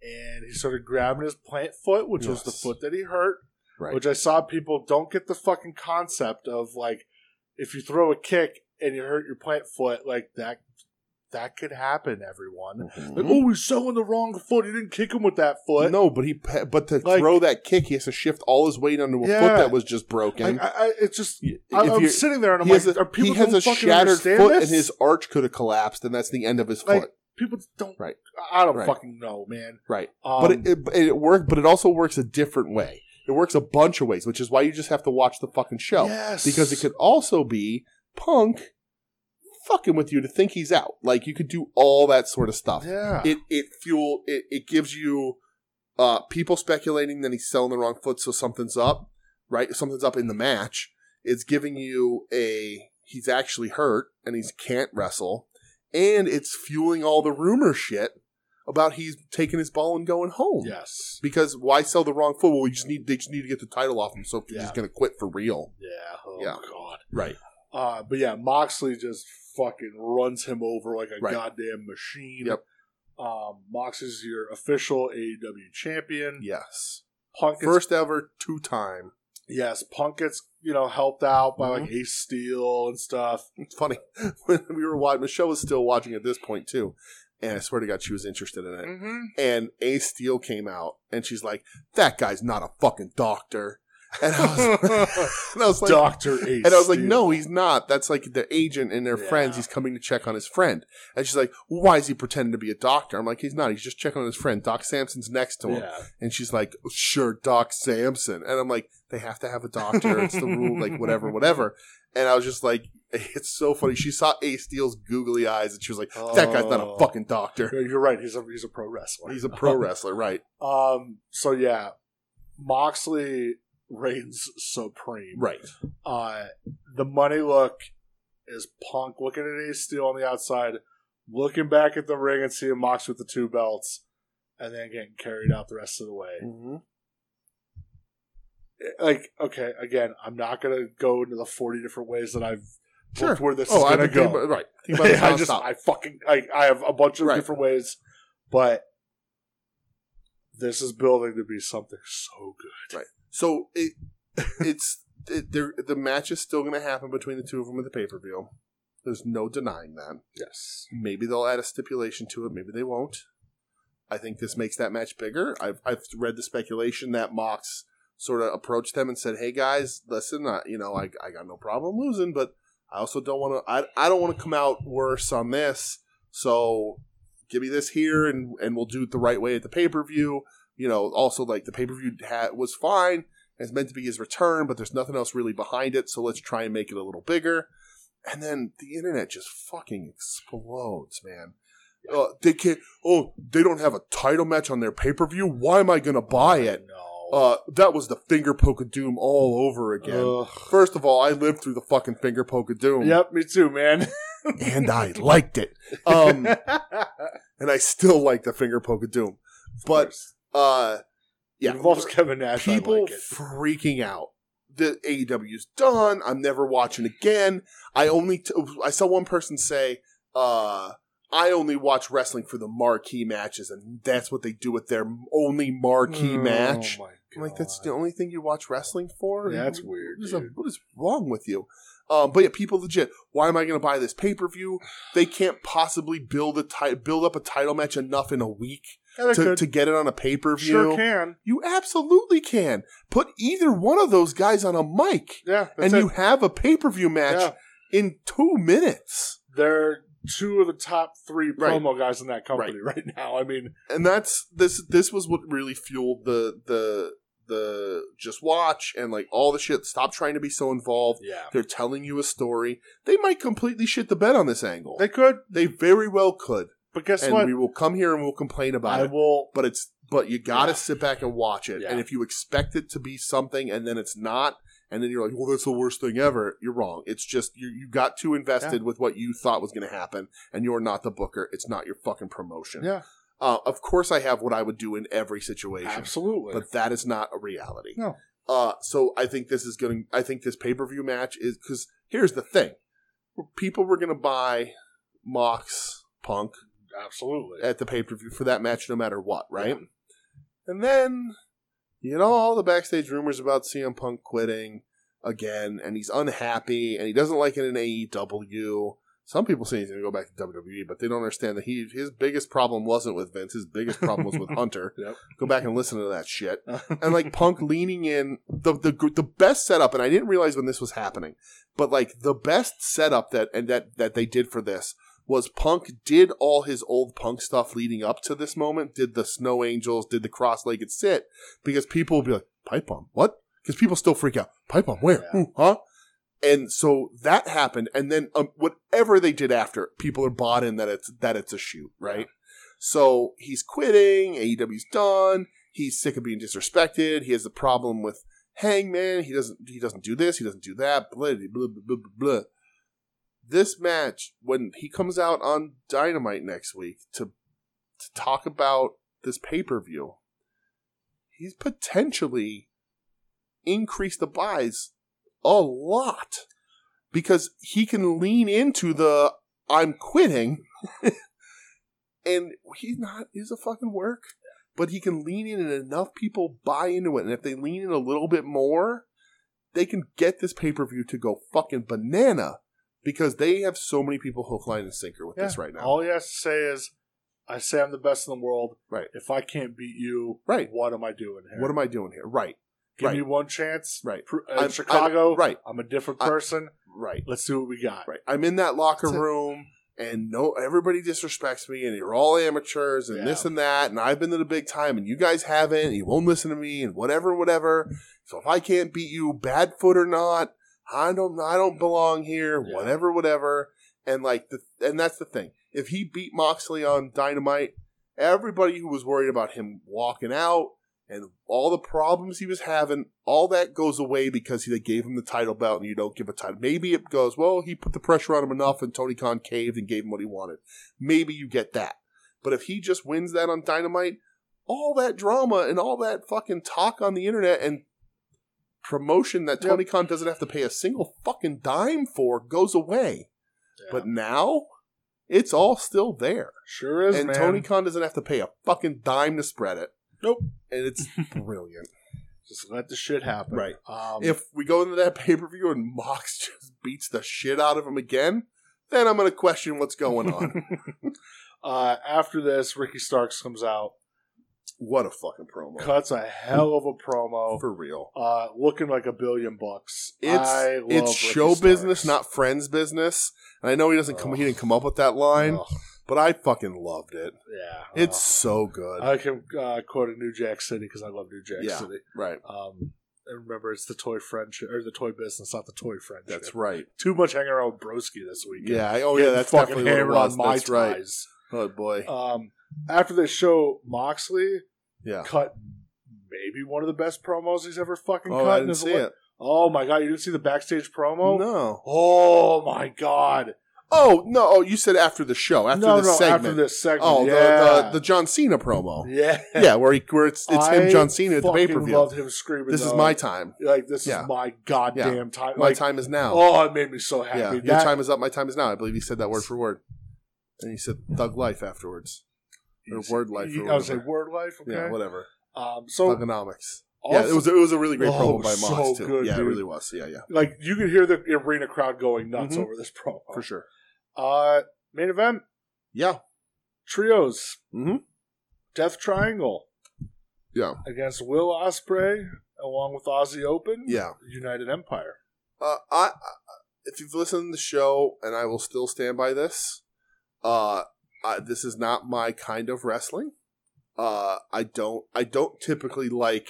C: and he started grabbing his plant foot, which was the
B: Yes.
C: foot that he hurt.
B: Right.
C: Which I saw people don't get the fucking concept of like if you throw a kick and you hurt your plant foot, like that that could happen, everyone. Like,
B: Mhm.
C: oh, he's selling the wrong foot. He didn't kick him with that foot.
B: No, but he pa- but to
C: Like-
B: throw that kick, he has to shift all his weight onto a
C: Yeah.
B: foot that was just
C: like,
B: broken.
C: I, I, it's just
B: Y-
C: I,
B: if
C: I'm
B: you're-
C: sitting there and I'm
B: he has
C: like,
B: a,
C: are people
B: he has
C: don't
B: a
C: fucking
B: shattered
C: understand
B: foot,
C: this?
B: and his arch could have collapsed, and that's the end of his
C: Like-
B: foot.
C: people don't.
B: Right.
C: I don't
B: Right.
C: fucking know, man.
B: Right.
C: Um,
B: but it, it, it worked. But it also works a different way. It works a bunch of ways, which is why you just have to watch the fucking show.
C: yes.
B: because it could also be Punk fucking with you to think he's out. Like you could do all that sort of stuff.
C: Yeah.
B: It it fuel it, it gives you uh people speculating that he's selling the wrong foot, so something's up, right? Something's up in the match. It's giving you a he's actually hurt and he can't wrestle, and it's fueling all the rumor shit about he's taking his ball and going home.
C: yes.
B: Because why sell the wrong foot? Well, we just need they just need to get the title off him, so
C: Yeah.
B: he's going to quit for real.
C: Yeah. Oh
B: Yeah.
C: God.
B: Right.
C: Uh, but yeah, Moxley just fucking runs him over like a
B: Right.
C: goddamn machine.
B: Yep.
C: Um, Moxley's your official AEW champion.
B: Yes.
C: Punk gets,
B: First ever two time.
C: yes, Punk gets you know helped out by
B: Mhm.
C: like Ace Steel and stuff.
B: It's funny when we were watching. Michelle was still watching at this point too, and I swear to God, she was interested in it.
C: Mm-hmm.
B: And Ace Steel came out, and she's like, "That guy's not a fucking doctor." And I was, and I was like,
C: Doctor Ace.
B: and I was like,
C: Steel.
B: "No, he's not. That's like their agent and their
C: Yeah.
B: friends. He's coming to check on his friend." And she's like, "Why is he pretending to be a doctor?" I'm like, "He's not. He's just checking on his friend. Doc Sampson's next to him."
C: Yeah.
B: And she's like, sure, Doc Samson. And I'm like, they have to have a doctor. It's the rule, like, whatever, whatever. And I was just like, it's so funny. She saw Ace Steele's googly eyes and she was like, that guy's not a
C: Oh.
B: fucking doctor.
C: You're you're right. He's a he's a pro wrestler.
B: He's a pro wrestler, right?
C: Um. So yeah, Moxley reigns supreme.
B: Right.
C: Uh, the money look is Punk looking at Ace Steel on the outside, looking back at the ring and seeing Mox with the two belts, and then getting carried out the rest of the way. Like, okay, again, I'm not gonna go into the 40 different ways that I've
B: Sure.
C: looked where this
B: Oh,
C: is
B: I
C: gonna
B: think
C: go.
B: about, right. Think about it
C: I just,
B: nonstop.
C: I fucking, I, I have a bunch of
B: Right.
C: different ways, but this is building to be something so good.
B: So it, it's it, there- the match is still going to happen between the two of them at the pay per view. There's no denying that.
C: Yes.
B: Maybe they'll add a stipulation to it. Maybe they won't. I think this makes that match bigger. I've I've read the speculation that Mox sort of approached them and said, "Hey guys, listen, I, you know, I I got no problem losing, but I also don't want to. I I don't want to come out worse on this. So give me this here, and and we'll do it the right way at the pay per view. You know, also like the pay per view ha- was fine. It's meant to be his return, but there's nothing else really behind it. So let's try and make it a little bigger. And then the internet just fucking explodes, man. Uh, they can't. Oh, they don't have a title match on their pay per view. Why am I going to buy it?
C: No.
B: Uh, that was the finger poke of doom all over again.
C: Ugh.
B: First of all, I lived through the fucking finger poke of doom.
C: Yep, me too, man.
B: and I liked it. Um, and I still like the finger poke of doom, but uh, yeah,
C: it involves Kevin Nash. I
B: people
C: like it.
B: freaking out. The AEW's done. I'm never watching again. I only t- I saw one person say, uh, "I only watch wrestling for the marquee matches, and that's what they do with their only marquee
C: Oh,
B: match."
C: my
B: I'm like, that's the
C: God.
B: only thing you watch wrestling for?
C: That's weird.
B: What is, a-
C: dude.
B: what is wrong with you? Um, but yeah, people legit. Why am I going to buy this pay per view? They can't possibly build a ti- build up a title match enough in a week
C: Yeah, they
B: to,
C: could.
B: to get it on a pay per view.
C: sure can.
B: You absolutely can put either one of those guys on a mic,
C: Yeah,
B: and
C: that's
B: you
C: it.
B: have a pay per view match
C: Yeah.
B: in two minutes.
C: They're two of the top three
B: Right.
C: promo guys in that company right, now. I mean,
B: and that's this this was what really fueled the the the just watch and like all the shit stop trying to be so involved
C: yeah,
B: they're telling you a story they might completely shit the bed on this angle
C: they could.
B: they very well could
C: But guess
B: and
C: what?
B: we will come here and we'll complain about
C: I
B: it
C: will.
B: but it's but you gotta
C: Yeah.
B: sit back and watch it
C: Yeah.
B: and if you expect it to be something and then it's not and then you're like well that's the worst thing ever you're wrong it's just you, you got too invested with what you thought was going to happen and you're not the booker it's not your fucking promotion
C: Yeah,
B: uh, of course, I have what I would do in every situation,
C: absolutely.
B: but that is not a reality.
C: No.
B: Uh, so I think this is going. to I think this pay per view match is because here's the thing: people were going to buy Mox Punk
C: absolutely.
B: at the pay per view for that match, no matter what, right? And then you know all the backstage rumors about CM Punk quitting again, and he's unhappy, and he doesn't like it in AEW. Some people say he's going to go back to WWE, but they don't understand that he his biggest problem wasn't with Vince. His biggest problem was with Hunter.
C: Yep.
B: Go back and listen to that shit and like Punk leaning in the the gr- the best setup, and I didn't realize when this was happening, but like the best setup that and that that they did for this was Punk did all his old Punk stuff leading up to this moment, did the Snow Angels, did the cross legged sit, because people would be like pipe bomb, what? Because people still freak out pipe bomb, where,
C: Yeah.
B: Who? huh? And so that happened, and then um, whatever they did after, people are bought in that it's that it's a shoot, right? So he's quitting. AEW's done. He's sick of being disrespected. He has a problem with Hangman. He doesn't. He doesn't do this. He doesn't do that. Blah blah blah blah. blah, blah. This match, when he comes out on Dynamite next week to to talk about this pay per view, he's potentially increased the buys a lot because he can lean into the I'm quitting and he's not he's a fucking work but he can lean in and enough people buy into it and if they lean in a little bit more they can get this pay-per-view to go fucking banana because they have so many people hook line and sinker with
C: Yeah.
B: this right now
C: All he has to say is, "I say I'm the best in the world.
B: Right.
C: If I can't beat you,
B: Right.
C: What am I doing here?
B: what am i doing here right
C: Give
B: right.
C: me one chance.
B: Right.
C: Pro- in
B: I'm-
C: Chicago.
B: I'm- right.
C: I'm a different
B: I-
C: person.
B: right
C: Let's see what we got.
B: right i'm in that locker
C: That's it.
B: room and no everybody disrespects me and you're all amateurs and
C: Yeah.
B: this and that and i've been to the big time and you guys haven't and you won't listen to me and whatever whatever so if i can't beat you bad foot or not i don't i don't belong here
C: Yeah.
B: whatever whatever and like the and that's the thing if he beat moxley on dynamite everybody who was worried about him walking out and all the problems he was having, all that goes away because they gave him the title belt and you don't give a title. Maybe it goes, well, he put the pressure on him enough and Tony Khan caved and gave him what he wanted. Maybe you get that. But if he just wins that on Dynamite, all that drama and all that fucking talk on the internet and promotion that
C: Yep.
B: Tony Khan doesn't have to pay a single fucking dime for goes away.
C: Yeah.
B: But now, it's all still there
C: sure is,
B: and
C: man.
B: Tony Khan doesn't have to pay a fucking dime to spread it.
C: Nope.
B: And it's brilliant.
C: Just let the shit happen.
B: Right.
C: Um,
B: If we go into that pay per view and Mox just beats the shit out of him again, then I'm going to question what's going on.
C: uh, after this, Ricky Starks comes out,
B: what a fucking promo.
C: cuts a hell of a promo,
B: For real.
C: uh, looking like a billion bucks.
B: It's
C: I love
B: it's
C: Ricky
B: show
C: Starks.
B: business, not friends business. And I know he doesn't come he didn't come up with that line,
C: Ugh,
B: but I fucking loved it.
C: yeah,
B: It's so good.
C: Ugh. I can uh, quote a New Jack City because I love New Jack
B: Yeah.
C: City.
B: right.
C: Um, and remember, it's the toy friendship or the toy business, not the toy friendship.
B: That's right.
C: Too much hanging around with Broski this week.
B: Yeah. I, oh yeah. That's
C: fucking
B: definitely what it
C: hammered
B: was.
C: on my
B: That's right.
C: ties.
B: Oh boy.
C: Um, after they show Moxley
B: yeah.
C: cut maybe one of the best promos he's ever fucking
B: Oh,
C: cut.
B: I
C: in
B: didn't
C: his
B: see
C: li-
B: it.
C: Oh my god, you didn't see the backstage promo?
B: No.
C: Oh my god!
B: Oh no. Oh, you said after the show, after
C: no,
B: the
C: no,
B: segment.
C: after this segment.
B: oh,
C: yeah.
B: the, the the John Cena promo.
C: yeah,
B: Yeah, where he where it's it's him, John Cena at the pay per view.
C: Love him screaming.
B: This is
C: though.
B: my time.
C: like this
B: Yeah.
C: is my goddamn time.
B: My
C: like,
B: time is now.
C: Oh, it made me so happy.
B: yeah, your
C: That-
B: time is up. My time is now. I believe he said that word for word, and he said "thug life" afterwards. Or word life. Or
C: You- I would say
B: whatever.
C: word life. Okay.
B: Yeah, whatever.
C: um. So
B: Thugonomics.
C: also,
B: yeah, it was it was a really great promo
C: Oh, it
B: by Moss
C: was so
B: too.
C: good,
B: yeah,
C: dude.
B: it really was. Yeah, yeah,
C: like you could hear the arena crowd going nuts
B: Mhm.
C: over this promo.
B: for sure.
C: Uh, main event
B: Yeah,
C: trios. Mm-hmm.
B: Mhm.
C: Death Triangle.
B: Yeah.
C: Against Will Osprey, along with Aussie Open.
B: yeah.
C: United Empire.
B: Uh, I, I if you've listened to the show, and I will still stand by this. Uh, I, this is not my kind of wrestling. Uh, I don't I don't typically like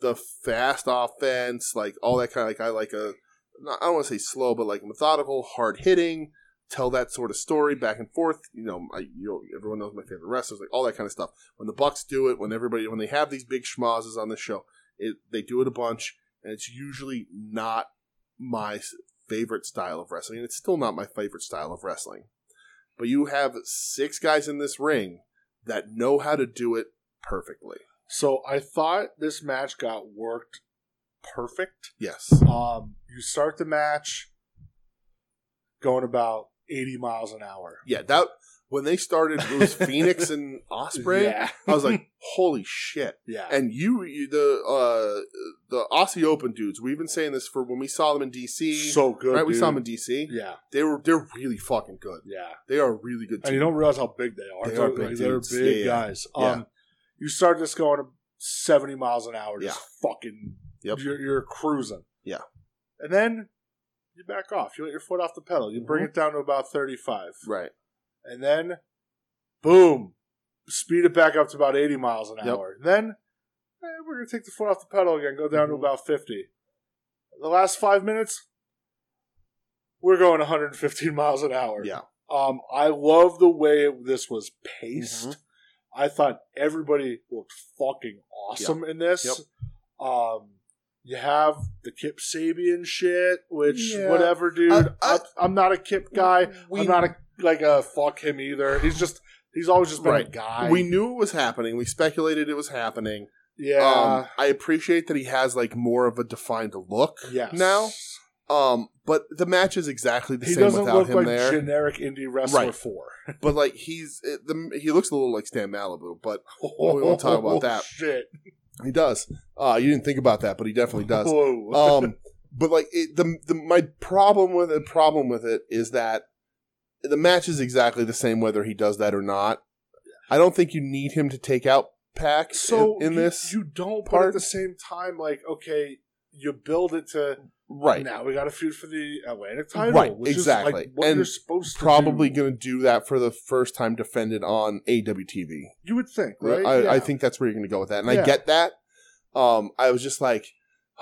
B: the fast offense, like all that kind of like I like a not, I don't want to say slow, but like methodical, hard hitting, tell that sort of story back and forth. You know, I, you know, everyone knows my favorite wrestlers, like all that kind of stuff. When the Bucks do it, when everybody, when they have these big schmazes on the show, it they do it a bunch, and it's usually not my s- favorite style of wrestling, and it's still not my favorite style of wrestling. But you have six guys in this ring that know how to do it perfectly.
C: So I thought this match got worked perfect.
B: Yes.
C: Um, you start the match going about 80 miles an hour.
B: Yeah, that when they started it was Phoenix and Osprey.
C: Yeah.
B: I was like, "Holy shit."
C: yeah.
B: And you, you the uh the Aussie Open dudes, we've been saying this for when we saw them in DC.
C: so good.
B: right, we
C: dude.
B: saw them in DC.
C: Yeah,
B: They were they're really fucking good.
C: yeah.
B: They are a really good
C: And
B: team.
C: you don't realize how big they are.
B: They
C: They're
B: are
C: like-
B: big
C: they're
B: dudes.
C: big
B: Yeah, yeah.
C: guys.
B: Yeah.
C: Um, you start this going to 70 miles an hour. Just fucking,
B: Yep.
C: you're, you're cruising.
B: Yeah.
C: And then you back off. You let your foot off the pedal. You bring
B: Mhm.
C: it down to about 35.
B: right.
C: and then boom, speed it back up to about 80 miles an
B: Yep.
C: hour. Then eh, we're going to take the foot off the pedal again, go down
B: Mhm.
C: to about 50. The last five minutes, we're going 115 miles an hour.
B: Yeah.
C: Um, I love the way it- this was paced.
B: Mm-hmm.
C: I thought everybody looked fucking awesome in this. Um, you have the Kip Sabian shit, which
B: Yeah.
C: whatever, dude.
B: I- I-
C: I, I'm not a Kip guy.
B: We-
C: I'm not a like a fuck him either. He's just he's always just been a
B: Right.
C: guy.
B: we knew it was happening. We speculated it was happening.
C: yeah
B: Um, I appreciate that he has like more of a defined look
C: yes
B: now. Um, but the match is exactly the
C: he
B: same
C: doesn't
B: without
C: look
B: him
C: like
B: there.
C: generic indie wrestler
B: Right.
C: four.
B: but like he's it, the, he looks a little like Stan Malibu, but we won't talk about that.
C: Oh, Shit.
B: he does. Uh, you didn't think about that, but he definitely does.
C: Whoa.
B: um, but like it, the the my problem with it, problem with it is that the match is exactly the same whether he does that or not. I don't think you need him to take out Pac
C: so
B: in, in
C: you-
B: this.
C: you don't but
B: part-
C: at the same time like okay you build it to
B: right.
C: now we got a feud for the Atlantic title
B: Right,
C: which is
B: exactly.
C: like what
B: And
C: you're supposed to
B: Probably
C: do.
B: going to do that for the first time defended on AWTV.
C: you would think right
B: I, I
C: Yeah.
B: think that's where you're going to go with that, and
C: Yeah.
B: I get that. Um, I was just like,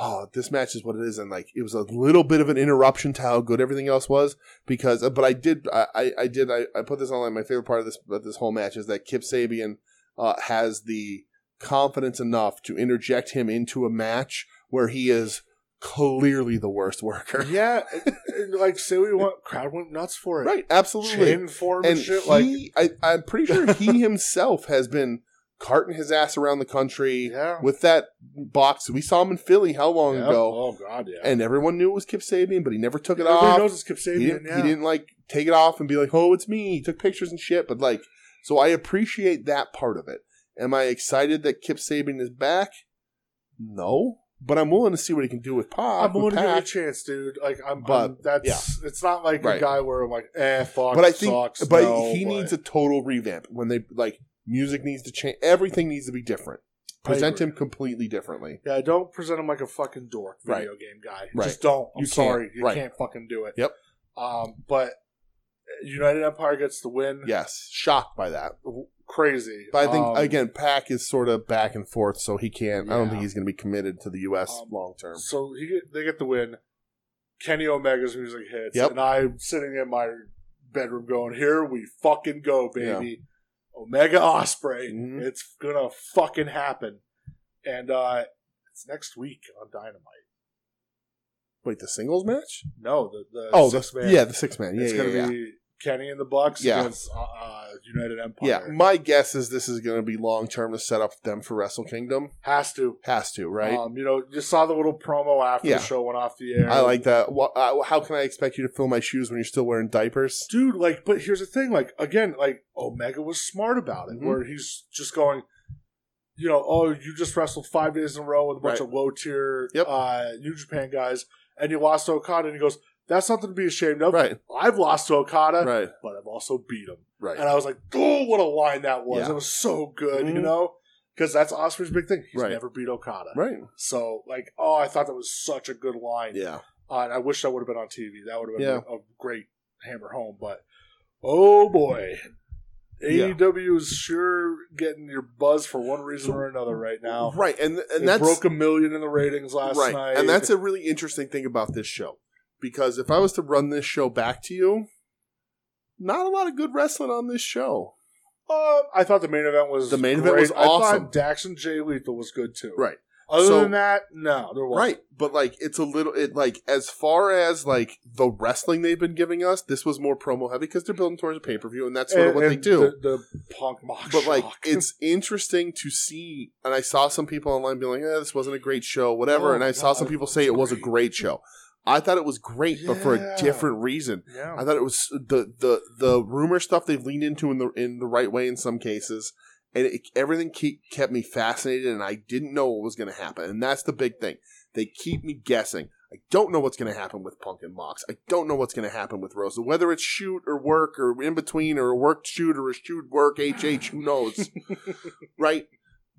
B: oh, this match is what it is, and like it was a little bit of an interruption to how good everything else was because. uh, But I did, I, I, I did, I, I put this online. My favorite part of this, about this whole match, is that Kip Sabian uh, has the confidence enough to interject him into a match where he is clearly the worst worker.
C: yeah and- and, like say we want crowd went nuts for it
B: Right, absolutely
C: chain form and,
B: and
C: shit like
B: he, I, I'm pretty sure he himself has been carting his ass around the country
C: Yeah.
B: with that box. We saw him in Philly how long
C: Yeah.
B: ago,
C: Oh god, yeah.
B: and everyone knew it was Kip Sabian, but he never took it
C: Everybody
B: off.
C: knows it's Kip Sabian.
B: he, didn't,
C: yeah.
B: he didn't like take it off and be like, "Oh, it's me." He took pictures and shit, but like, so I appreciate that part of it. Am I excited that Kip Sabian is back? No, but I'm willing to see what he can do with Pop.
C: I'm
B: with
C: willing to give you a
B: Pac.
C: chance, dude. Like I'm,
B: But,
C: I'm- that's it's not like a
B: Right.
C: guy where I'm like, eh, fuck,
B: but I think,
C: sucks,
B: but
C: no,
B: he needs a total revamp when they like music needs to change. Everything needs to be different.
C: I
B: Present
C: agree.
B: him completely differently.
C: Yeah, don't present him like a fucking dork
B: Right.
C: video game guy.
B: Right.
C: Just don't. I'm
B: You can't.
C: sorry, you
B: Right.
C: can't fucking do it.
B: Yep.
C: Um, but United Empire gets the win.
B: Yes, shocked by that.
C: Crazy.
B: But I think
C: Um,
B: again, Pack is sort of back and forth, so he can't. I don't
C: Yeah.
B: think he's going to be committed to the U.S.
C: Um,
B: long term.
C: So he get, they get the win. Kenny Omega's music hits,
B: Yep.
C: and I'm sitting in my bedroom going, here we fucking go, baby. Omega Osprey.
B: Mhm.
C: It's gonna fucking happen. And uh it's next week on Dynamite.
B: Wait, the singles match?
C: No, the, the
B: Oh,
C: six
B: the,
C: man.
B: yeah, the six man. Yeah,
C: it's
B: yeah,
C: gonna
B: yeah.
C: be Kenny and the Bucks
B: Yeah.
C: against uh, uh, United Empire.
B: yeah, my guess is this is going to be long term to set up them for Wrestle Kingdom.
C: Has to.
B: Has to, right?
C: Um, you know, you saw the little promo after
B: Yeah.
C: the show went off the air.
B: I like that. Wha- uh, how can I expect you to fill my shoes when you're still wearing diapers?
C: dude like but here's the thing like again like omega was smart about it
B: Mhm.
C: where he's just going you know oh you just wrestled five days in a row with a bunch
B: Right.
C: of low tier
B: Yep.
C: uh new japan guys and you lost to okada and he goes that's something to be ashamed of
B: Right,
C: i've lost to okada
B: right,
C: but i've also beat him
B: right.
C: and i was like oh what a line that was
B: Yeah.
C: that was so good you
B: Mhm.
C: know because that's osprey's big thing he's
B: Right.
C: never beat okada
B: Right.
C: so like oh i thought that was such a good line
B: Yeah.
C: uh, and I wish that would have been on TV. That would have been
B: Yeah.
C: a great hammer home. But oh boy,
B: Yeah.
C: AEW is sure getting your buzz for one reason or another right now.
B: Right. And
C: And
B: and that's
C: broke a million in the ratings last
B: right.
C: night.
B: And that's a really interesting thing about this show. Because if I was to run this show back to you, not a lot of good wrestling on this show.
C: Um, I thought the main event was
B: The main event was
C: I thought
B: awesome.
C: Dax and Jay Lethal was good too.
B: Right.
C: Other
B: So-
C: than that, no, there wasn't.
B: Right. But like it's a little it like as far as like the wrestling they've been giving us, this was more promo heavy because they're building towards a pay per view and that's sort of
C: And-
B: what they
C: and
B: do.
C: The, the punk mock.
B: but like
C: shock.
B: it's interesting to see and i saw some people online being like eh, this wasn't a great show whatever
C: Oh,
B: and i saw
C: God,
B: some
C: it
B: people say it was a great show i thought it was great but for a
C: Yeah.
B: different reason
C: yeah.
B: i thought it was uh, the the the rumor stuff they've leaned into in the in the right way in some cases and it, everything keep, kept me fascinated and i didn't know what was going to happen and that's the big thing they keep me guessing I don't know what's going to happen with Punk and Mox. I don't know what's going to happen with Rosa. Whether it's shoot or work or in between or a work shoot or a shoot work, HH, who knows? right?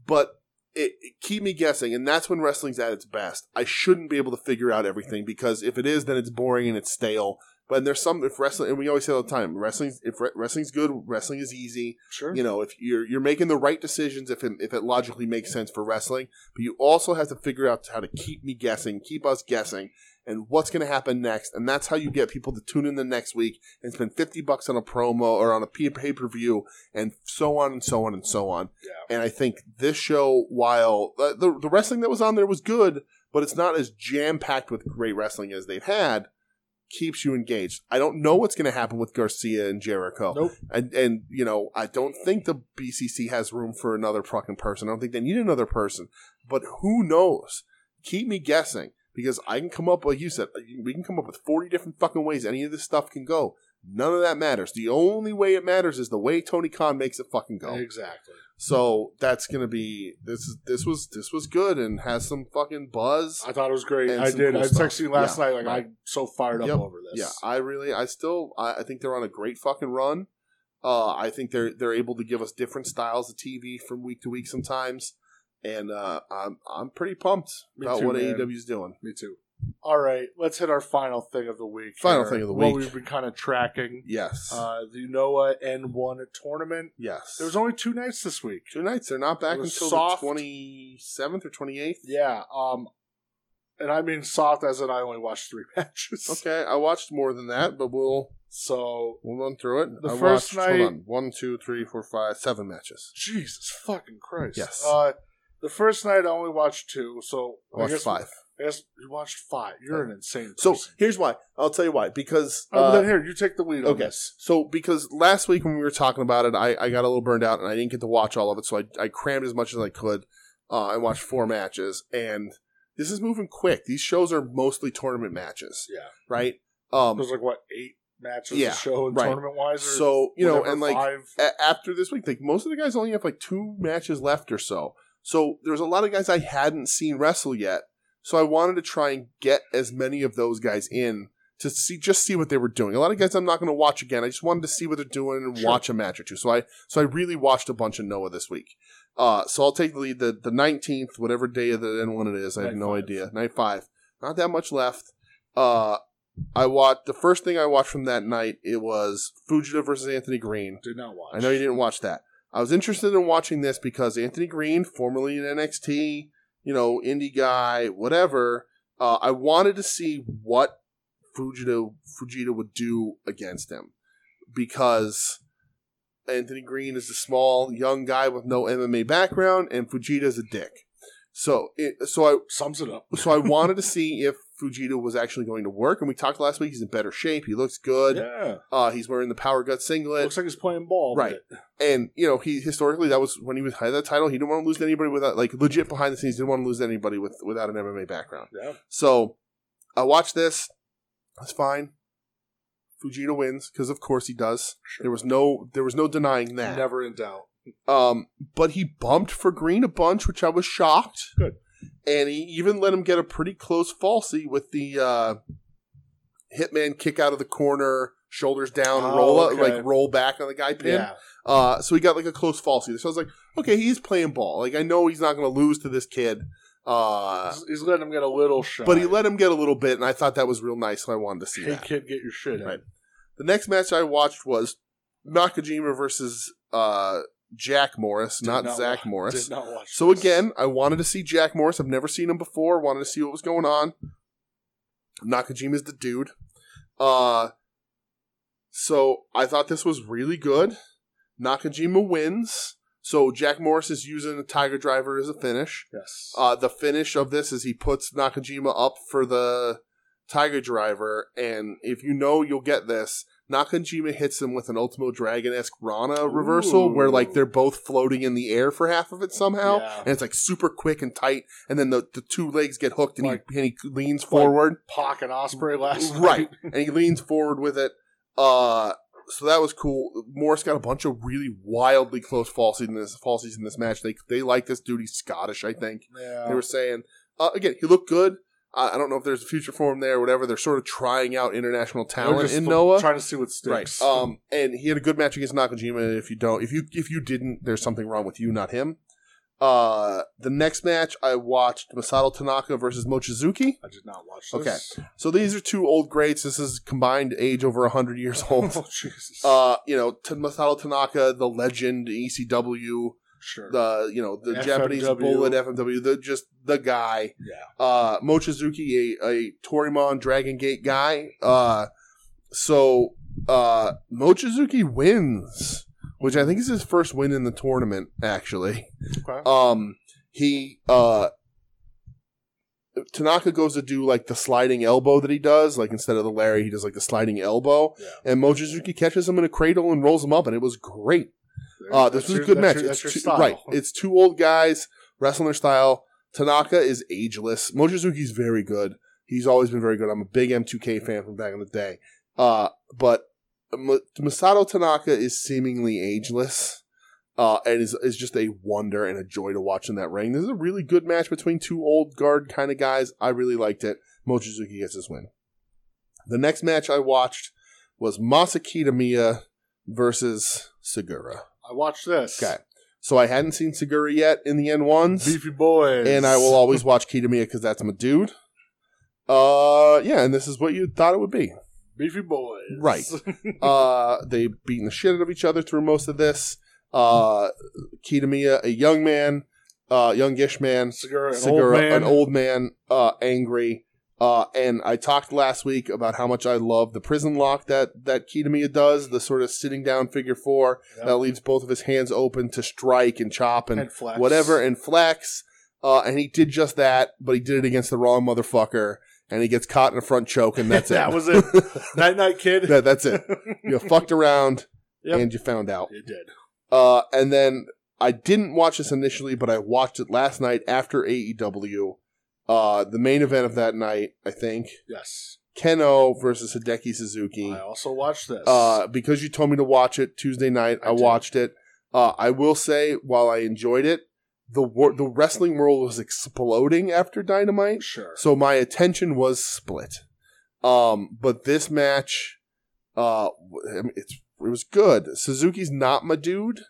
B: But it, it keep me guessing, and that's when wrestling's at its best. I shouldn't be able to figure out everything because if it is, then it's boring and it's stale. But there's some if wrestling, and we always say all the time, wrestling's if re- wrestling's good, wrestling is easy.
C: sure.
B: You know, if you're you're making the right decisions, if it, if it logically makes sense for wrestling, but you also have to figure out how to keep me guessing, keep us guessing, and what's going to happen next, and that's how you get people to tune in the next week and spend fifty bucks on a promo or on a pay per view, and so on and so on and so on. And I think this show, while uh, the the wrestling that was on there was good, but it's not as jam packed with great wrestling as they've had. Keeps you engaged. I don't know what's going to happen with Garcia and Jericho
C: Nope.
B: and and you know I don't think the BCC has room for another fucking person. I don't think they need another person, but who knows? Keep me guessing because I can come up like you said. We can come up with forty different fucking ways any of this stuff can go. None of that matters. The only way it matters is the way Tony Khan makes it fucking go.
C: Exactly.
B: So that's gonna be this. is This was this was good and has some fucking buzz.
C: I thought it was great.
B: And
C: I
B: some
C: did.
B: cool
C: I
B: stuff.
C: texted you last
B: Yeah,
C: night. Like
B: right.
C: I'm so fired up
B: Yep.
C: over this.
B: Yeah, I really, I still, I, I think they're on a great fucking run. Uh, I think they're they're able to give us different styles of TV from week to week sometimes, and uh, I'm I'm pretty pumped
C: Me
B: about
C: too,
B: what
C: man.
B: AEW's doing.
C: Me too. All right, let's hit our final thing of the week.
B: Final thing of the
C: What
B: week.
C: we've been kind of tracking.
B: Yes,
C: Uh, the NOAA N1 tournament.
B: yes.
C: There was only two nights this week.
B: two nights. They're not back
C: It
B: until
C: was soft.
B: the twenty seventh or twenty eighth.
C: Yeah. Um, and I mean soft as in I only watched three matches.
B: Okay, I watched more than that, but we'll
C: So
B: we'll run through it.
C: The
B: I
C: first
B: watched,
C: night-
B: hold on, one, two, three, four, five, seven matches.
C: Jesus fucking Christ.
B: Yes.
C: Uh, the first night I only watched two. So
B: I watched
C: guess,
B: five.
C: I guess you watched five. You're an insane.
B: So
C: person.
B: here's why. I'll tell you why. Because
C: Oh,
B: uh,
C: then here you take the lead. on
B: okay.
C: this.
B: So because last week when we were talking about it, I, I got a little burned out and I didn't get to watch all of it, so I, I crammed as much as I could. Uh, I watched four matches, and this is moving quick. These shows are mostly tournament matches,
C: Yeah.
B: right? Um,
C: There's like what eight matches
B: Yeah,
C: a show and
B: right.
C: tournament wise.
B: so you know, and like
C: five.
B: a- after this week, like most of the guys only have like two matches left or so. So there's a lot of guys I hadn't seen wrestle yet. So I wanted to try and get as many of those guys in to see just see what they were doing. A lot of guys I'm not going to watch again. I just wanted to see what they're doing and
C: Sure.
B: watch a match or two. So I so I really watched a bunch of Noah this week. Uh, so I'll take the lead. The the nineteenth, whatever day of the end one it is, I have
C: Night
B: no
C: five.
B: idea. Night five, not that much left. Uh, I watched the first thing I watched from that night. It was Fugitive versus Anthony Green.
C: did not watch.
B: I know you didn't watch that. I was interested in watching this because Anthony Green, formerly in NXT, you know, indie guy, whatever. Uh, I wanted to see what Fujita Fujita would do against him because Anthony Green is a small young guy with no MMA background, and Fujita's a dick. So, it, so I
C: Sums it up.
B: so I wanted to see if Fujita was actually going to work. And we talked last week; he's in better shape. He looks good.
C: Yeah.
B: Uh, he's wearing the Power Gut singlet.
C: Looks like he's playing ball.
B: Right.
C: but-
B: And you know, he historically that was when he was had that title. He didn't want to lose to anybody without like legit behind the scenes. Didn't want to lose to anybody with without an MMA background.
C: Yeah.
B: So I watched this. That's fine. Fujita wins because of course he does. There was no there was no denying that.
C: Never in doubt.
B: Um, but he bumped for Green a bunch, which I was shocked.
C: Good.
B: And he even let him get a pretty close falsy with the uh, hitman kick out of the corner, shoulders down,
C: Oh,
B: roll up,
C: okay.
B: like roll back on the guy pin.
C: Yeah.
B: Uh, so he got like a close falsy. So I was like, okay, he's playing ball. Like I know he's not going to lose to this kid. Uh,
C: He's- he's letting him get a little shot.
B: but he let him get a little bit, and I thought that was real nice, and I wanted to see
C: Hey,
B: that.
C: kid, uh, get your shit in.
B: Right. The next match I watched was Nakajima versus uh, Jack Morris,
C: Did
B: not,
C: not
B: Zach
C: wa-
B: Morris.
C: Did not watch.
B: So
C: this.
B: again, I wanted to see Jack Morris. I've never seen him before. Wanted to see what was going on. Nakajima's the dude. Uh so I thought this was really good. Nakajima wins. So Jack Morris is using a Tiger Driver as a finish.
C: Yes.
B: Uh the finish of this is he puts Nakajima up for the Tiger Driver, and if you know you'll get this. Nakajima hits him with an Ultimo Dragon esque Rana reversal, where like
C: Ooh.
B: they're both floating in the air for half of it somehow
C: Yeah.
B: and it's like super quick and tight, and then the, the two legs get hooked, and,
C: Like-
B: he, and he leans forward,
C: Pac and Osprey last
B: right,
C: night.
B: and he leans forward with it. Uh, so that was cool. Morris got a bunch of really wildly close falsies in this falsies in this match. They they like this dude. He's Scottish, I think.
C: Yeah.
B: They were saying uh, again, he looked good. I, I don't know if there's a future for him there, or whatever. They're sort of trying out international
C: They're
B: talent
C: just
B: in
C: fo-
B: Noah.
C: trying to see what sticks.
B: Um, and he had a good match against Nakajima. and If you don't, if you if you didn't, there's something wrong with you, not him. Uh, the next match I watched Masato Tanaka versus Mochizuki.
C: I did not watch
B: Okay.
C: this. Okay.
B: So these are two old greats. This is combined age over hundred years old.
C: Oh Jesus.
B: Uh, you know, T- Masato Tanaka, the legend, ECW,
C: sure.
B: the you know the Japanese
C: FMW.
B: bullet, FMW, the just the guy
C: yeah.
B: uh Mochizuki, a, a Torimon Dragon Gate guy. Uh so uh Mochizuki wins, which I think is his first win in the tournament, actually.
C: Okay.
B: Um he uh Tanaka goes to do like the sliding elbow that he does, like instead of the Larry, he does like the sliding elbow.
C: Yeah.
B: And Mochizuki catches him in a cradle and rolls him up, and it was great. Uh, this
C: That's
B: was
C: your-
B: a good
C: that's
B: match.
C: your-
B: it's
C: that's your
B: two,
C: style.
B: right. It's two old guys wrestling their style. Tanaka is ageless. Mochizuki's very good. He's always been very good. I'm a big M2K fan from back in the day. Uh, but M- Masato Tanaka is seemingly ageless. Uh, and is is just a wonder and a joy to watch in that ring. This is a really good match between two old guard kind of guys. I really liked it. Mochizuki gets his win. The next match I watched was Masakita Miya versus Segura.
C: I watched this.
B: Okay. So I hadn't seen Segura yet in the N1s,
C: Beefy boys.
B: and I will always watch Kitamiya because that's my dude. Uh, yeah, and this is what you thought it would be.
C: Beefy boys.
B: Right. Uh, they beating the shit out of each other through most of this. Uh, Kitamiya, a young man, uh, youngish man,
C: Segura, an
B: Segura,
C: old man.
B: an old man, uh, angry. Uh, and I talked last week about how much I love the prison lock that that Kitamiya does, the sort of sitting down figure four
C: Yep.
B: that leaves both of his hands open to strike and chop and
C: and flex.
B: whatever and flex. Uh, and he did just that, but he did it against the wrong motherfucker, and he gets caught in a front choke, and that's it.
C: that was it. night night kid.
B: That- that's it. You fucked around,
C: Yep.
B: and you found out.
C: It did.
B: Uh, and then I didn't watch this initially, but I watched it last night after AEW. Uh, the main event of that night, I think,
C: Yes.
B: Keno versus Hideki Suzuki.
C: I also watched this.
B: Uh, because you told me to watch it Tuesday night, I,
C: I did.
B: watched it. Uh, I will say, while I enjoyed it, the wor- the wrestling world was exploding after Dynamite,
C: sure.
B: so my attention was split. Um, but this match, uh, w- I mean, it's it was good. Suzuki's not my dude.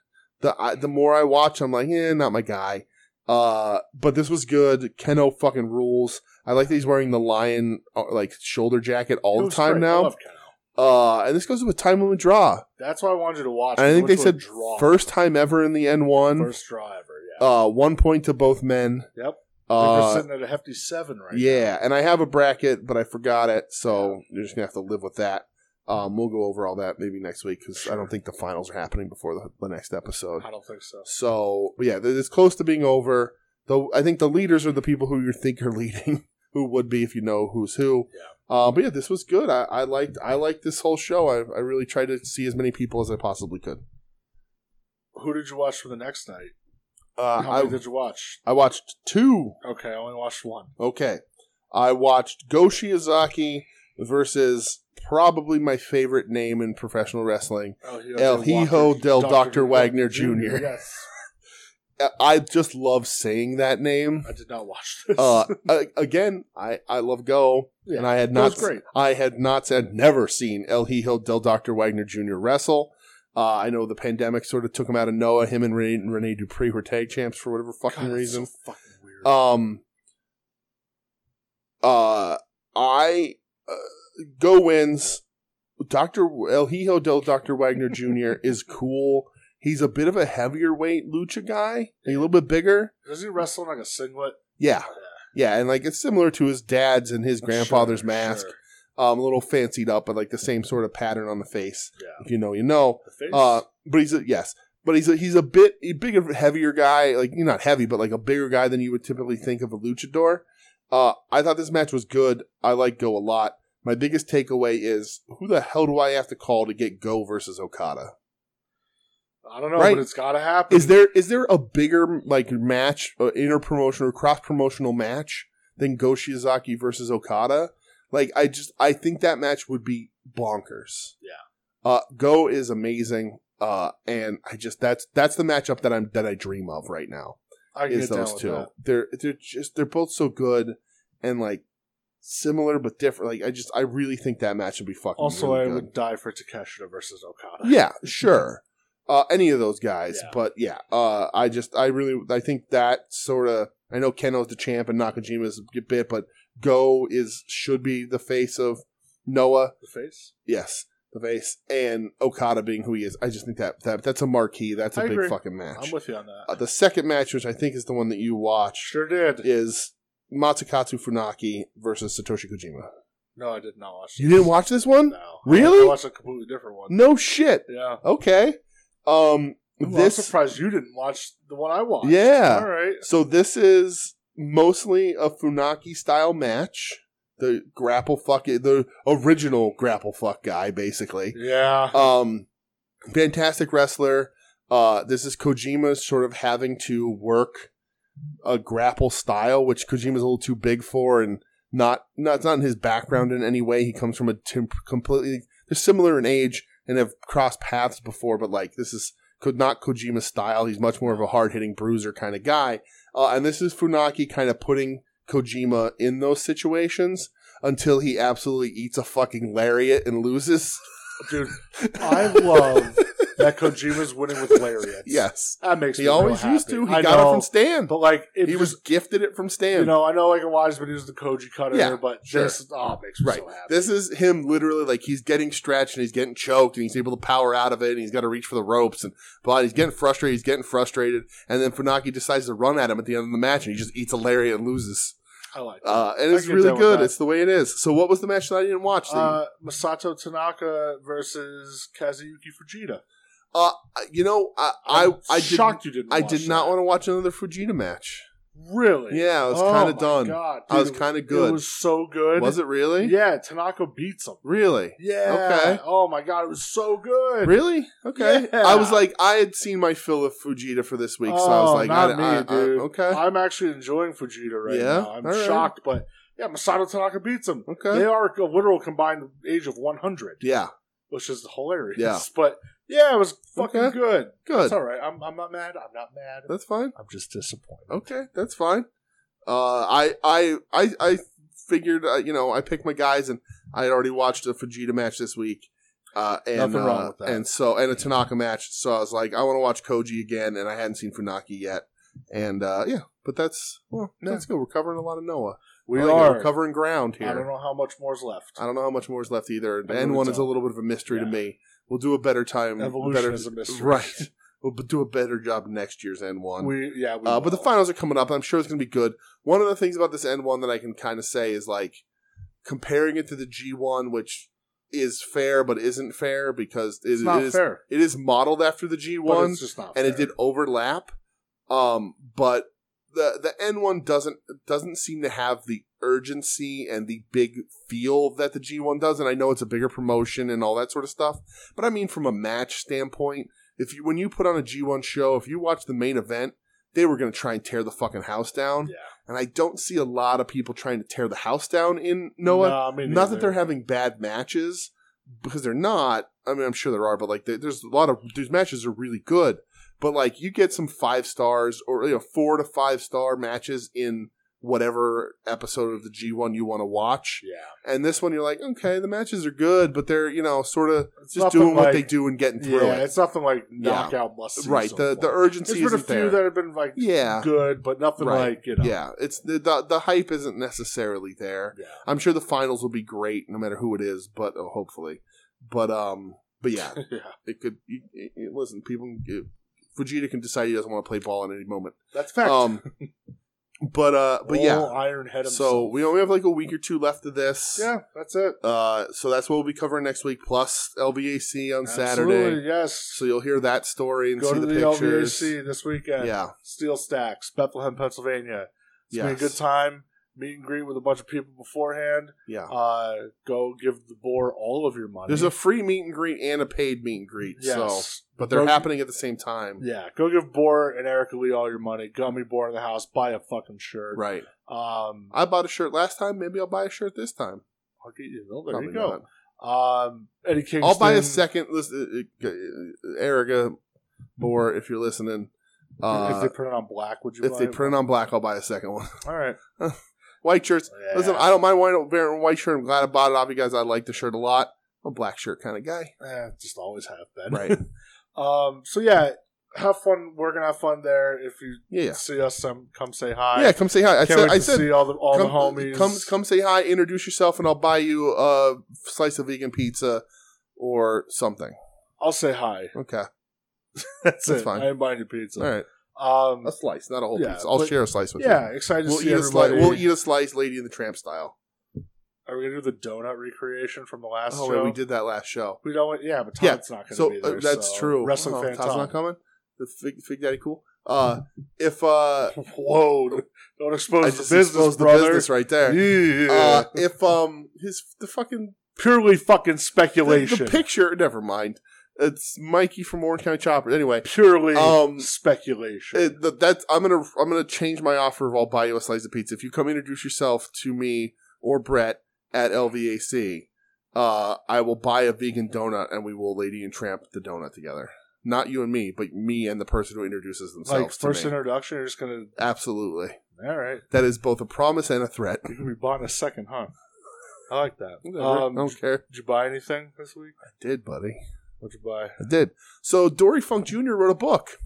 B: The I, the more I watch, I'm like, eh, not my guy. Uh, but this was good. Keno fucking rules. I like that he's wearing the lion uh, like shoulder jacket
C: It
B: all the
C: was
B: time
C: great. I
B: now.
C: love Keno.
B: Uh, and this goes with time limit draw.
C: That's why I wanted you to watch.
B: And I
C: it.
B: think
C: Which
B: they
C: was
B: said
C: draw.
B: first time ever in the N1.
C: first draw ever. Yeah.
B: Uh, one point to both men.
C: yep. Like,
B: Uh,
C: we're sitting at a hefty seven right now.
B: yeah, and I have a bracket, but I forgot it, so you're just gonna have to live with that. Um, we'll go over all that maybe next week because I don't think the finals are happening before the, the next episode.
C: I don't think so.
B: So but yeah, it's close to being over. Though I think the leaders are the people who you think are leading, who would be if you know who's who. Yeah. Uh, but yeah, this was good. I, I liked I liked this whole show. I, I really tried to see as many people as I possibly could.
C: Who did you watch for the next night?
B: Uh,
C: How many
B: I
C: did you watch?
B: I watched two.
C: Okay, I only watched one.
B: Okay, I watched Go Shiozaki versus probably my favorite name in professional wrestling.
C: El
B: El Hijo del Dr. Wagner Jr..
C: Yes,
B: I- I just love saying that name.
C: I did not watch this.
B: Uh, a- again, I, I love Go,
C: Yeah,
B: and I had
C: that
B: not
C: was great.
B: I had not said never seen El Hijo del Dr. Wagner Jr. wrestle. Uh, I know the pandemic sort of took him out of Noah. Him and Rene, Rene Dupree were tag champs for whatever fucking
C: God, that's
B: reason.
C: so fucking weird.
B: Um, uh, I uh, go wins. Doctor El Hijo del Doctor Wagner Jr. is cool. He's a bit of a heavier weight lucha guy, a little bit bigger.
C: Does he wrestle in like a singlet?
B: Yeah, yeah, and like it's similar to his dad's and his grandfather's
C: Oh, Sure,
B: mask.
C: sure.
B: Um, a little fancied up, but like the same sort of pattern on the face.
C: Yeah.
B: If you know, you know.
C: The face.
B: Uh, but he's a, yes, but he's a, he's a bit a bigger, heavier guy. Like you're not heavy, but like a bigger guy than you would typically think of a luchador. Uh, I thought this match was good. I like Go a lot. My biggest takeaway is who the hell do I have to call to get Go versus Okada?
C: I don't know,
B: right.
C: but it's got to happen.
B: Is there is there a bigger like match, uh, inter promotional or cross promotional match than Go Shiozaki versus Okada? Like I just I think that match would be bonkers. Yeah. Uh, Go is amazing. Uh, and I just that's that's the matchup that I'm that I dream of right now
C: I can
B: is
C: get down
B: those
C: with
B: two.
C: that.
B: They're they're just they're both so good and like similar but different. Like I just I really think that match would be fucking
C: Also,
B: really
C: I
B: good.
C: would die for Takeshita versus Okada.
B: Yeah, sure. Uh, any of those guys,
C: Yeah.
B: but yeah, uh, I just I really I think that sort of I know Keno's the champ and Nakajima's a bit, but Go is should be the face of Noah.
C: The face.
B: Yes, the face and Okada being who he is. I just think that that that's a marquee. That's a
C: I
B: big
C: agree.
B: fucking match.
C: I'm with you on that.
B: uh, the second match, which I think is the one that you watched,
C: sure did.
B: is Matsukatsu Funaki versus Satoshi Kojima.
C: No, I did not watch.
B: You
C: this.
B: didn't watch this one?
C: No.
B: Really?
C: I watched a completely different one.
B: No shit.
C: Yeah.
B: Okay. Um,
C: Well,
B: this
C: I'm surprised you didn't watch the one I watched.
B: Yeah.
C: All right.
B: So this is mostly a Funaki style match. The grapple fuck the original grapple fuck guy, basically.
C: Yeah.
B: Um fantastic wrestler. Uh this is Kojima sort of having to work a grapple style, which Kojima's a little too big for and not not it's not in his background in any way. He comes from a tim- completely they're similar in age and have crossed paths before, but like this is Ko- not Kojima's style. He's much more of a hard hitting bruiser kind of guy. Uh, and this is Funaki kind of putting Kojima in those situations until he absolutely eats a fucking lariat and loses.
C: Dude, I love that Kojima's winning with lariats.
B: Yes.
C: That makes me
B: He
C: real
B: always used
C: happy.
B: to. He
C: I
B: got
C: know,
B: it from Stan.
C: But like it
B: He was gifted it from Stan.
C: you know, I know like a wise but he was the Koji cutter,
B: Yeah,
C: but
B: sure.
C: this oh it makes me
B: Right.
C: so happy.
B: This is him literally like he's getting stretched and he's getting choked and he's able to power out of it and he's got to reach for the ropes and but he's getting frustrated, he's getting frustrated, and then Funaki decides to run at him at the end of the match and he just eats a lariat and loses.
C: I like that.
B: Uh, and
C: I
B: it's
C: can get
B: really
C: down with
B: good.
C: that.
B: It's the way it is. So what was the match that I didn't watch? that you-
C: Uh, Masato Tanaka versus Kazuyuki Fujita.
B: Uh, you know, I I,
C: I'm
B: I did
C: shocked you didn't.
B: I
C: watch
B: did not
C: that.
B: want to watch another Fujita match.
C: Really?
B: Yeah, I was
C: Oh
B: kind of
C: my
B: done.
C: God,
B: I was
C: dude,
B: kind of good.
C: It was so good.
B: Was it really?
C: Yeah, Tanaka beats him.
B: Really?
C: Yeah.
B: Okay.
C: Oh my god, it was so good.
B: Really? Okay.
C: Yeah.
B: I was like, I had seen my fill of Fujita for this week, so I was
C: Oh,
B: like,
C: not
B: I,
C: me,
B: I- I-
C: dude.
B: okay,
C: I'm actually enjoying Fujita right
B: Yeah?
C: now. I'm
B: All right.
C: shocked, but yeah, Masato Tanaka beats him.
B: okay,
C: They are a literal combined age of 100,
B: yeah,
C: which is hilarious.
B: Yeah.
C: But yeah, it was fucking
B: Okay.
C: good.
B: good,
C: It's all right. I'm, I'm not mad. I'm not mad.
B: that's fine.
C: I'm just disappointed.
B: Okay, that's fine. Uh, I I I I figured, uh, you know, I picked my guys, and I had already watched a Fujita match this week. Uh, and,
C: Nothing wrong
B: uh,
C: with that.
B: And so, and a Tanaka match. So I was like, I want to watch Koji again, and I hadn't seen Funaki yet. And uh, yeah, but that's well,
C: Yeah.
B: that's good. We're covering a lot of Noah.
C: We
B: I like it.
C: are.
B: We're covering ground here.
C: I don't know how much more's left.
B: I don't know how much more is left either.
C: really
B: N one is a
C: don't.
B: little bit of a mystery to
C: Yeah.
B: me. We'll do a better time.
C: Evolution
B: better,
C: is a mystery.
B: right? We'll b- do a better job next year's N one.
C: We, yeah, we
B: Uh, but the
C: will.
B: finals are coming up. I'm sure it's going to be good. One of the things about this N one that I can kind of say is like comparing it to the G one, which is fair but isn't fair because it,
C: It's not
B: it is
C: fair.
B: it is modeled after the G
C: But
B: one
C: it's just not
B: and it
C: fair.
B: did overlap. Um, but the the N one doesn't doesn't seem to have the urgency and the big feel that the G one does. And I know it's a bigger promotion and all that sort of stuff. But I mean, from a match standpoint, if you when you put on a G one show, if you watch the main event, they were going to try and tear the fucking house down.
C: Yeah.
B: And I don't see a lot of people trying to tear the house down in Noah.
C: No, me
B: Not that
C: neither.
B: they're having bad matches because they're not. I mean, I'm sure there are, but like there- there's a lot of these matches are really good. But like you get some five stars or you know four to five star matches in whatever episode of the G1 you want to watch,
C: Yeah.
B: and this one you're like, okay, the matches are good, but they're you know sort of
C: It's
B: just
C: nothing
B: doing what they
C: like-
B: do and getting through
C: Yeah,
B: it.
C: it's nothing like
B: Yeah.
C: knockout must see
B: Right.
C: so
B: The the
C: far.
B: urgency
C: There's been a
B: isn't
C: few
B: there.
C: that have been like
B: yeah.
C: good, but nothing
B: Uh, Right.
C: like you know.
B: Yeah, it's the, the the hype isn't necessarily there.
C: Yeah.
B: I'm sure the finals will be great, no matter who it is, but oh, hopefully. But um, but yeah,
C: yeah.
B: it could. You, you- you- listen, people. It, Fujita can decide he doesn't want to play ball at any moment.
C: That's fact.
B: Um, but uh, but yeah.
C: Old Iron Head himself.
B: So we only have like a week or two left of this.
C: yeah, that's it.
B: Uh, so that's what we'll be covering next week, plus LBAC on Saturday.
C: Absolutely, yes.
B: So you'll hear that story and
C: Go
B: see
C: to
B: the,
C: the,
B: pictures.
C: LVAC this weekend.
B: Yeah,
C: Steel Stacks, Bethlehem, Pennsylvania. It's been a
B: Yes.
C: good time. Meet and greet with a bunch of people beforehand.
B: yeah.
C: Uh, go give the boar all of your money.
B: There's a free meet and greet and a paid meet and greet. So
C: yes,
B: but they're
C: Go-
B: happening at the same time.
C: Yeah, go give Boar and Erica Lee all your money. Gummy Boar in the house. Buy a fucking shirt.
B: Right.
C: Um,
B: I bought a shirt last time. Maybe I'll buy a shirt this time.
C: I'll get you. Well, there
B: Probably
C: you go.
B: not.
C: Um, Eddie Kingston.
B: I'll buy a second. Listen, uh, uh, Erica, Boar, if you're listening,
C: if
B: uh,
C: they print it on black, would you?
B: if
C: buy
B: they
C: it?
B: print on black, I'll buy a second one.
C: all right.
B: White shirts.
C: Yeah.
B: Listen, I don't mind white, wearing a white shirt. I'm glad I bought it off you guys. I like the shirt a lot. I'm a black shirt kind of guy.
C: Eh, just always have been.
B: Right.
C: Um, so yeah, have fun. We're gonna have fun there. If you
B: Yeah. Yeah.
C: see us, um, come say hi.
B: yeah come say hi. I
C: Can't
B: said,
C: wait
B: I
C: to
B: said
C: see all the all
B: come,
C: the homies.
B: Come, come say hi, introduce yourself, and I'll buy you a slice of vegan pizza or something.
C: I'll say hi.
B: Okay.
C: That's,
B: That's
C: it.
B: fine.
C: I ain't buying your pizza.
B: All right.
C: Um,
B: A slice, not a whole
C: Yeah,
B: piece. I'll
C: but-
B: share a slice with
C: yeah,
B: you.
C: excited to
B: We'll
C: see
B: eat, a slice,
C: everybody.
B: we'll eat a slice, Lady in the Tramp style.
C: Are we gonna do the donut recreation from the last
B: Oh,
C: show?
B: wait, we did that last show.
C: We don't. Yeah, but
B: Yeah,
C: Todd's not going to
B: So
C: be
B: uh,
C: there.
B: that's
C: so
B: true.
C: Wrestling
B: oh,
C: fan
B: Todd's
C: Todd.
B: not coming? The fig, fig Daddy Cool? Uh, if uh,
C: Whoa! don't- Don't
B: I
C: expose
B: just
C: the business,
B: exposed the
C: brother.
B: business right there.
C: Yeah.
B: Uh, if um, his the fucking
C: Purely fucking
B: the,
C: speculation.
B: the picture, never mind. It's Mikey from Orange County Chopper. Anyway,
C: Purely
B: Um,
C: speculation.
B: It, th- that's I'm gonna I'm gonna change my offer of I'll buy you a slice of pizza if you come introduce yourself to me or Brett at LVAC. Uh, I will buy a vegan donut and we will lady and tramp the donut together. Not you and me, but me and the person who introduces
C: like
B: themselves
C: first
B: to me.
C: introduction, you're just gonna.
B: Absolutely,
C: All right,
B: that is both a promise and a threat.
C: you can be bought in a second, huh? I like that.
B: I
C: Um,
B: don't care.
C: did you buy anything this week?
B: I did, buddy.
C: What'd you buy?
B: I did. So Dory Funk Jr. wrote a book.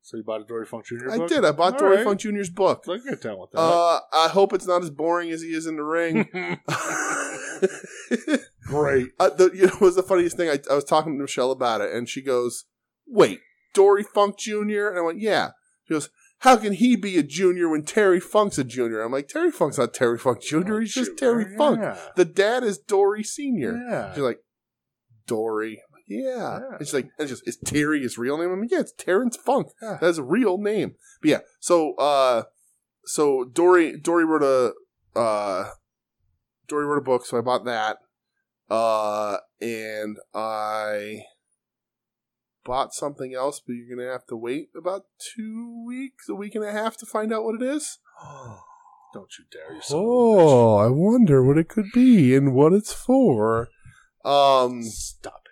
C: So you bought a Dory Funk Jr.
B: I
C: book?
B: did. I bought
C: All
B: Dory
C: right.
B: Funk Jr.'s book.
C: Let's get down with that.
B: Uh, I hope it's not as boring as he is in the ring.
C: Great.
B: Uh, the, you know, it was the funniest thing. I, I was talking to Michelle about it, and she goes, "Wait, Dory Funk Jr." And I went, "Yeah." She goes, "How can he be a junior when Terry Funk's a junior?" I'm like, "Terry Funk's not Terry Funk Jr. He's just Terry
C: yeah.
B: Funk. The dad is Dory Senior."
C: Oh, Yeah.
B: She's like, "Dory." I'm like, yeah.
C: Yeah.
B: And she's like, and she's, is Terry his real name? I'm like, yeah, it's Terrence Funk.
C: Yeah.
B: That's a real name. But yeah, so uh so Dory Dory wrote a uh Dory wrote a book, so I bought that. Uh and I bought something else, but you're gonna have to wait about two weeks, a week and a half to find out what it is.
C: Don't you dare! You son of a bitch.
B: Oh, I wonder what it could be and what it's for. Um
C: stop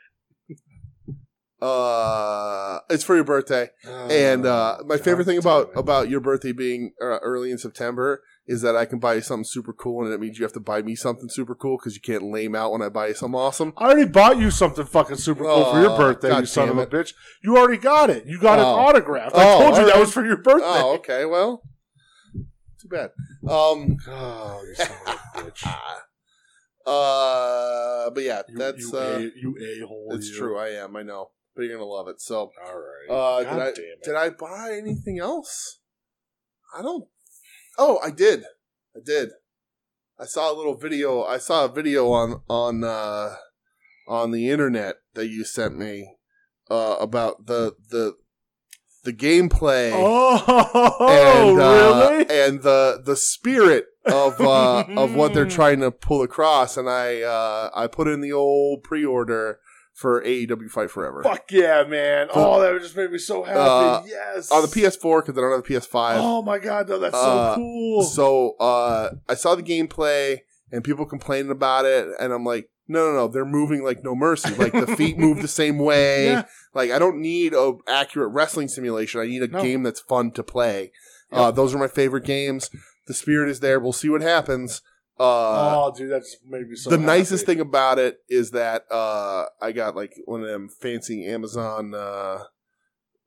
B: uh it's for your birthday.
C: it!
B: And uh, my
C: God
B: favorite thing about
C: damn it.
B: about your birthday being uh, early in September is that I can buy you something super cool, and it means you have to buy me something super cool because you can't lame out when I buy you something awesome.
C: I already bought you something fucking super cool for your
B: Oh,
C: birthday,
B: God
C: you son of
B: damn
C: a
B: it.
C: bitch. You already got it. You got an
B: Oh.
C: autograph. I
B: Oh,
C: told you that
B: alright.
C: was for your birthday.
B: Oh, okay. Well, too bad. Um,
C: Oh, you son of a bitch.
B: uh, but yeah,
C: You,
B: that's
C: you,
B: uh,
C: a, you a-hole.
B: that's
C: you.
B: true. I am. I know, but you're gonna love it. So,
C: All right.
B: Uh,
C: God
B: did I-
C: damn it.
B: did I buy anything else? I don't. Oh, I did. I did. I saw a little video. I saw a video on on. uh on the internet that you sent me uh, about the the the gameplay
C: Oh,
B: and uh,
C: really?
B: and the the spirit of uh, of what they're trying to pull across. And I uh, I put in the old pre order for AEW Fight Forever
C: Fuck yeah, man!
B: The-
C: Oh, that just made me so happy.
B: Uh,
C: yes.
B: on the PS4 because I don't have the PS5.
C: Oh my god, though, that's
B: Uh,
C: so cool.
B: So uh, I saw the gameplay and people complaining about it, and I'm like, no, no, no, they're moving like no mercy. Like the feet move the same way.
C: Yeah.
B: Like I don't need a accurate wrestling simulation. I need a
C: No.
B: game that's fun to play. Uh, those are my favorite games. The spirit is there. We'll see what happens. Uh,
C: oh, dude, that just made me so.
B: the
C: happy.
B: nicest thing about it is that uh, I got like one of them fancy Amazon uh,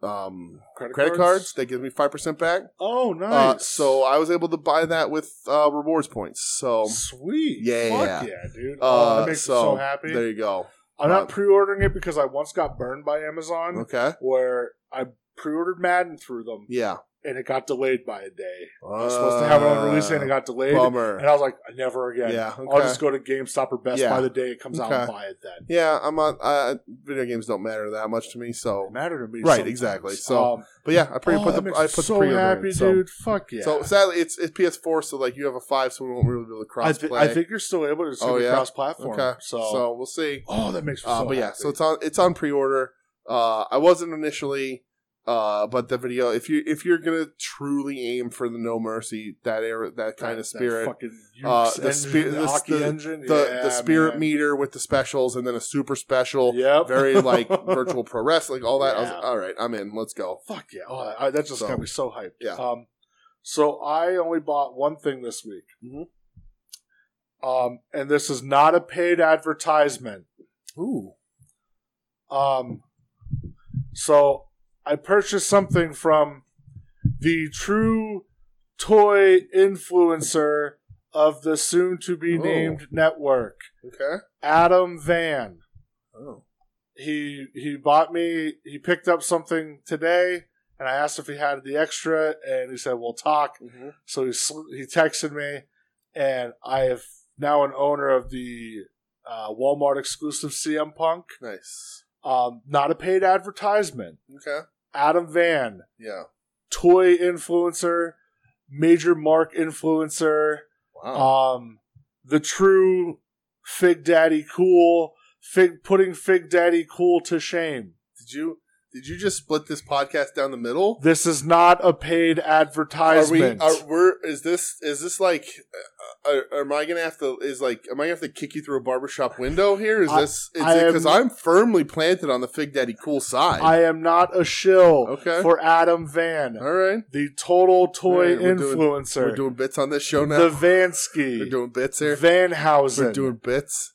B: um, credit cards that gives me five percent back.
C: Oh, nice.
B: Uh, so I was able to buy that with uh, rewards points. So
C: sweet.
B: Yeah, yeah,
C: Fuck yeah,
B: uh,
C: dude. oh, that makes
B: so,
C: me so happy.
B: There you go.
C: I'm
B: uh,
C: not pre-ordering it because I once got burned by Amazon,
B: Okay.
C: where I pre-ordered Madden through them,
B: Yeah.
C: and it got delayed by a day. I was supposed to have it on release day, and it got delayed.
B: Uh, bummer.
C: And I was like, never again.
B: Yeah,
C: I'll
B: okay.
C: just go to GameStop or Best
B: Yeah.
C: Buy the day it comes out and
B: Okay.
C: buy it then.
B: yeah, I'm on. Uh, video games don't matter that much to me. So,
C: It mattered to me,
B: Right,
C: sometimes.
B: exactly. So,
C: Um,
B: but yeah, I pre
C: oh,
B: put
C: that
B: the
C: makes
B: I
C: me
B: put the
C: so
B: pre
C: happy, dude. Fuck yeah.
B: So sadly, it's it's PS4, so like you have a five, so we won't really be able to
C: I,
B: cross
C: thi-
B: play.
C: I think you're still able to it's gonna
B: Oh,
C: be
B: yeah?
C: cross-platform.
B: Okay.
C: So,
B: so we'll see.
C: oh, that makes me
B: Uh,
C: so
B: but yeah,
C: happy.
B: so it's on it's on pre order. Uh, I wasn't initially, uh, but the video if you if you're gonna truly aim for the no mercy that era, that kind
C: That-
B: of spirit,
C: That fucking
B: Uh,
C: Ukes
B: the spi-
C: engine, the,
B: the-
C: Aki
B: the-
C: engine,
B: the
C: yeah,
B: the spirit
C: man.
B: meter with the specials and then a super special,
C: Yep.
B: very like virtual pro wrestling, all that. I was
C: Yeah.
B: like, all right, I'm in. Let's go.
C: Fuck yeah! Oh, I, that just
B: So,
C: got me so hyped.
B: yeah.
C: Um, so I only bought one thing this week.
B: Mhm. Mm-hmm.
C: Um, and this is not a paid advertisement.
B: Ooh,
C: Um, so I purchased something from the true toy influencer of the soon-to-be
B: Oh.
C: named network,
B: okay.
C: Adam Van.
B: Oh,
C: he he bought me he picked up something today and i asked if he had the extra and he said we'll talk
B: Mhm.
C: so he sl- he texted me and i have now an owner of the uh, walmart exclusive cm punk
B: nice.
C: um, not a paid advertisement
B: Okay.
C: adam van
B: Yeah.
C: toy influencer major mark influencer
B: Wow.
C: um, the true fig daddy cool fig putting fig daddy cool to shame
B: did you did you just split this podcast down the middle?
C: This is not a paid
B: Are we?
C: advertisement.
B: Are we're? Is this? Is this like? Uh, are, am I gonna have to? Is like? Am I gonna have to kick you through a barbershop window here? Is
C: I-
B: this? Is
C: I
B: it because
C: am-
B: I'm firmly planted on the Fig Daddy cool side?
C: I am not a shill
B: Okay.
C: for Adam Van,
B: All right.
C: the total toy
B: Alright, we're doing- We're
C: influencer,
B: doing bits on this show now.
C: the
B: We're
C: Vansky,
B: doing bits here. We're
C: Vanhausen,
B: doing bits.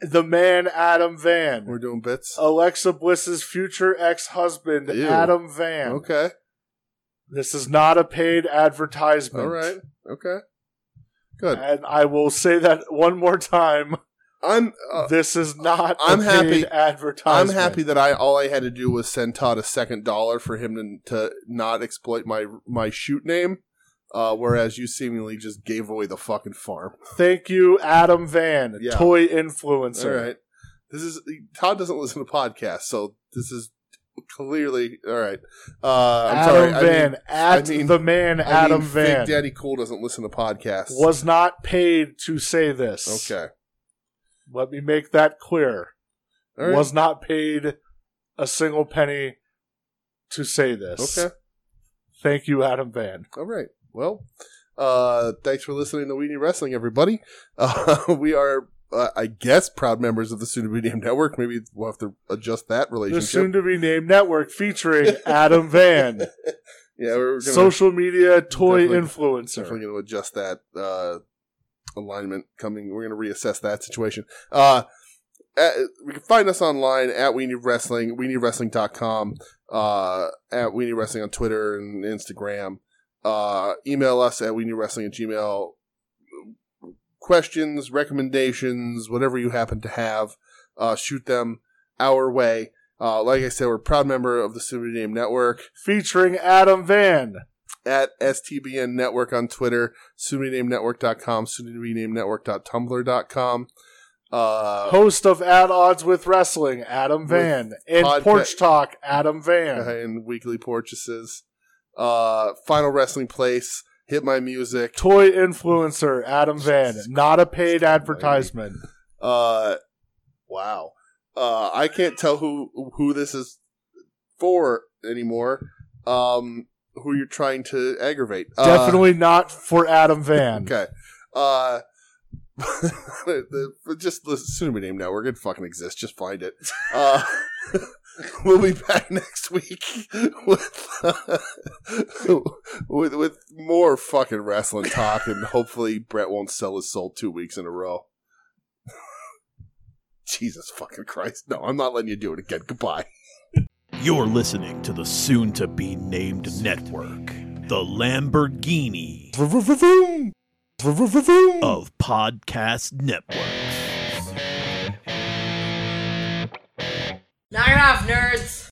C: the man Adam Van,
B: We're doing bits.
C: Alexa Bliss's future ex-husband
B: Ew.
C: Adam Van.
B: Okay.
C: This is not a paid advertisement.
B: All right. Okay. Good.
C: And I will say that one more time.
B: I'm uh,
C: this is not
B: I'm
C: a
B: happy-
C: paid
B: I'm
C: advertisement.
B: happy that I all I had to do was send Todd a second dollar for him to, to not exploit my my shoot name, uh, whereas you seemingly just gave away the fucking farm.
C: Thank you, Adam Van,
B: Yeah.
C: toy influencer.
B: All right. This is Todd doesn't listen to podcasts, so this is clearly all right. Uh, I'm
C: Adam
B: sorry.
C: Van,
B: I
C: at
B: mean-
C: the man
B: I mean,
C: Adam
B: I mean,
C: Van
B: Fig Daddy Cool doesn't listen to podcasts.
C: was not paid to say this.
B: okay.
C: Let me make that clear.
B: All right.
C: Was not paid a single penny to say this.
B: okay.
C: Thank you, Adam Van.
B: All right. Well, uh, thanks for listening to Weenie Wrestling, everybody. Uh, we are, uh, I guess, proud members of the Soon to Be Named Network. Maybe we'll have to adjust that
C: The
B: relationship.
C: soon to be named network featuring Adam Van,
B: yeah, we're gonna,
C: social media toy
B: Definitely-
C: influencer.
B: definitely going to adjust that uh, alignment coming. We're going to reassess that situation. Uh, at, we can find us online at Weenie Wrestling, WeenieWrestling.com, uh, at Weenie Wrestling on Twitter and Instagram. Uh, email us at Weenie Wrestling at Gmail. Questions, recommendations, whatever you happen to have, uh, shoot them our way. Uh, like I said, we're a proud member of the Super Name Network
C: Featuring Adam Van.
B: at STBN Network on Twitter, SunityNameNetwork.com, SunityNameNetwork.tumblr.com. Uh,
C: Host of At Odds with Wrestling, Adam Van. And
B: podca-
C: Porch Talk, Adam Van.
B: and weekly purchases. Uh, Final Wrestling Place, Hit My Music,
C: Toy Influencer, Adam Van.
B: Jesus
C: Not a paid
B: Christ,
C: advertisement.
B: Uh, wow. Uh, I can't tell who who this is for anymore. Um, who you're trying to aggravate? Uh,
C: Definitely not for Adam Van.
B: Okay. Uh, the, the- just the pseudonym name network. It fucking exists. Just find it. Uh, we'll be back next week with, uh, with with more fucking wrestling talk, and hopefully Brett won't sell his soul two weeks in a row. Jesus fucking Christ! No, I'm not letting you do it again. Goodbye.
A: You're listening to the soon to be named network, the Lamborghini
C: Vroom, vroom, vroom. Vroom, vroom, vroom, vroom.
A: of podcast networks.
D: Knock it off, nerds!